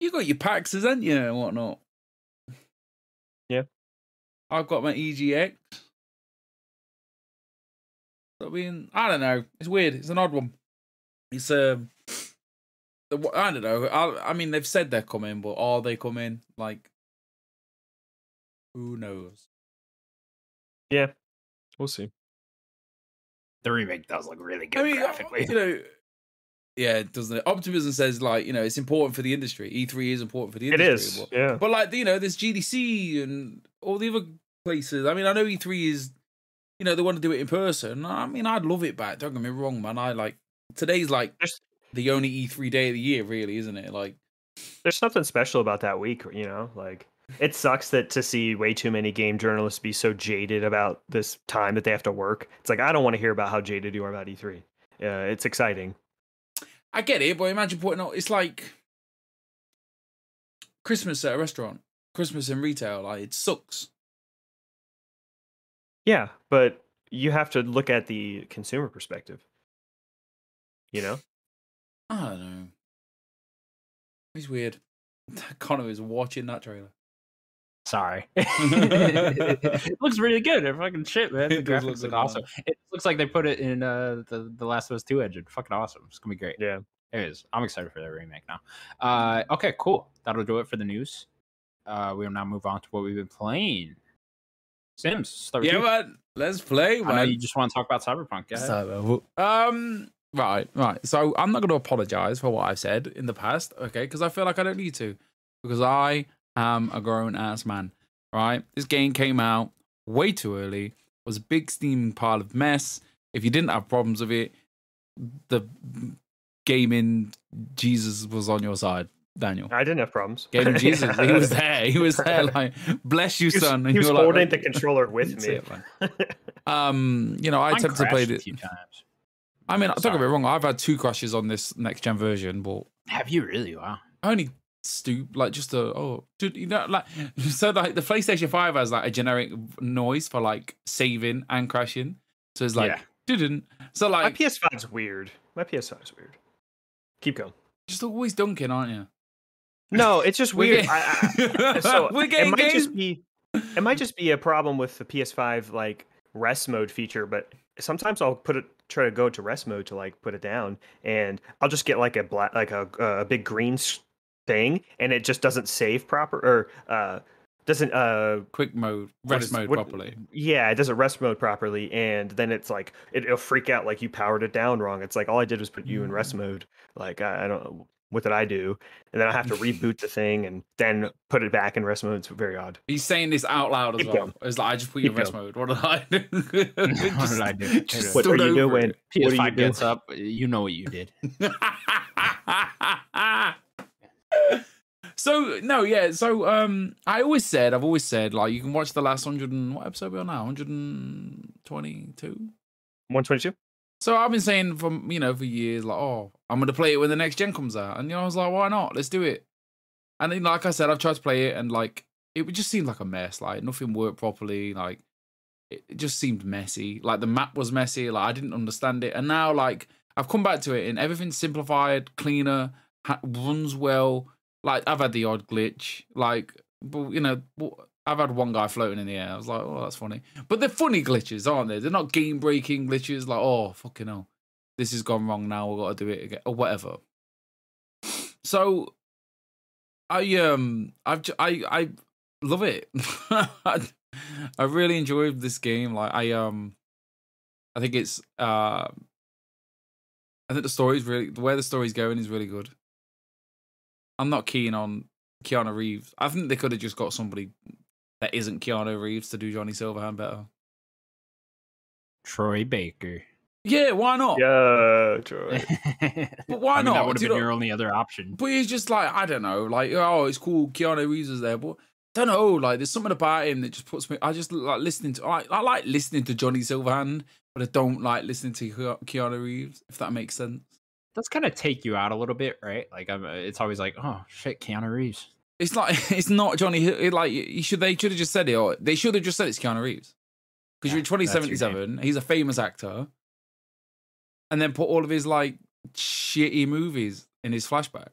you got your packs, haven't you, and whatnot.
Yeah.
I've got my E EGX. I mean, I don't know. It's weird. It's an odd one. It's um, the w- I don't know. I I mean, they've said they're coming, but are they coming? Like, who knows?
we'll see.
The remake does look really good
I mean, uh,
graphically.
you know, yeah, it doesn't it? Optimism says like you know it's important for the industry. E three is important for the
It
industry.
is.
But,
Yeah,
but, like you know, there's GDC and all the other places. I mean, I know E three is, you know, they want to do it in person. I mean, I'd love it back. Don't get me wrong, man. I like today's like
There's-
the only E three day of the year, really, isn't it? Like,
there's something special about that week. You know, like it sucks that to see way too many game journalists be so jaded about this time that they have to work. It's like I don't want to hear about how jaded you are about E3. Uh, it's exciting.
I get it, but imagine putting on. It's like Christmas at a restaurant, Christmas in retail. Like, it sucks.
Yeah, but you have to look at the consumer perspective. You know,
I don't know. It's weird. Connor is watching that trailer.
Sorry. it looks really good. It fucking shit, man. The
It does
graphics
look good,
look
man.
awesome. It looks like they put it in uh, the the Last of Us Two engine. Fucking awesome. It's gonna be great.
Yeah.
it is. I'm excited for that remake now. Uh, okay, cool. That'll do it for the news. Uh, we will now move on to what we've been playing. Sims, start with
Yeah,
you.
man. Let's play,
I know
man.
you just want to talk about Cyberpunk. Go ahead.
Um. Right. Right. So I'm not going to apologize for what I've said in the past, okay? Because I feel like I don't need to, because I am a grown ass man. Right. This game came out way too early. Was a big steaming pile of mess. If you didn't have problems with it, the gaming Jesus was on your side, Daniel.
I didn't have problems.
Gave him Jesus. He was
Yeah.
there. He was there. Like, bless you,
He was,
son.
he
you
was
were like,
holding the
"Right,
controller with
that's
me.
it, man." um, you know, I
Mine
attempted to play
crashed a
it.
few times.
I mean, don't get me
Sorry.
wrong. I've had two crashes on this next gen version, but
Have you really? Wow.
only stoop like just a oh, dude, you know, like so like the PlayStation Five has like a generic noise for like saving and crashing. So it's like
Yeah.
didn't. So
My
like
PS5's weird. My PS5's weird. Keep going.
just always dunking, aren't you?
No, it's just
We're
weird.
getting-
I, I, so
we're
it
getting
might
games.
just be it might just be a problem with the PS5 like rest mode feature, but sometimes I'll put it try to go to rest mode to like put it down, and I'll just get like a black like a a big green s- thing, and it just doesn't save proper or uh doesn't uh
Quick mode,
What
rest
is-
mode
what-
properly.
yeah it doesn't rest mode properly, and then it's like it, it'll freak out like you powered it down wrong. It's like all I did was put you in rest mode. Like I, I don't what did I do? And then I have to reboot the thing and then put it back in rest mode. It's very odd.
He's saying this out loud as
Keep
well.
going.
It's like I just put you in
Keep
rest mode. What did I do?
What did I do?
just
What are
stood
you
over
doing?
it.
What are
PS5
uh,
you doing?
gets up. You know what you did.
so no, yeah. So um, I always said, I've always said, like you can watch the last hundred and what episode we are now, hundred and twenty-two.
122?
So I've been saying from you know for years, like, oh, I'm gonna play it when the next gen comes out, and you know I was like, why not? Let's do it. And then, like I said, I've tried to play it, and like it would just seemed like a mess. Like nothing worked properly. Like it it just seemed messy. Like the map was messy. Like I didn't understand it. And now like I've come back to it and everything's simplified, cleaner, ha- runs well. Like I've had the odd glitch. Like but you know. w- I've had one guy floating in the air. I was like, "Oh, that's funny," but they're funny glitches, aren't they? They're not game-breaking glitches. Like, "Oh, fucking hell, this has gone wrong. Now we've got to do it again," or whatever. So, I um, I've j- I I love it. I really enjoyed this game. Like I um, I think it's uh, I think the story's really where the story's going is really good. I'm not keen on Keanu Reeves. I think they could have just got somebody that isn't Keanu Reeves to do Johnny Silverhand better.
Troy Baker.
Yeah, why
Oh.
not?
Yeah, Troy.
But why
I mean,
not?
That would have
Do
been
you know-
your only other option.
But it's just like I don't know, like oh, it's cool. Keanu Reeves is there, but I don't know. Like there's something about him that just puts me. I just like listening to. I, I like listening to Johnny Silverhand, but I don't like listening to Ke- Keanu Reeves. If that makes sense,
That's kind of take you out a little bit, right? Like, I'm, uh, it's always like, oh shit, Keanu Reeves.
it's like it's not Johnny. Hill- it, Like you should they should have just said it, or they should have just said it's Keanu Reeves because you're in
Yeah, that's your name.
2077. He's a famous actor, and then put all of his like shitty movies in his flashback.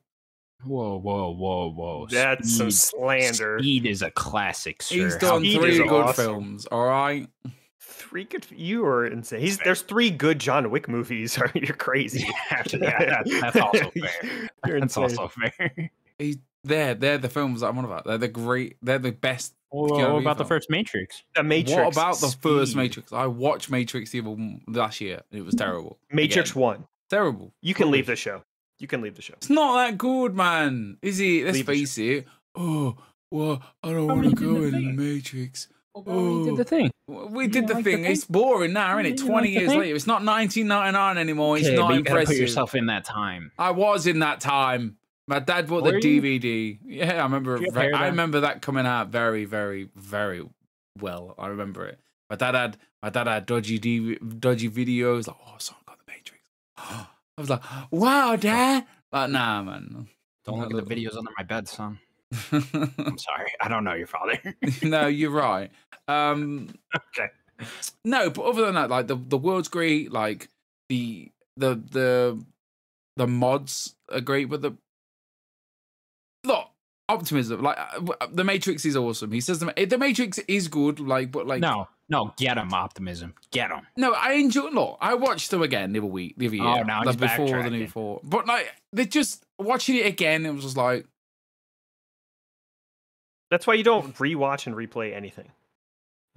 Whoa, whoa, whoa, whoa.
That's some
oh, Speed.
slander.
Speed is a classic, sir.
He's
How
done
can you
is
three
do
good
that?
awesome.
films. All right.
Three good. You are insane. He's, there's three good John Wick movies. You're crazy.
Yeah, yeah, that- that's also fair.
You're
That's
insane.
also fair.
He's they're they're the films that I'm on about. They're the great. They're the best.
Well,
Keanu
what
Reeves
about the
film.
first Matrix?
The Matrix.
what about the first
Speed.
Matrix? I watched Matrix the other, last year. And it was
Mm-hmm.
terrible.
Matrix
Again.
One.
Terrible.
You can leave the show. You can leave the show.
It's not that good, man. Is it? Let's
Leave the
face it. Oh, well, I don't
But
want
we
to
did
go
the
in the
thing.
Matrix.
we
Oh.
did the thing.
W- We did
You
the
like the
thing.
thing?
It's boring now, isn't it?
You
Twenty
like the
years
thing?
later, it's not 1999 anymore. It's
Okay,
not
but you gotta put
impressive.
yourself in that time.
I was in that time. My dad bought the
Were you?
DVD. Yeah, I remember.
Did
It
you
very,
pair
I
that?
remember that coming out very, very, very well. I remember it. My dad had my dad had dodgy DV, dodgy videos. Like, oh, someone got the Matrix. I was like, wow, dad. Like, nah, man.
Don't look at the videos under my bed, son. I'm sorry. I don't know your father.
no, you're right. Um,
Okay.
No, but other than that, like the the world's great. Like the the the the mods are great, but the look optimism. Like uh, w- uh, the Matrix is awesome. He says the, Ma- the Matrix is good. Like, but like
no, no, get him, optimism. Get him.
no, I enjoy. Look, I watched them again the other week, the other year.
Oh, now
like,
he's
before the new
backtracking.
four. But like they just watching it again, it was just like
That's why you don't rewatch and replay anything.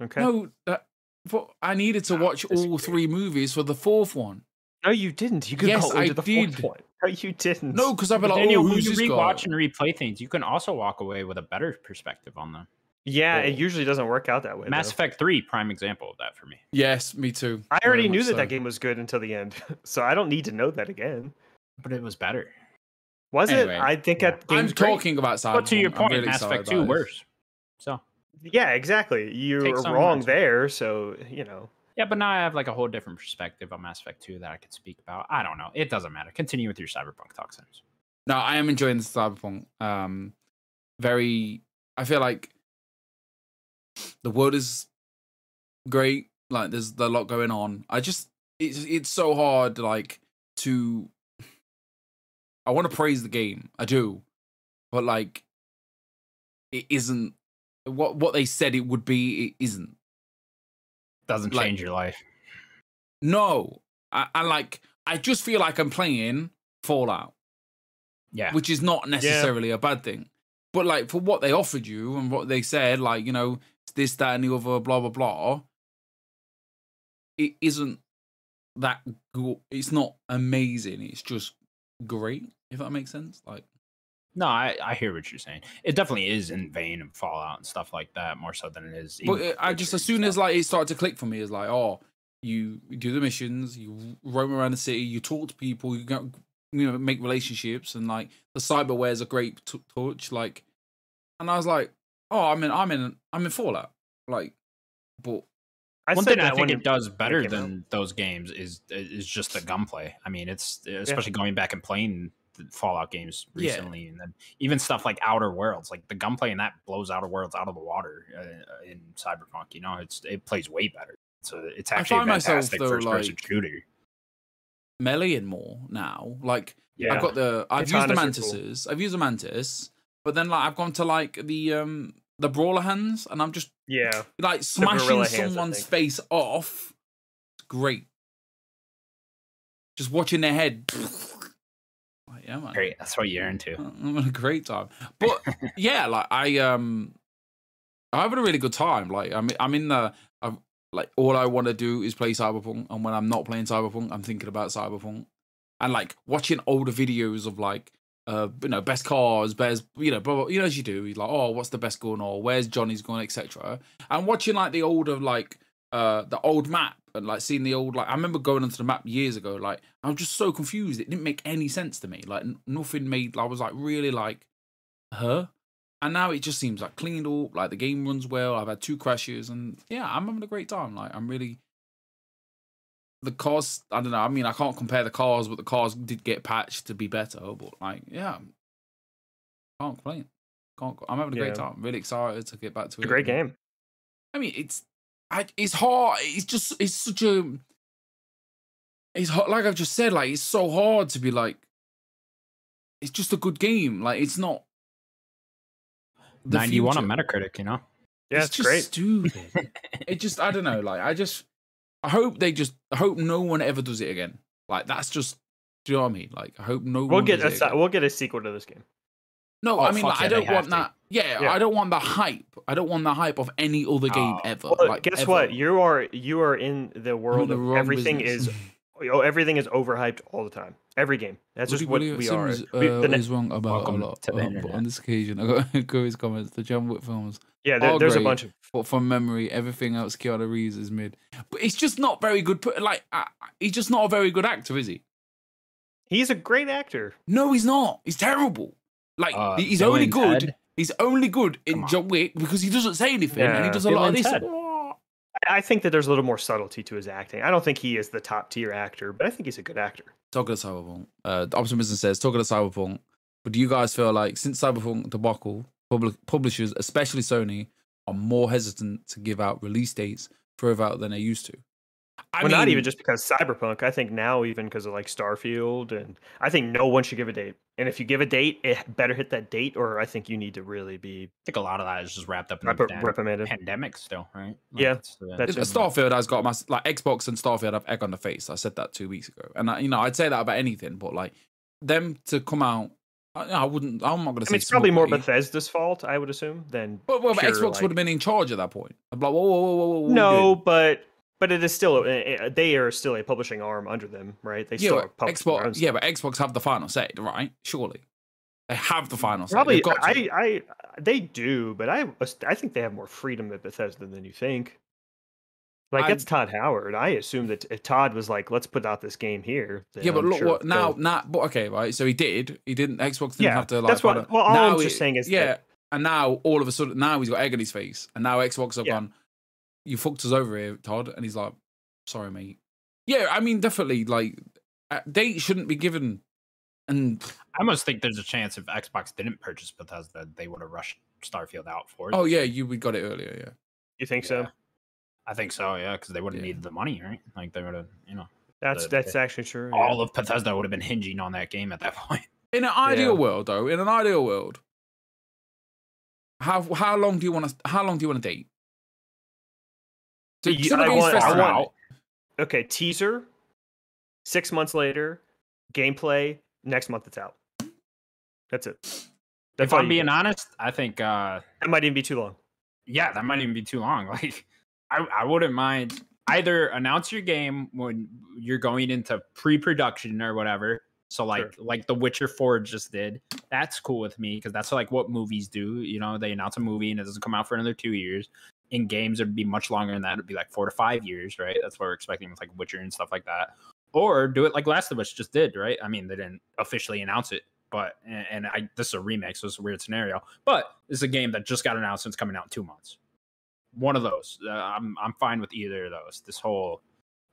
Okay. No,
no. That, but I needed to
Nah,
watch
disagree.
all three movies for the fourth one.
you didn't. You could
Yes,
go into
I
the
did.
fourth one. No, you didn't.
No, because I'd be like,
Daniel,
oh,
when
who's
you
this
rewatch
guy?
and replay things, you can also walk away with a better perspective on them.
Yeah,
Oh.
it usually doesn't work out that way.
Mass
though.
Effect 3, prime example of that for me.
Yes, me too.
I
Very
already
much
knew that
so.
that game was good until the end, so I don't need to know that again.
But it was better.
Was
Anyway,
it? I think
yeah.
that
I'm
game's great.
talking about Cyberpunk.
But to your
I'm
point,
really
Mass
excited
Effect
about
2
it.
worse. So
Yeah, exactly. You
Take
are
some
wrong
notes.
there, so you know.
yeah, but now I have like a whole different perspective on Mass Effect 2 that I could speak about. I don't know. It doesn't matter. Continue with your cyberpunk talk sense.
No, I am enjoying the Cyberpunk. Um, very. I feel like the world is great. Like there's a lot going on. I just it's it's so hard. Like to. I want to praise the game. I do, but like, it isn't what what they said it would be. It isn't.
Doesn't
Like-
change your life.
No, I, I like. I just feel like I'm playing Fallout.
Yeah.
which is not necessarily a bad thing. But like for what they offered you and what they said, like you know it's this, that, and the other, blah, blah, blah. It isn't that good. It's not amazing. It's just great. If that makes sense, like
No, I, I hear what you're saying. It definitely is in vain of Fallout and stuff like that, more so than it is.
But
even
it- I just
Witcher and
as soon as
stuff.
like it started to click for me, it's like, oh, you do the missions, you roam around the city, you talk to people, you go, you know make relationships, and like the cyberware's a great t- torch. Like, and I was like, oh, I'm in, I'm in, I'm in Fallout. Like, but
I
one
said
thing I
that
think
when
it does better
came out.
than those games is is just the gunplay. I mean, it's especially going back and playing the Fallout games recently, and then even stuff like Outer Worlds, like the gunplay in that blows Outer Worlds out of the water uh, in Cyberpunk. You know, it's it plays way better. So it's
I
actually a
find myself,
fantastic
though,
first person
like-
shooter.
melee and more now. Like
Yeah,
I've got the I've
Katanas
used the
are cool.
mantises. I've used the mantis, but then like I've gone to like the um the brawler hands, and I'm just
Yeah.
like
gorilla
smashing
hands, I
someone's
think.
face off. It's great. Just watching their head. Like, yeah, man.
great. That's what you're into.
I'm having a great time. But yeah, like I um, I'm having a really good time. Like I'm I'm in the I've, like all I want to do is play Cyberpunk, and when I'm not playing Cyberpunk, I'm thinking about Cyberpunk, and like watching older videos of like. Uh, you know, best cars, best you know, blah, blah, you know, as you do. He's like, oh, what's the best gun, or where's Johnny's gun, etc. And watching like the older, like uh, the old map, and like seeing the old, like I remember going onto the map years ago. Like I was just so confused; it didn't make any sense to me. Like n- nothing made. I was like really like, huh? And now it just seems like cleaned up. Like the game runs well. I've had two crashes, and yeah, I'm having a great time. Like I'm really. The cars, I don't know. I mean, I can't compare the cars, but the cars did get patched to be better. But like, yeah, can't complain. Can't. I'm having a
Yeah.
great time. really excited to get back to
It's a
it.
great
and-
game.
I mean, it's I, it's hard. It's just it's such a it's hard, like I've just said. Like it's so hard to be like. It's just a good game. Like it's not. the
91 on
future.
Metacritic, you know?
Yeah, it's,
it's, just
great.
Stupid. it just I don't know. Like I just I hope they just I hope no one ever does it again. Like that's just do you know what I mean? Like I hope no
We'll
one
get
does it
a
again.
se- we'll get a sequel to this game.
No,
Oh,
I mean,
fuck
like,
yeah,
I
they
don't
have
want
to.
that. Yeah,
Yeah. Ah.
I don't want the hype. I don't want the hype of any other game
Oh,
ever.
Well,
like,
guess
ever.
what? You are you are in the
I'm in
world
the
of
wrong
everything
business.
is oh, everything is overhyped all the time. Every game. That's just what
Woody
we are.
Sims,
We-
uh,
the ne-
is wrong about
Welcome
a lot,
to the
uh, but
internet.
on this occasion, I got to go his comments. The John Wick films,
yeah, there-
are
there's a
great.
bunch of
but from memory, everything else Keanu Reeves is mid. But it's just not very good. put- Like I I- he's just not a very good actor, is he?
He's a great actor.
No, he's not. He's terrible. Like
Uh,
he's
Bill
only
and
good.
Ted?
He's only good
Come
in
on.
John Wick because he doesn't say anything and he
Yeah.
does a
Bill
lot of
and
this.
Ted.
I I think that there's a little more subtlety to his acting. I don't think he is the top tier actor, but I think he's a good actor.
Talking to Cyberpunk, uh, the optimism says, talking to Cyberpunk, but do you guys feel like since Cyberpunk debacle, public publishers, especially Sony, are more hesitant to give out release dates further out than they used to? I
well, not even
mean,
just because Cyberpunk. I think now even because of like Starfield, and I think no one should give a date. And if you give a date, it better hit that date, or I think you need to really be
I think a lot of that is just wrapped up in the
rep-
pandemic.
reprimanded.
pandemic still, right?
Yeah,
it's uh, the-
that's
it's
it.
the-
Starfield has got my like Xbox and Starfield have egg on the face. I said that two weeks ago, and I, you know I'd say that about anything, but like them to come out, I, I wouldn't. I'm not going to
I
say
mean, it's probably more
smoothly,
Bethesda's fault, I would assume, than
But, well, but
pure,
Xbox
like-
would have been in charge at that point. I'm like, whoa, whoa, whoa, whoa, whoa, what are you
no.
doing?
But but it is still eh, eh, they are still a publishing arm under them, right? They
yeah,
still
but
publish their own
Xbox. Yeah, but Xbox have the final say, right? Surely, they have the final say.
Probably,
They've got to.
I, I, they do, but I, as- I think they have more freedom at Bethesda than you think. Like
I-
that's Todd Howard. I assume that if Todd was like, "Let's put out this game here." then
yeah, but
I'm
look
sure
what
they'll-
now. Now, but okay, right? So he did. He didn't. Xbox didn't
Yeah,
have to like.
that's what-
product-
well, all I'm
now
just
it-
saying is that-
yeah. and now all of a sudden, now he's got egg on his face, and now Xbox have
Yeah.
gone. You fucked us over here, Todd, and he's like, "Sorry, mate." Yeah, I mean, definitely, like, uh, dates shouldn't be given, and
I almost think there's a chance if Xbox didn't purchase Bethesda, they would have rushed Starfield out for it.
oh yeah, you we got it earlier, yeah.
You think so?
Yeah. I think so, yeah, because they would have
Yeah.
needed the money, right? Like they would have, you know,
That's
But-
uh,
that's actually true. yeah.
all of Bethesda would have been hinging on that game at that point.
In an ideal world, though, in an ideal world, how how long do you want to how long do you want to date? So
You-
some
I
of these
want- I
festivals-
want- okay, teaser. Six months later, gameplay. Next month, it's out. That's it. That's
if
all
I'm
you
being
get.
honest, I think, uh
that might even be too long.
yeah, that might even be too long. Like, I, I wouldn't mind either announce your game when you're going into pre-production or whatever. So like like The Witcher Four just did. That's cool with me because that's like what movies do. You know, they announce a movie and it doesn't come out for another two years. In games, it'd be much longer than that. It'd be like four to five years, right? That's what we're expecting with like Witcher and stuff like that. Or do it like Last of Us just did, right? I mean, they didn't officially announce it, but and, and I this is a remake, so it's a weird scenario. But it's a game that just got announced and it's coming out in two months one of those. Uh, I'm I'm fine with either of those. This whole,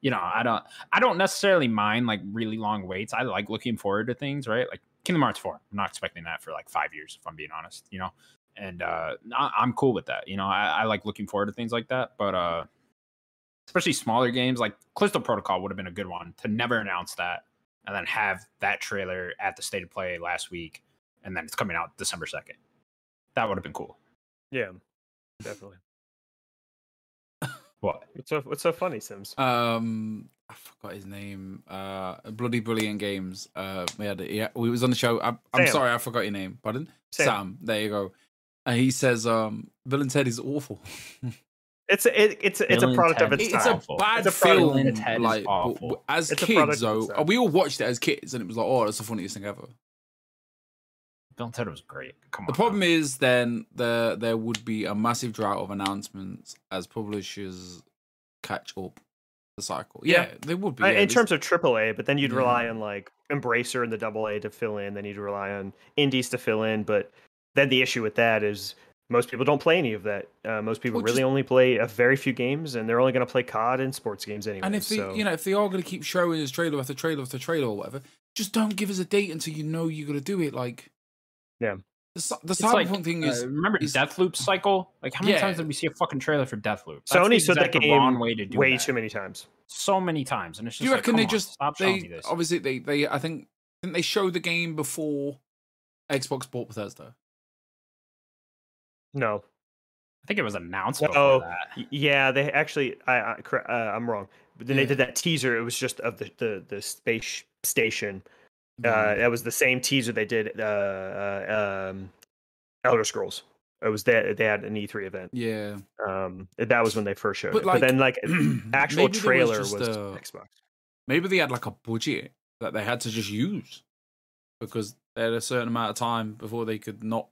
you know, I don't I don't necessarily mind like really long waits. I like looking forward to things, right? Like Kingdom Hearts 4. I'm not expecting that for like five years, if I'm being honest, you know? And uh, I- I'm cool with that. You know, I-, I like looking forward to things like that. But uh, especially smaller games like Crystal Protocol would have been a good one to never announce that and then have that trailer at the state of play last week. And then it's coming out December 2nd. That would have been cool.
Yeah, definitely.
What?
What's so What's so funny, Sims?
um I forgot his name. Uh, bloody brilliant games. Uh, we had yeah, we was on the show. I, I'm
Sam.
sorry, I forgot your name. Pardon,
Sam.
There you go. And he says, um, Bill and Ted is awful.
It's a, it, it's a, it's a
Bill and
product of
Ted
its
is
it's
time.
a
awful.
bad
It's a product of
film.
its time.
Like
It's
but-
awful.
but as
It's a product
kids,
of its
though,
time.
we all watched it as kids, and it was like, oh, that's the funniest thing ever.
Bill and Ted was great. Come on.
The problem is then there there would be a massive drought of announcements as publishers catch up the cycle. Yeah,
Yeah.
they would be.
Uh,
yeah,
in
this-
terms of AAA, but then you'd
Yeah.
rely on like Embracer and the AA to fill in. Then you'd rely on indies to fill in. But then the issue with that is most people don't play any of that. Uh, most people
Well,
really
just-
only play a very few games, and they're only going to play COD and sports games anyway.
and if they,
so
you know, if they are going to keep showing us trailer after trailer after trailer or whatever, just don't give us a date until you know you're going to do it. Like,
Yeah.
the, cy- the
It's
cyberpunk
like,
thing is
uh, remember
is-
Deathloop cycle? Like how many
Yeah.
times did we see a fucking trailer for Deathloop? That's
Sony
the
said that
exact
game
wrong way to do
way
that.
too many times.
so many times, and it's just.
Do you
like,
reckon
come
they
on,
just
stop showing me
they
this?
obviously they they I think didn't they show the game before Xbox bought Bethesda?
No,
I think it was announced
No.
before that.
Y- yeah, they actually. I, I cor- uh, I'm wrong. But then
Yeah.
they did that teaser. It was just of the the, the space sh- station. Uh,
Mm.
that was the same teaser they did. Uh, uh, um, Elder Scrolls. It was that they had an E3 event.
yeah,
um that was when they first showed
But,
it
like,
but then like actual
maybe there
trailer was,
just a-
xbox
maybe they had like a budget that they had to just use because they had a certain amount of time before they could not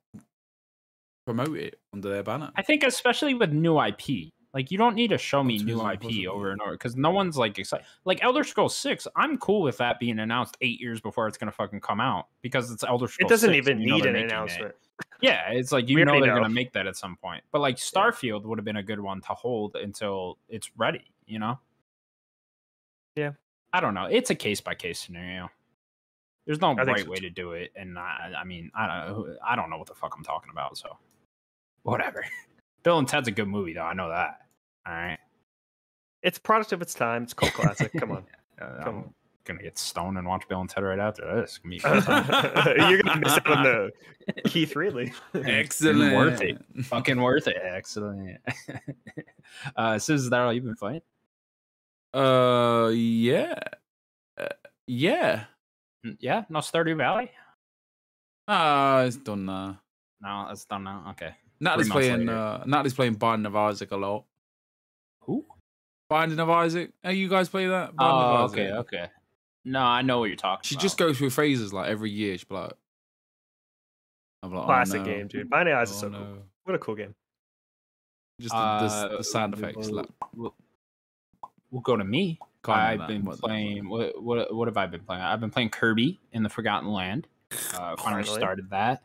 promote it under their banner.
I think especially with new IP, like you don't need to show me
That's
new
reasonable,
IP
isn't
over
it?
and over because no one's like excited. Like Elder Scrolls Six, I'm cool with that being announced eight years before it's gonna fucking come out because it's Elder Scrolls.
it doesn't
6,
even
and you know
need
they're
an
making it.
announcement
Yeah, it's like you
We
know
already
they're gonna
know.
make that at some point. But like Starfield would have been a good one to hold until it's ready, you know?
Yeah.
I don't know. It's a case by case scenario. There's no
think
right
so,
way to do it, and I, I mean, I don't, I don't know what the fuck I'm talking about. So, whatever. Bill and Ted's a good movie, though. I know that. All right.
it's a product of its time it's a cult classic come on
Uh,
Come
I'm
on.
gonna get stoned and watch Bill and Ted right after this. It's gonna be a good time.
you're gonna miss out on the keith really
Excellent.
Worth it. fucking worth it. Excellent. uh, so is that all you've been playing?
Uh, yeah, uh, yeah.
Mm, Yeah, no Stardew Valley.
Ah, it's done now.
No, that's done now. Okay.
Natalie's
months
playing.
later.
Uh, Natalie's playing Binding of Isaac a lot.
Who?
Binding of Isaac. Are you guys play that? Binding of
Oh,
Isaac?
okay, okay. No, I know what you're talking.
She
about.
just goes through phases like every year. She's like, I'm like, oh,
classic
no.
game dude binding of isaac
Oh,
so cool
no.
what a cool game
Just the, the,
Uh,
the sound effects.
We'll,
Like,
we'll- we'll go to me.
can't do
I've
that.
been
What the fuck?
playing. What, what what have I been playing? I've been playing Kirby in the Forgotten Land. Uh, finally
Finally.
started that.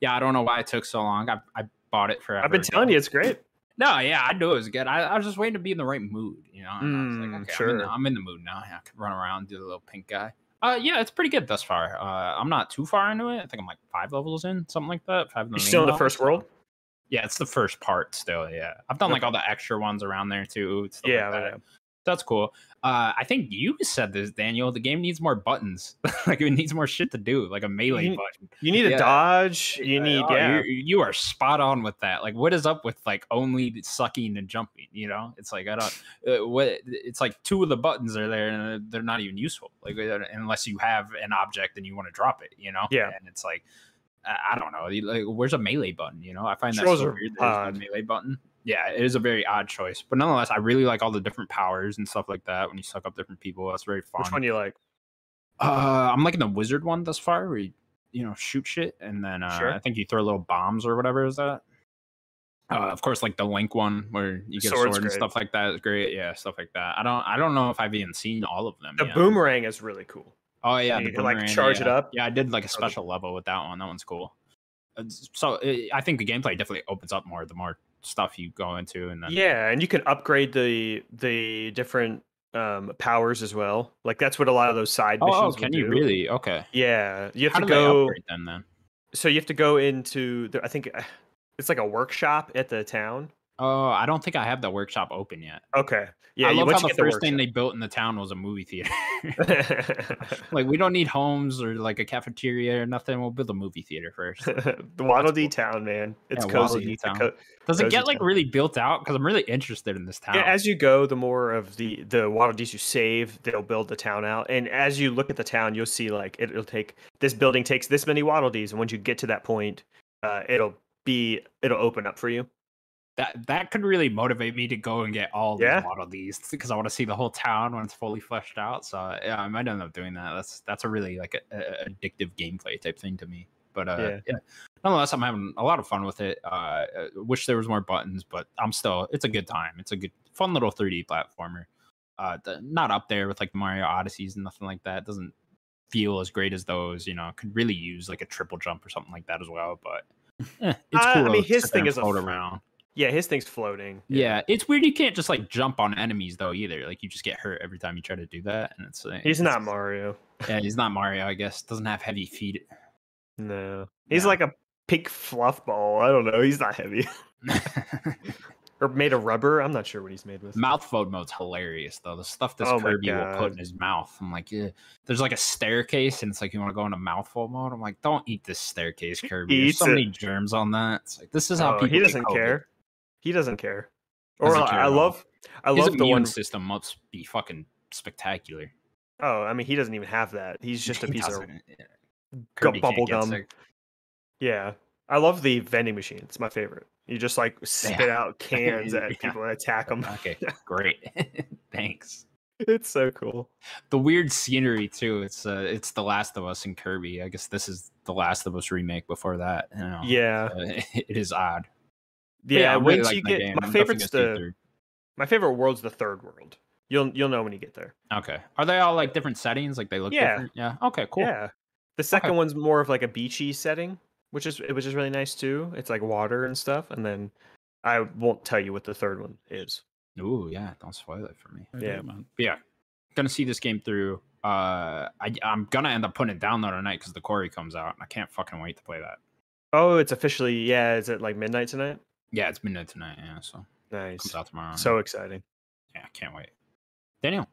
Yeah, I don't know why it took so long. I I bought it forever.
i've been telling you it's great
No, yeah, I knew it was good. I, I was just waiting to be in the right mood, you know. And I was
Mm,
like, okay, I'm, in
sure.
the, I'm in the mood now. I can run around, do the little pink guy. Uh, yeah, it's pretty good thus far. Uh, I'm not too far into it. I think I'm like five levels in, something like that. Five. of
you're
main
still in the
levels.
first world
Yeah, it's the first part still. Yeah, I've done like
Okay.
all the extra ones around there too. and stuff like
yeah
that.
yeah.
that's cool. Uh, I think you said this, Daniel. The game needs more buttons. like it needs more shit to do, like a melee
You-
button.
you need a
Yeah.
dodge you
Uh,
need
oh,
yeah
you're- you are spot on with that. Like, what is up with like only sucking and jumping? You know, it's like I don't. Uh, what it's like two of the buttons are there and they're- they're not even useful. Like uh, unless you have an object and you want to drop it, you know.
Yeah.
And it's like I, I don't know. you- Like, where's a melee button? You know, I find that
Controls
so
are
weird. There's
odd.
no melee button. Yeah, it is a very odd choice, but nonetheless, I really like all the different powers and stuff like that. When you suck up different people, that's very fun.
which one you like
Uh, I'm liking the wizard one thus far, where you, you know shoot shit, and then uh,
Sure.
I think you throw little bombs or whatever is that. Uh, of course, like the link one where you get a
Sword's
sword and
great.
stuff like that is great. Yeah, stuff like that. I don't, I don't know if I've even seen all of them.
the
yet.
boomerang is really cool
Oh yeah,
you
the
can, like,
boomerang,
charge it
yeah.
up.
Yeah, I did like a
the-
special level with that one. That one's cool. Uh, So uh, I think the gameplay definitely opens up more the more stuff you go into, and then
Yeah, and you can upgrade the the different um, powers as well. Like that's what a lot of those side
Oh,
missions.
oh,
will
can you
do.
really? Okay.
Yeah, you have
How
to
do they
go.
upgrade them then?
So you have to go into the, I think uh, it's like a workshop at the town.
Oh, I don't think I have that workshop open yet.
Okay. Yeah.
I
you-
love
once
how
you
the
get
first thing they built in the town was a movie theater.
workshop.
like we don't need homes or like a cafeteria or nothing. We'll build a movie theater first.
the Waddle Dee
cool.
Town, man. It's
Yeah, Waddle
cozy.
Dee
It's a
Town.
co-
Does it
Cozy
get like
town.
really built out? Because I'm really interested in this town.
yeah, as you go, the more of the the Waddle Dees you save, they'll build the town out. And as you look at the town, you'll see like it'll take this building takes this many Waddle Dees, and once you get to that point, uh, it'll be it'll open up for you.
that that could really motivate me to go and get all
Yeah.
these model these because I want to see the whole town when it's fully fleshed out. So uh, yeah, I might end up doing that. That's that's a really like a, a- addictive gameplay type thing to me. But uh,
Yeah.
yeah. nonetheless, I'm having a lot of fun with it. Uh, uh, wish there was more buttons, but I'm still. It's a good time. It's a good fun little 3D platformer. Uh, th- not up there with like Mario Odysseys and nothing like that. Doesn't feel as great as those. You know, could really use like a triple jump or something like that as well. But eh, it's
Uh, I
cool.
mean,
to
his
sit there
thing
and
is a
float
f-
around.
Yeah, his thing's floating.
Yeah, it's weird. You can't just like jump on enemies though either. Like you just get hurt every time you try to do that, and it's like,
he's
it's-
not Mario.
Yeah, he's not Mario. I guess doesn't have heavy feet.
No, he's
No.
like a pink fluff ball. I don't know. He's not heavy or made of rubber. I'm not sure what he's made with.
mouth fold mode's hilarious though. The stuff this
Oh my
Kirby will
God.
put in his mouth. I'm like, yeah. There's like a staircase, and it's like you want to go into mouthful mode. I'm like, don't eat this staircase, Kirby.
He
There's so
eats it.
many germs on that. It's like this is how
Oh,
people.
he
get
doesn't
COVID.
care. He doesn't care. Or
Doesn't
like,
care
I
at all.
love, I
His
love the
immune
one.
system must be fucking spectacular.
Oh, I mean, he doesn't even have that. He's just a
He
piece of
doesn't- yeah.
gu-
Kirby can't
bubble
get
gum.
sick.
Yeah, I love the vending machine. It's my favorite. You just like spit out cans at
Yeah.
people and attack them.
Okay, great. Thanks.
It's so cool.
The weird scenery too. It's uh, it's The Last of Us and Kirby. I guess this is The Last of Us remake before that. you know,
Yeah,
uh, it is odd. But
yeah.
I'm really
once
liking
you
the
get
game.
my
I'm definitely
favorite's
gonna see it
the
through.
my favorite world's the third world. You'll you'll know when you get there.
Okay. Are they all like different settings? Like they look
Yeah.
different? Yeah. Okay, cool.
Yeah, the second one's more of like a beachy setting, which is which is really nice too. It's like water and stuff. And then I won't tell you what the third one is.
Ooh, yeah. Don't spoil it for me.
I
Yeah.
don't, man.
But yeah, gonna see this game through. Uh, I, I'm gonna end up putting it down though tonight because the Corey comes out, and I can't fucking wait to play that.
Oh, it's officially yeah. Is it like midnight tonight?
Yeah, it's midnight tonight. Yeah, so
Nice.
comes out tomorrow.
So exciting.
Yeah, I can't wait. Daniel.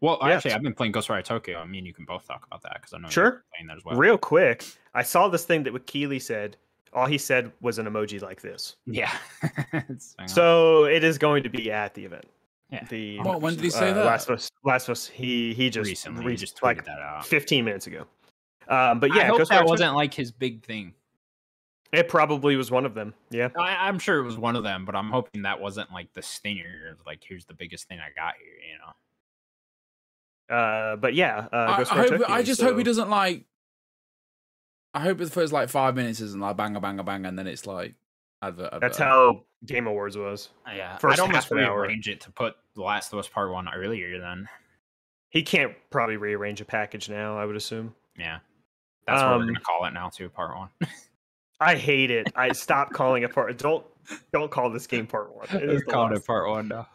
Well,
Yeah,
actually,
so-
I've been playing Ghost Rider Tokyo. I mean, you can both talk about that because I know
Sure.
you're playing that as well.
Real quick, I saw this thing that Keeley said. All he said was an emoji like this.
Yeah. It's- uh, hang on.
So it is going to be at the event.
Yeah.
The
Well, when did he say that?
uh, Last of Us. Last of Us. He he just
recently,
re-
he just tweeted
like
that out.
15 minutes ago. Um, but
I
yeah,
hope
Ghost
that
Rider-
wasn't like his big thing.
It probably was one of them. Yeah.
I, I'm sure it was one of them, but I'm hoping that wasn't like the stinger. of, Like, here's the biggest thing I got here. You know.
Uh, but yeah. Uh,
I, I
Ghost Rider
hope,
Tokyo,
I just hope he
so-
doesn't like. I hope the first like five minutes isn't like banger, banger, banger, and then it's like advert. advert,
That's
advert.
how Game Awards was.
Yeah.
First
I'd almost
half an hour.
rearrange it to put The Last of Us Part One earlier. Then.
He can't probably rearrange a package now. I would assume.
Yeah. That's what we're
Um,
gonna call it now too. Part One.
I hate it. I stop calling it part. Don't don't call this game part one. It
We're
is the
calling
last-
it Part One now.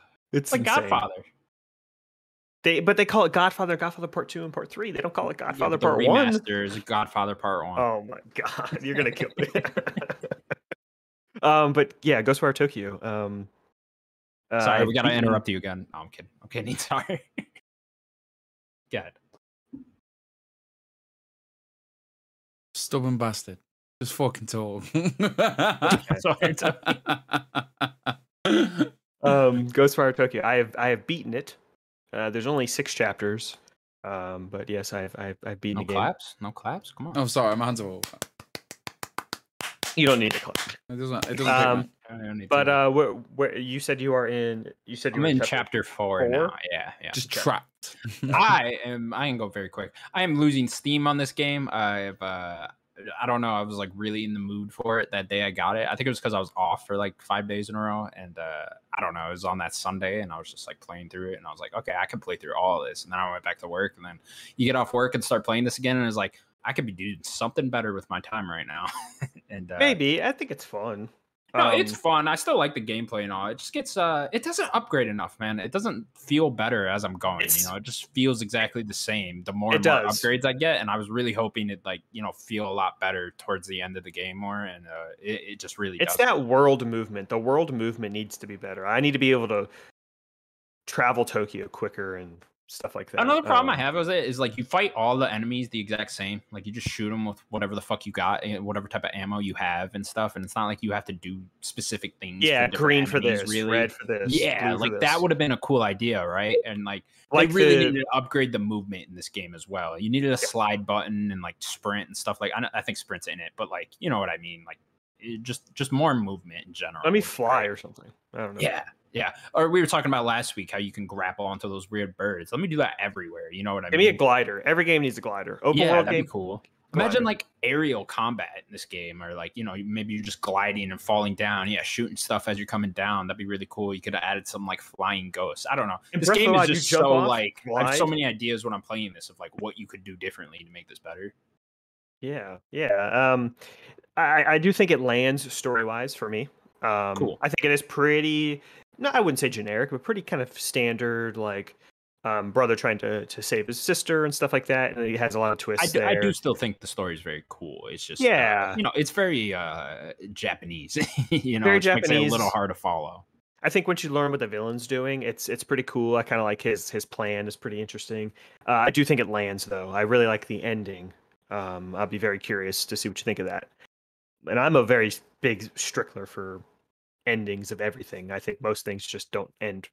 It's
It's
like
insane.
Godfather.
They but they call it Godfather, Godfather Part Two, and Part Three. They don't call it Godfather
the
Part One.
remaster is Godfather Part One.
Oh my god, you're gonna kill me. um, but yeah, Ghostwire Tokyo. Um, uh,
Sorry,
I've
we gotta
beaten-
interrupt you again. No, I'm kidding. I'm kidding. Sorry. Good.
Stubborn bastard. Just fucking talk.
Sorry.
Um, Ghostwire Tokyo. I have I have beaten it. Uh, there's only six chapters. Um, but yes, I've I've, I've beaten
No
the game.
claps. No claps. Come on.
I'm Oh, sorry, my hands are all.
You don't need to clap.
It doesn't. It doesn't. take
Um,
much.
I don't need
But
to-
uh, where, where you said you are in? You said you
I'm
were
in chapter four, now.
four?
Yeah, yeah.
just
okay.
trapped.
I am. I can go very quick. I am losing steam on this game. I've. Uh, I don't know. I was like really in the mood for it that day. I got it. I think it was because I was off for like five days in a row, and uh, I don't know. It was on that Sunday, and I was just like playing through it, and I was like, okay, I can play through all of this. And then I went back to work, and then you get off work and start playing this again, and it's like I could be doing something better with my time right now. and uh,
Maybe I think it's fun.
No,
Um,
it's fun. I still like the gameplay and all. It just gets uh it doesn't upgrade enough, man. It doesn't feel better as I'm going,
It's-
you know. It just feels exactly the same the more
It
and more
does.
upgrades I get and I was really hoping it like, you know, feel a lot better towards the end of the game more and uh it, it just really
it's
does.
that world movement. The world movement needs to be better. I need to be able to travel Tokyo quicker and stuff like that.
Another problem I
Um,
have with it is like you fight all the enemies the exact same. Like you just shoot them with whatever the fuck you got and whatever type of ammo you have and stuff. And it's not like you have to do specific things.
Yeah,
different
green for
enemies,
this, red for this.
yeah,
blue for
like that
this.
would have been a cool idea, right? And like,
like
they really
the-
needed to upgrade the movement in this game as well. You needed a slide button and like sprint and stuff. Like I, know, I think sprint's in it, but like you know what I mean. Like it just just more movement in general.
let me
would be
fly
great.
or something. I don't know.
Yeah, yeah. Or we were talking about last week how you can grapple onto those weird birds. Let me do that everywhere. You know what I
Give me
mean?
a glider. Every game needs a glider. Open
Mm-hmm. yeah,
world
that'd
game.
be cool. Imagine
glider.
like aerial combat in this game, or like you know maybe you're just gliding and falling down. Yeah, shooting stuff as you're coming down. That'd be really cool. You could have added some like flying ghosts. I don't know.
In
this
Breath of the
game is
Wild, you
just
jump
so
off,
like I have so
glide.
many ideas when I'm playing this of like what you could do differently to make this better.
Yeah, yeah. Um, I I do think it lands story wise for me. Um,
Cool.
I think it is pretty. No, I wouldn't say generic, but pretty kind of standard, like um, brother trying to to save his sister and stuff like that. And it has a lot of
I
twists
do, I
there.
do still think the story is very cool. It's just uh,
Yeah.
you know, it's very uh Japanese. you know,
Very
which makes it a little
Japanese.
hard to follow.
I think once you learn what the villain's doing, it's it's pretty cool. I kind of like his his plan is pretty interesting. Uh, I do think it lands though. I really like the ending. Um, I'll be very curious to see what you think of that. And I'm a very s- big strickler for endings of everything. I think most things just don't end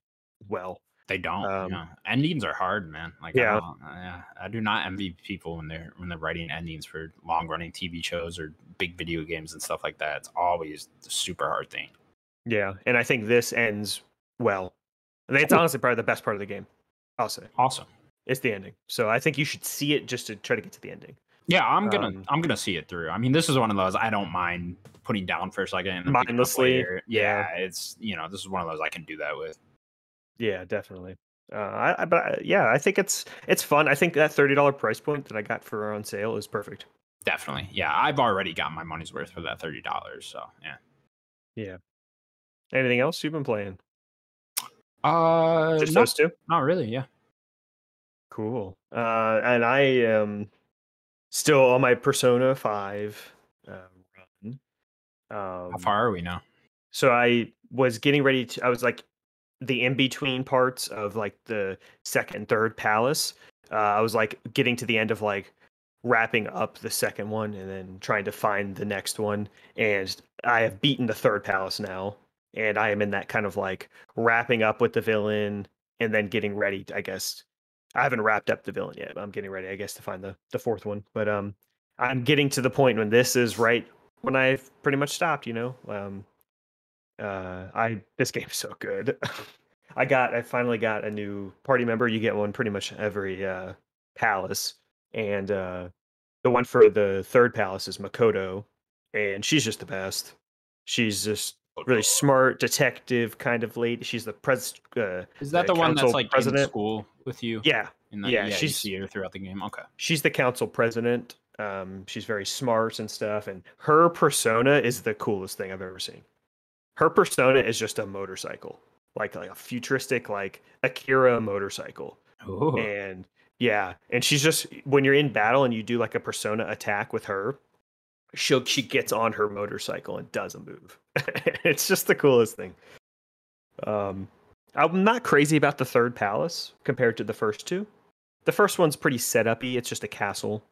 well.
They don't.
Um,
yeah. Endings are hard, man. Like
yeah.
I, don't, yeah, I do not envy people when they're when they're writing endings for long running TV shows or big video games and stuff like that. It's always the super hard thing.
Yeah, and I think this ends well. I think It's
Cool.
honestly probably the best part of the game. I'll say
Awesome.
it's the ending. So I think you should see it just to try to get to the ending.
Yeah, I'm gonna
Um,
I'm gonna see it through. I mean, this is one of those I don't mind putting down for a second and then picking up
Mindlessly,
later. Yeah, it's you know this is one of those I can do that with.
Yeah, definitely. Uh, I, I, but I, yeah, I think it's it's fun. I think that thirty dollar price point that I got for on sale is perfect.
Definitely. Yeah, I've already got my money's worth for that thirty dollars. So yeah.
Anything else you've been playing?
Uh,
Just
no,
those two.
not really. Yeah.
Cool. Uh, and I am still on my Persona Five uh, run. Um,
How far are we now?
so I was getting ready to I was like the in between parts of like the second and third palace. Uh, I was like getting to the end of like wrapping up the second one and then trying to find the next one and I have beaten the third palace now and I am in that kind of like wrapping up with the villain and then getting ready I guess I haven't wrapped up the villain yet. but I'm getting ready I guess to find the the fourth one. But um I'm getting to the point when this is right when I've pretty much stopped, you know. Um uh i this game's so good i got i finally got a new party member you get one pretty much every uh palace and uh the one for the third palace is makoto and she's just the best she's just really smart detective kind of lady she's the pres uh
Is that
the
the, one that's
council
like in
president-
school with you?
yeah
In the,
yeah,
yeah, you
she's-
see her throughout the game. Okay.
she's the council president um she's very smart and stuff and her persona is the coolest thing i've ever seen her persona is just a motorcycle like like a futuristic like akira motorcycle
Ooh.
and yeah and she's just when you're in battle and you do like a persona attack with her she'll she gets on her motorcycle and doesn't move it's just the coolest thing um i'm not crazy about the third palace compared to the first two the first one's pretty set upy it's just a castle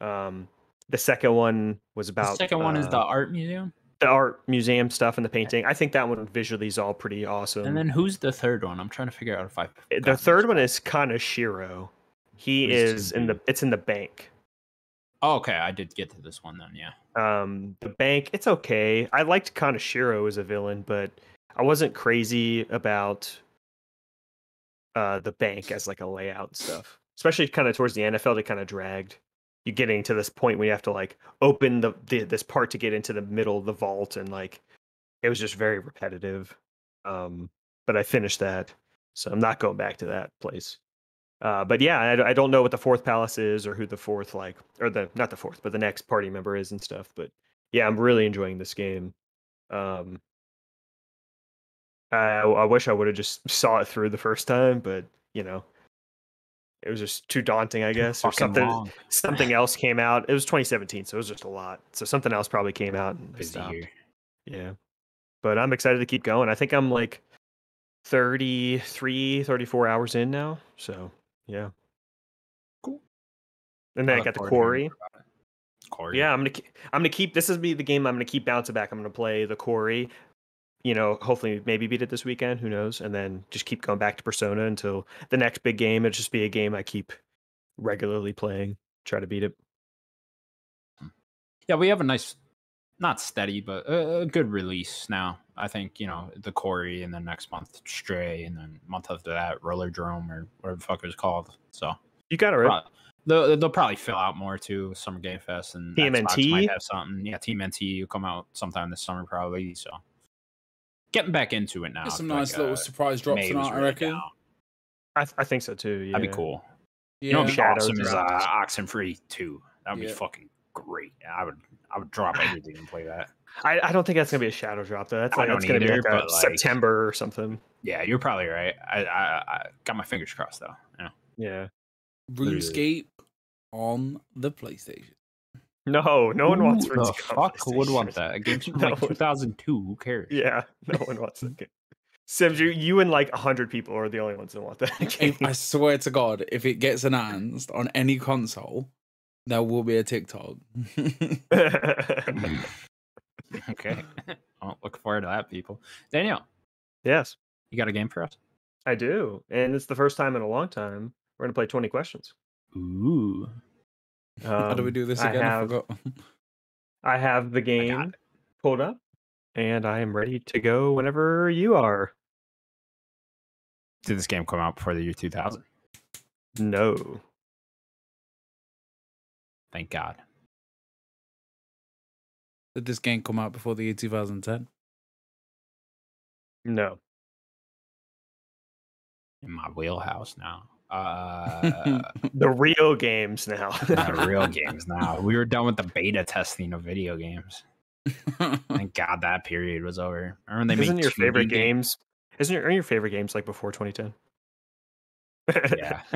um the second one was about
the second one is
uh,
the art museum.
the art museum stuff and the painting i think that one visually is all pretty awesome
And then who's the third one? I'm trying to figure out if I.
uh, The third one is Kanashiro. He
What does
is
he
in the
do?
it's in the bank.
Oh, okay. I did get to this one then. Yeah.
Um the bank, it's okay. I liked Kanashiro as a villain, but I wasn't crazy about uh the bank as like a layout and stuff. Especially kind of towards the end, I felt it kind of dragged. You getting to this point where you have to like open the, the this part to get into the middle of the vault and like it was just very repetitive. Um but I finished that. So I'm not going back to that place. Uh, but yeah, I, I don't know what the fourth palace is or who the fourth like or the not the fourth, but the next party member is and stuff. But yeah, I'm really enjoying this game. Um, I I wish I would have just saw it through the first time, but you know, it was just too daunting, I guess, or
Fucking
something.
long.
Something else came out. It was 2017, so it was just a lot. So something else probably came out. And I
Busy
stopped.
year.
Yeah. But I'm excited to keep going. I think I'm like 33, 34 hours in now. So, yeah.
Cool.
And then
I'll
I
look
got the
forward to hearing
quarry.
Corey.
Yeah, I'm gonna keep, I'm gonna keep this is be the game I'm gonna keep bouncing back. I'm gonna play the quarry. You know, hopefully maybe beat it this weekend. Who knows? And then just keep going back to Persona until the next big game. It'll just be a game I keep regularly playing. Try to beat it.
yeah, we have a nice, not steady, but a, a good release now. I think you know the Corey, and then next month Stray, and then month after that Roller Drome or whatever the fuck it was called. So
You got it right.
prob- they'll, they'll probably fill out more too. with Summer Game Fest and Xbox
TMNT?
might have something. Yeah, TMNT will come out sometime this summer probably. So getting back into it now.
Get
I
some
feel like,
nice little
uh,
surprise drops
May
tonight,
was
I
really
reckon.
down.
I, th- I think so too. Yeah.
That'd be cool.
Yeah.
You know, what'd be
Shadows
awesome is uh,
drops.
Oxenfree too. That'd be
Yeah.
fucking great. I would, I would drop everything and play that.
I, I don't think that's gonna be a shadow drop though. That's
I
like that's
don't
gonna be
either,
like, a
but, like-
September or something.
Yeah, you're probably right. I, I, I got my fingers crossed though. Yeah.
Yeah.
RuneScape on the PlayStation.
No, no one wants
Who the
RuneScape on
fuck would want
PlayStation.
that? A game from
No
like
one-
2002. Who cares?
Yeah, no one wants that game. Sims, you, you and like hundred people are the only ones that want that game.
If- I swear to God, if it gets announced on any console, there will be a TikTok.
okay. well, look forward to that, people. Daniel,
yes,
you got a game for us?
I do, and it's the first time in a long time we're gonna play twenty questions.
Ooh.
How do we
Um,
do this
I
again? I,
have-
forgot.
I have the game pulled up, and I am ready to go whenever you are.
Did this game come out before the year 2000?
No,
Thank God.
Did this game come out before the year 2010?
no,
In my wheelhouse now. Uh,
the real games now.
not real games now. We were done with the beta testing of video games. Thank God that period was over. Remember when they
Isn't
made
your
2D
favorite
games?
games? Isn't your, aren't your favorite games like before 2010?
Yeah.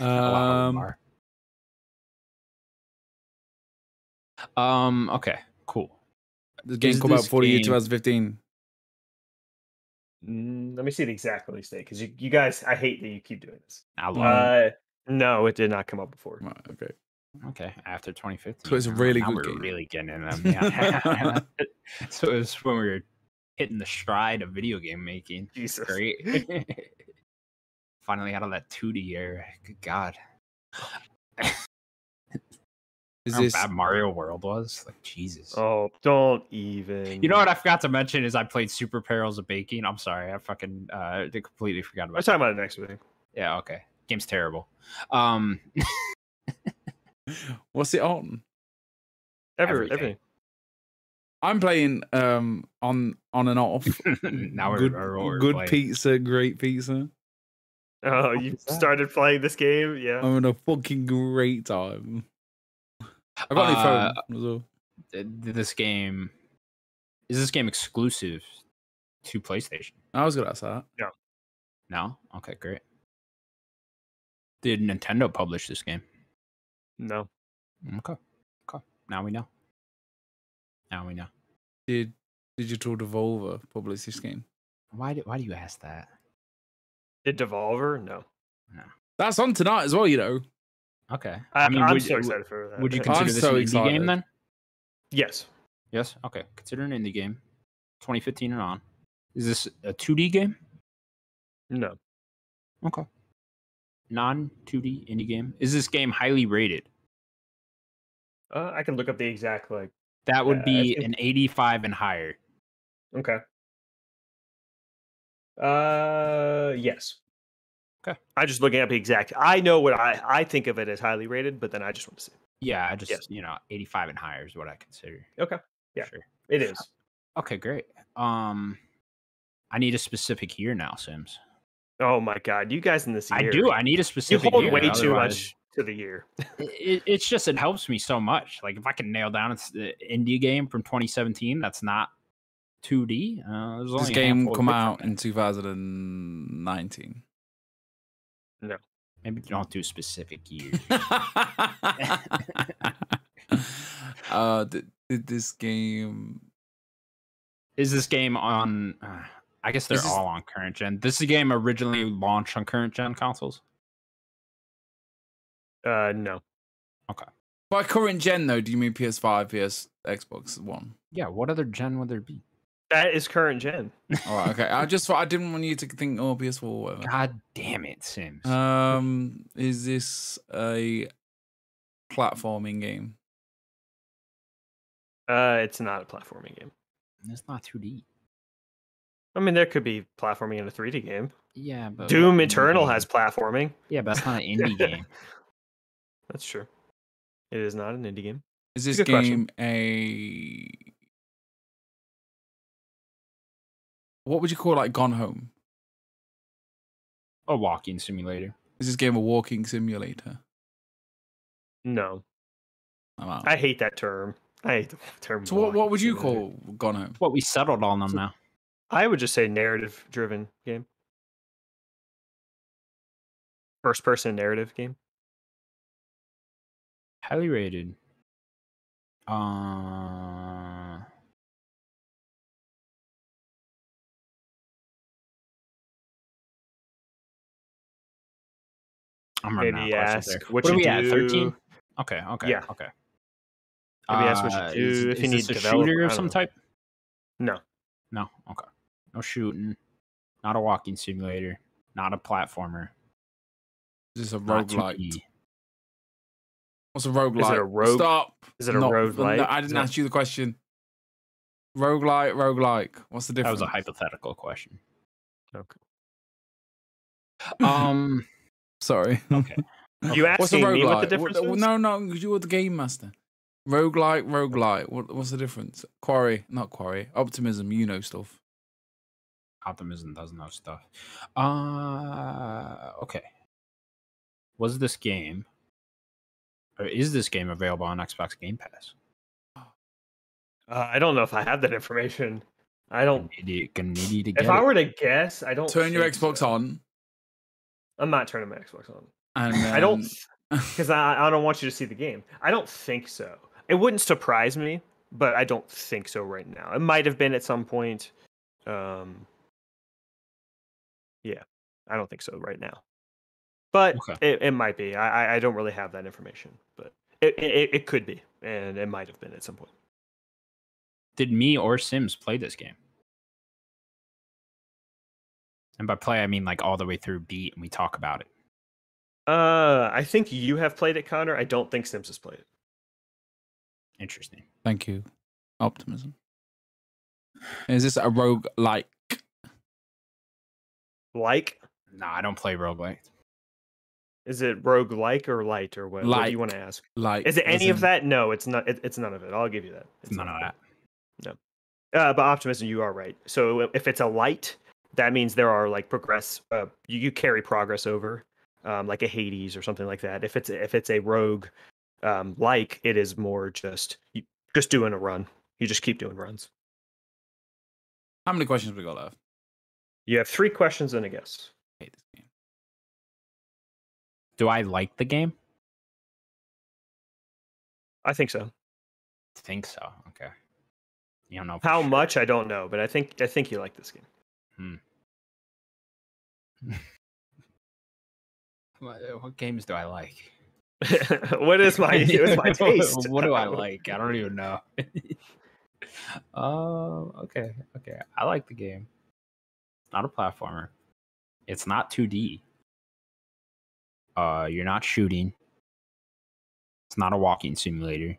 A lot of them
Um,
are. um. Okay. Cool.
this game
Is
come out
this
before the year
game-
2015.
Mm, let me see the exact release date because you, you guys, I hate that you keep doing this.
I love.
Uh, no, it did not come up before.
Right, okay.
Okay, after 2015.
So it's a
Wow,
really
now
good
we're
game.
really getting in them. Yeah. so it was when we were hitting the stride of video game making.
Jesus.
Great. Finally out of that 2D era. Good God.
Is
How
this
bad Mario World was? Like, Jesus.
Oh, don't even.
You know what I forgot to mention is I played Super Perils of Baking. I'm sorry, I fucking uh, completely forgot about
We're talking about it next week.
Yeah, okay. Game's terrible. Um,
what's it on?
Every,
Everything.
everything.
I'm playing um on on and off.
now we're
good,
we're- we're
good
playing.
pizza, great pizza.
Oh,
fuck
you
is that? Um,
started playing this game? Yeah.
I'm having a fucking great time. I
Uh,
got a new phone as well.
th- This game is this game exclusive to PlayStation?
I was gonna ask that.
No. Okay, great. Did Nintendo publish this game? Mm,
No.
Okay. Okay. Now we know. Now we know.
Did Digital Devolver publish this game?
Why do Why do you ask that?
Did Devolver? No.
That's on tonight as well, you know.
Okay.
I, am
would,
so excited for that.
would you
I'm
consider this
so
an indie game
excited.
then?
Yes.
Yes. Okay. Consider an indie game, 2015 and on. Is this a 2D game?
No.
Okay. Non 2D indie game. Is this game highly rated?
Uh, I can look up the exact like.
That would
Yeah, I
be
think-
an 85 and higher.
Okay. Uh, yes.
'Kay.
I just looking up the exact. I know what I I think of it as highly rated, but then I just want to see.
Yeah, I just
Yes.
you know 85 and higher is what I consider.
Okay. Yeah.
Sure.
It is.
Okay, great. Um, I need a specific year now, Sims.
Oh my god, you guys in this year.
I do. I need a
you
specific.
hold
year,
way too
otherwise-
much. to the year.
it, it's just it helps me so much. Like if I can nail down it's the indie game from 2017 that's not 2D. Uh, there's
This
only a
game
handful of
come
good from
out
that.
in 2019.
Maybe don't do specific years.
uh, did, did this game?
is this game on? Uh, I guess they're
This is-
all on current gen. This is a game originally launched on current gen consoles.
Uh, no,
By current gen though, do you mean PS5, PS, Xbox One?
Yeah, what other gen would there be?
that is current gen.
All right, okay. I just thought I didn't want you to think oh PS4 or whatever.
God damn it, Sims.
Uh,
Um, is this a platforming game?
Uh, it's not a platforming game.
it's not 2D.
I mean, there could be platforming in a 3D game.
Yeah, but
Doom Eternal has platforming.
Yeah, but that's not an indie game.
That's true. It is not an indie game.
Is this
Good
game
question.
a what would you call like Gone Home?
A walking simulator.
Is this game a walking simulator?
No,
I'm out.
I hate that term. I hate the term.
so what,
walking
what would you
simulator.
call Gone Home?
What we settled on them now.
I would just say narrative-driven game. First-person narrative game.
Highly rated. Uh, I'm running
Maybe
out of questions
ask
there.
what,
are
you
we
do.
at? 13? Okay, okay,
Yeah.
okay.
Maybe ask what you
Uh, is-
do if you
is
need
this a
developer,
shooter
I
of
don't
some
know.
type?
No.
No, okay. No shooting. Not a walking simulator. Not a platformer.
Is this a
Not
roguelike?
2D.
What's a roguelike?
a rogue-
Stop.
Is it a
Not-
roguelike?
No, I didn't
No.
ask you the question. Roguelike, roguelike. What's the
That
difference?
was a hypothetical question.
Okay.
Um,
Ah, Sorry.
okay.
What's
You
a
asking me
roguelike?
what the difference
What-
is?
No, no, 'cause you're the game master. Roguelike, roguelite. What, what's the difference? Quarry, not quarry. Optimism, you know stuff.
optimism does know stuff. Uh okay. Was this game or is this game available on Xbox Game Pass?
Uh, I don't know if I have that information. I don't.
Idiot, gonna need you to get
Oh. If I
it.
were to guess, I don't.
Turn your
think
Xbox
so.
on.
I'm not turning my Xbox on.
And
I don't
um,
because I, I don't want you to see the game. I don't think so. It wouldn't surprise me, but I don't think so right now. It might have been at some point. Um, yeah, I don't think so right now, but
Okay.
it, it might be. I, I- I don't really have that information, but it, it- it, it could be, and it might have been at some point.
Did me or Sims play this game? And by play I mean like all the way through beat and we talk about it.
Uh, I think you have played it, Connor. I don't think Sims has played it.
Interesting.
Thank you. Optimism. Is this a roguelike?
Like,
No, I don't play roguelike.
is it rogue like or light or what? What do you want to ask?
Like
Is it
as
any
in-
of that? No, it's not. It, it's none of it. I'll give you that.
It's none of that.
Uh, but optimism, you are right. So if it's a light, that means there are like progress. Uh, you, you carry progress over, um, like a Hades or something like that. If it's if it's a rogue, um, like it is more just you, just doing a run. You just keep doing runs.
How many questions we got left?
You have three questions and a guess.
I hate this game.
Do I like the game?
I think so.
think so. Okay. You don't know for
How
sure.
much I don't know, but I think I think you like this game.
What, what games do I like?
what is my what is my
What-
taste?
what do I like? I don't even know. Oh, okay, okay. I like the game. It's not a platformer. It's not 2D. Uh, you're not shooting. It's not a walking simulator.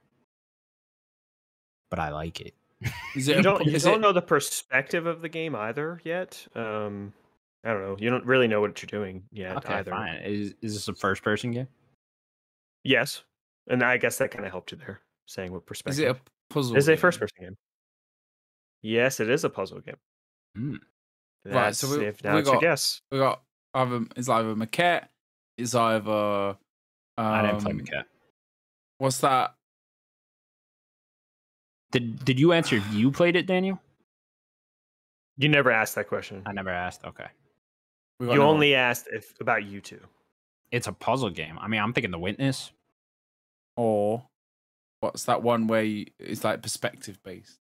But I like it.
Is it?
You
a-
don't you
is
don't
it-
know the perspective of the game either yet. Um, I don't know. You don't really know what you're doing yet
Okay,
either.
fine. Is is this a first person game?
Yes, and I guess that kind of helped you there, saying what
Is it
perspective.
a puzzle?
Is it a
game?
first-person game? Yes, it is a puzzle game.
Hmm.
Right, so
That's-
we-
if
we
now it's your
got-
guess.
We got either it's either a maquette, it's either
I didn't play
Um,
Maquette.
What's that?
Did Did you answer? if You played it, Daniel?
You never asked that question.
I never asked. Okay,
We got
You
no-
only asked if about you two.
it's a puzzle game. I mean, I'm thinking The Witness.
or what's that one where you, it's like perspective based?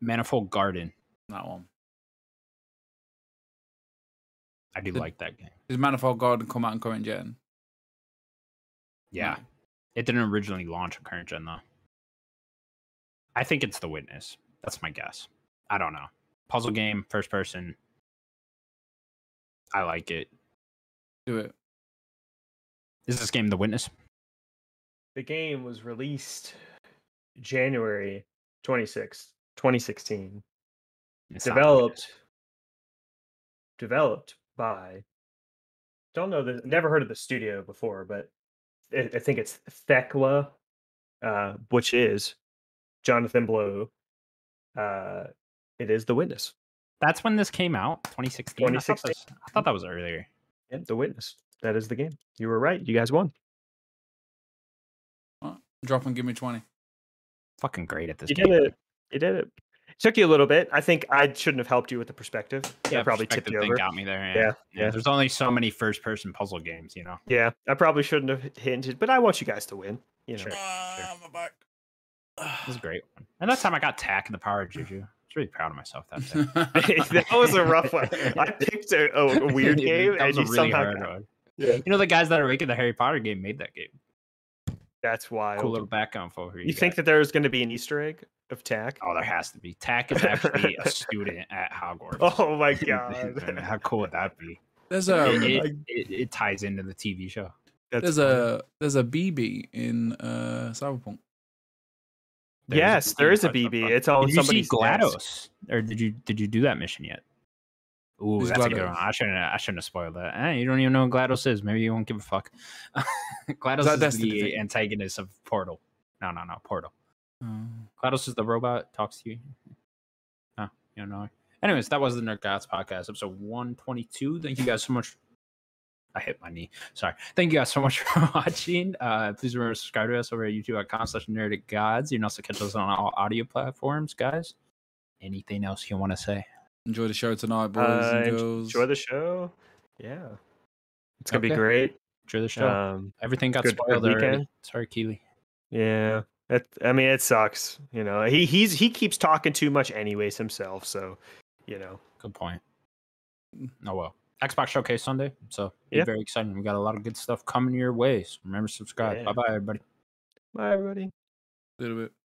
Manifold Garden.
That one
I do
Did-
like that game.
is Manifold Garden come out in current gen?
Yeah,
No.
it didn't originally launch on current gen though. I think it's The Witness. That's my guess. I don't know. Puzzle game, first person. I like it.
Do it.
Is this game The Witness?
The game was released January 26th, 2016.
It's not The
Developed
Witness.
developed by don't know the never heard of the studio before, but I, I think it's Thekla, uh, which is Jonathan Blow. Uh, it is The Witness.
That's when this came out, 2016. I thought,
2016.
this- I thought that was earlier.
Yep, The Witness. That is the game. You were right. You guys won.
Drop and give me twenty.
Fucking great at this
You
game.
did it. You did it. Took you a little bit. I think I shouldn't have helped you with the perspective. I probably tipped
perspective
you
thing
over.
got me there.
Yeah,
Yeah,
yeah.
There's only so many first person puzzle games, you know.
Yeah, I probably shouldn't have hinted, but I want you guys to win. You know,
Sure.
Ah, my back.
This is a great one. And that time I got Tack and the Power of Juju. I was really proud of myself that day.
that was a rough one. I picked a, a- a weird game,
That
and
was
you
a really
somehow
hard
got-
one.
Yeah.
You know the guys that are making the Harry Potter game made that game.
that's wild.
Cool little background for you.
you think
guys.
that there's going to be an Easter egg of Tack?
Oh, there has to be. Tack is actually a student at Hogwarts.
Oh my
Man,
god, Oh
How cool would that be?
There's
It-
a
my-
it, it, it ties into the TV show.
there's
That's funny.
a there's a BB in uh, Cyberpunk.
There is a
yes, there
BB
is a
type stuff,
BB.
huh?
It's on
Did you see
somebody's desk.
GLaDOS? Or did you did you do that mission yet? Ooh,
Who's
that's a good
GLaDOS?
one. I shouldn't I shouldn't have spoiled that. Eh, you don't even know what GLaDOS is. Maybe you won't give a fuck. GLaDOS
that
is
Destiny
the
thing?
antagonist of Portal. No, no, no, Portal.
Oh.
GLaDOS is the robot talks to you. No, you don't know her. Anyways, that was the Nerd Gods podcast, episode 122. Thank you guys so much. I hit my knee. Sorry. Thank you guys so much for watching. Uh, please remember to subscribe to us over at youtube.com slash nerdic gods. You can also catch us on all audio platforms, guys. Anything else you want to say?
Enjoy the show tonight, boys
Uh,
and
en-
girls.
enjoy the show. Yeah, it's gonna be
Okay.
great.
Enjoy the show.
Um,
Everything got
good-
spoiled
good
already.
weekend.
Sorry, Keely.
yeah, it, I mean, it sucks. You know, he he's he keeps talking too much, anyways, himself. So, you know,
Good point. Oh well. Xbox Showcase Sunday. So be
Yeah.
very exciting. We got a lot of good stuff coming your way. So remember to subscribe.
Yeah.
Bye bye, everybody.
bye everybody.
little bit.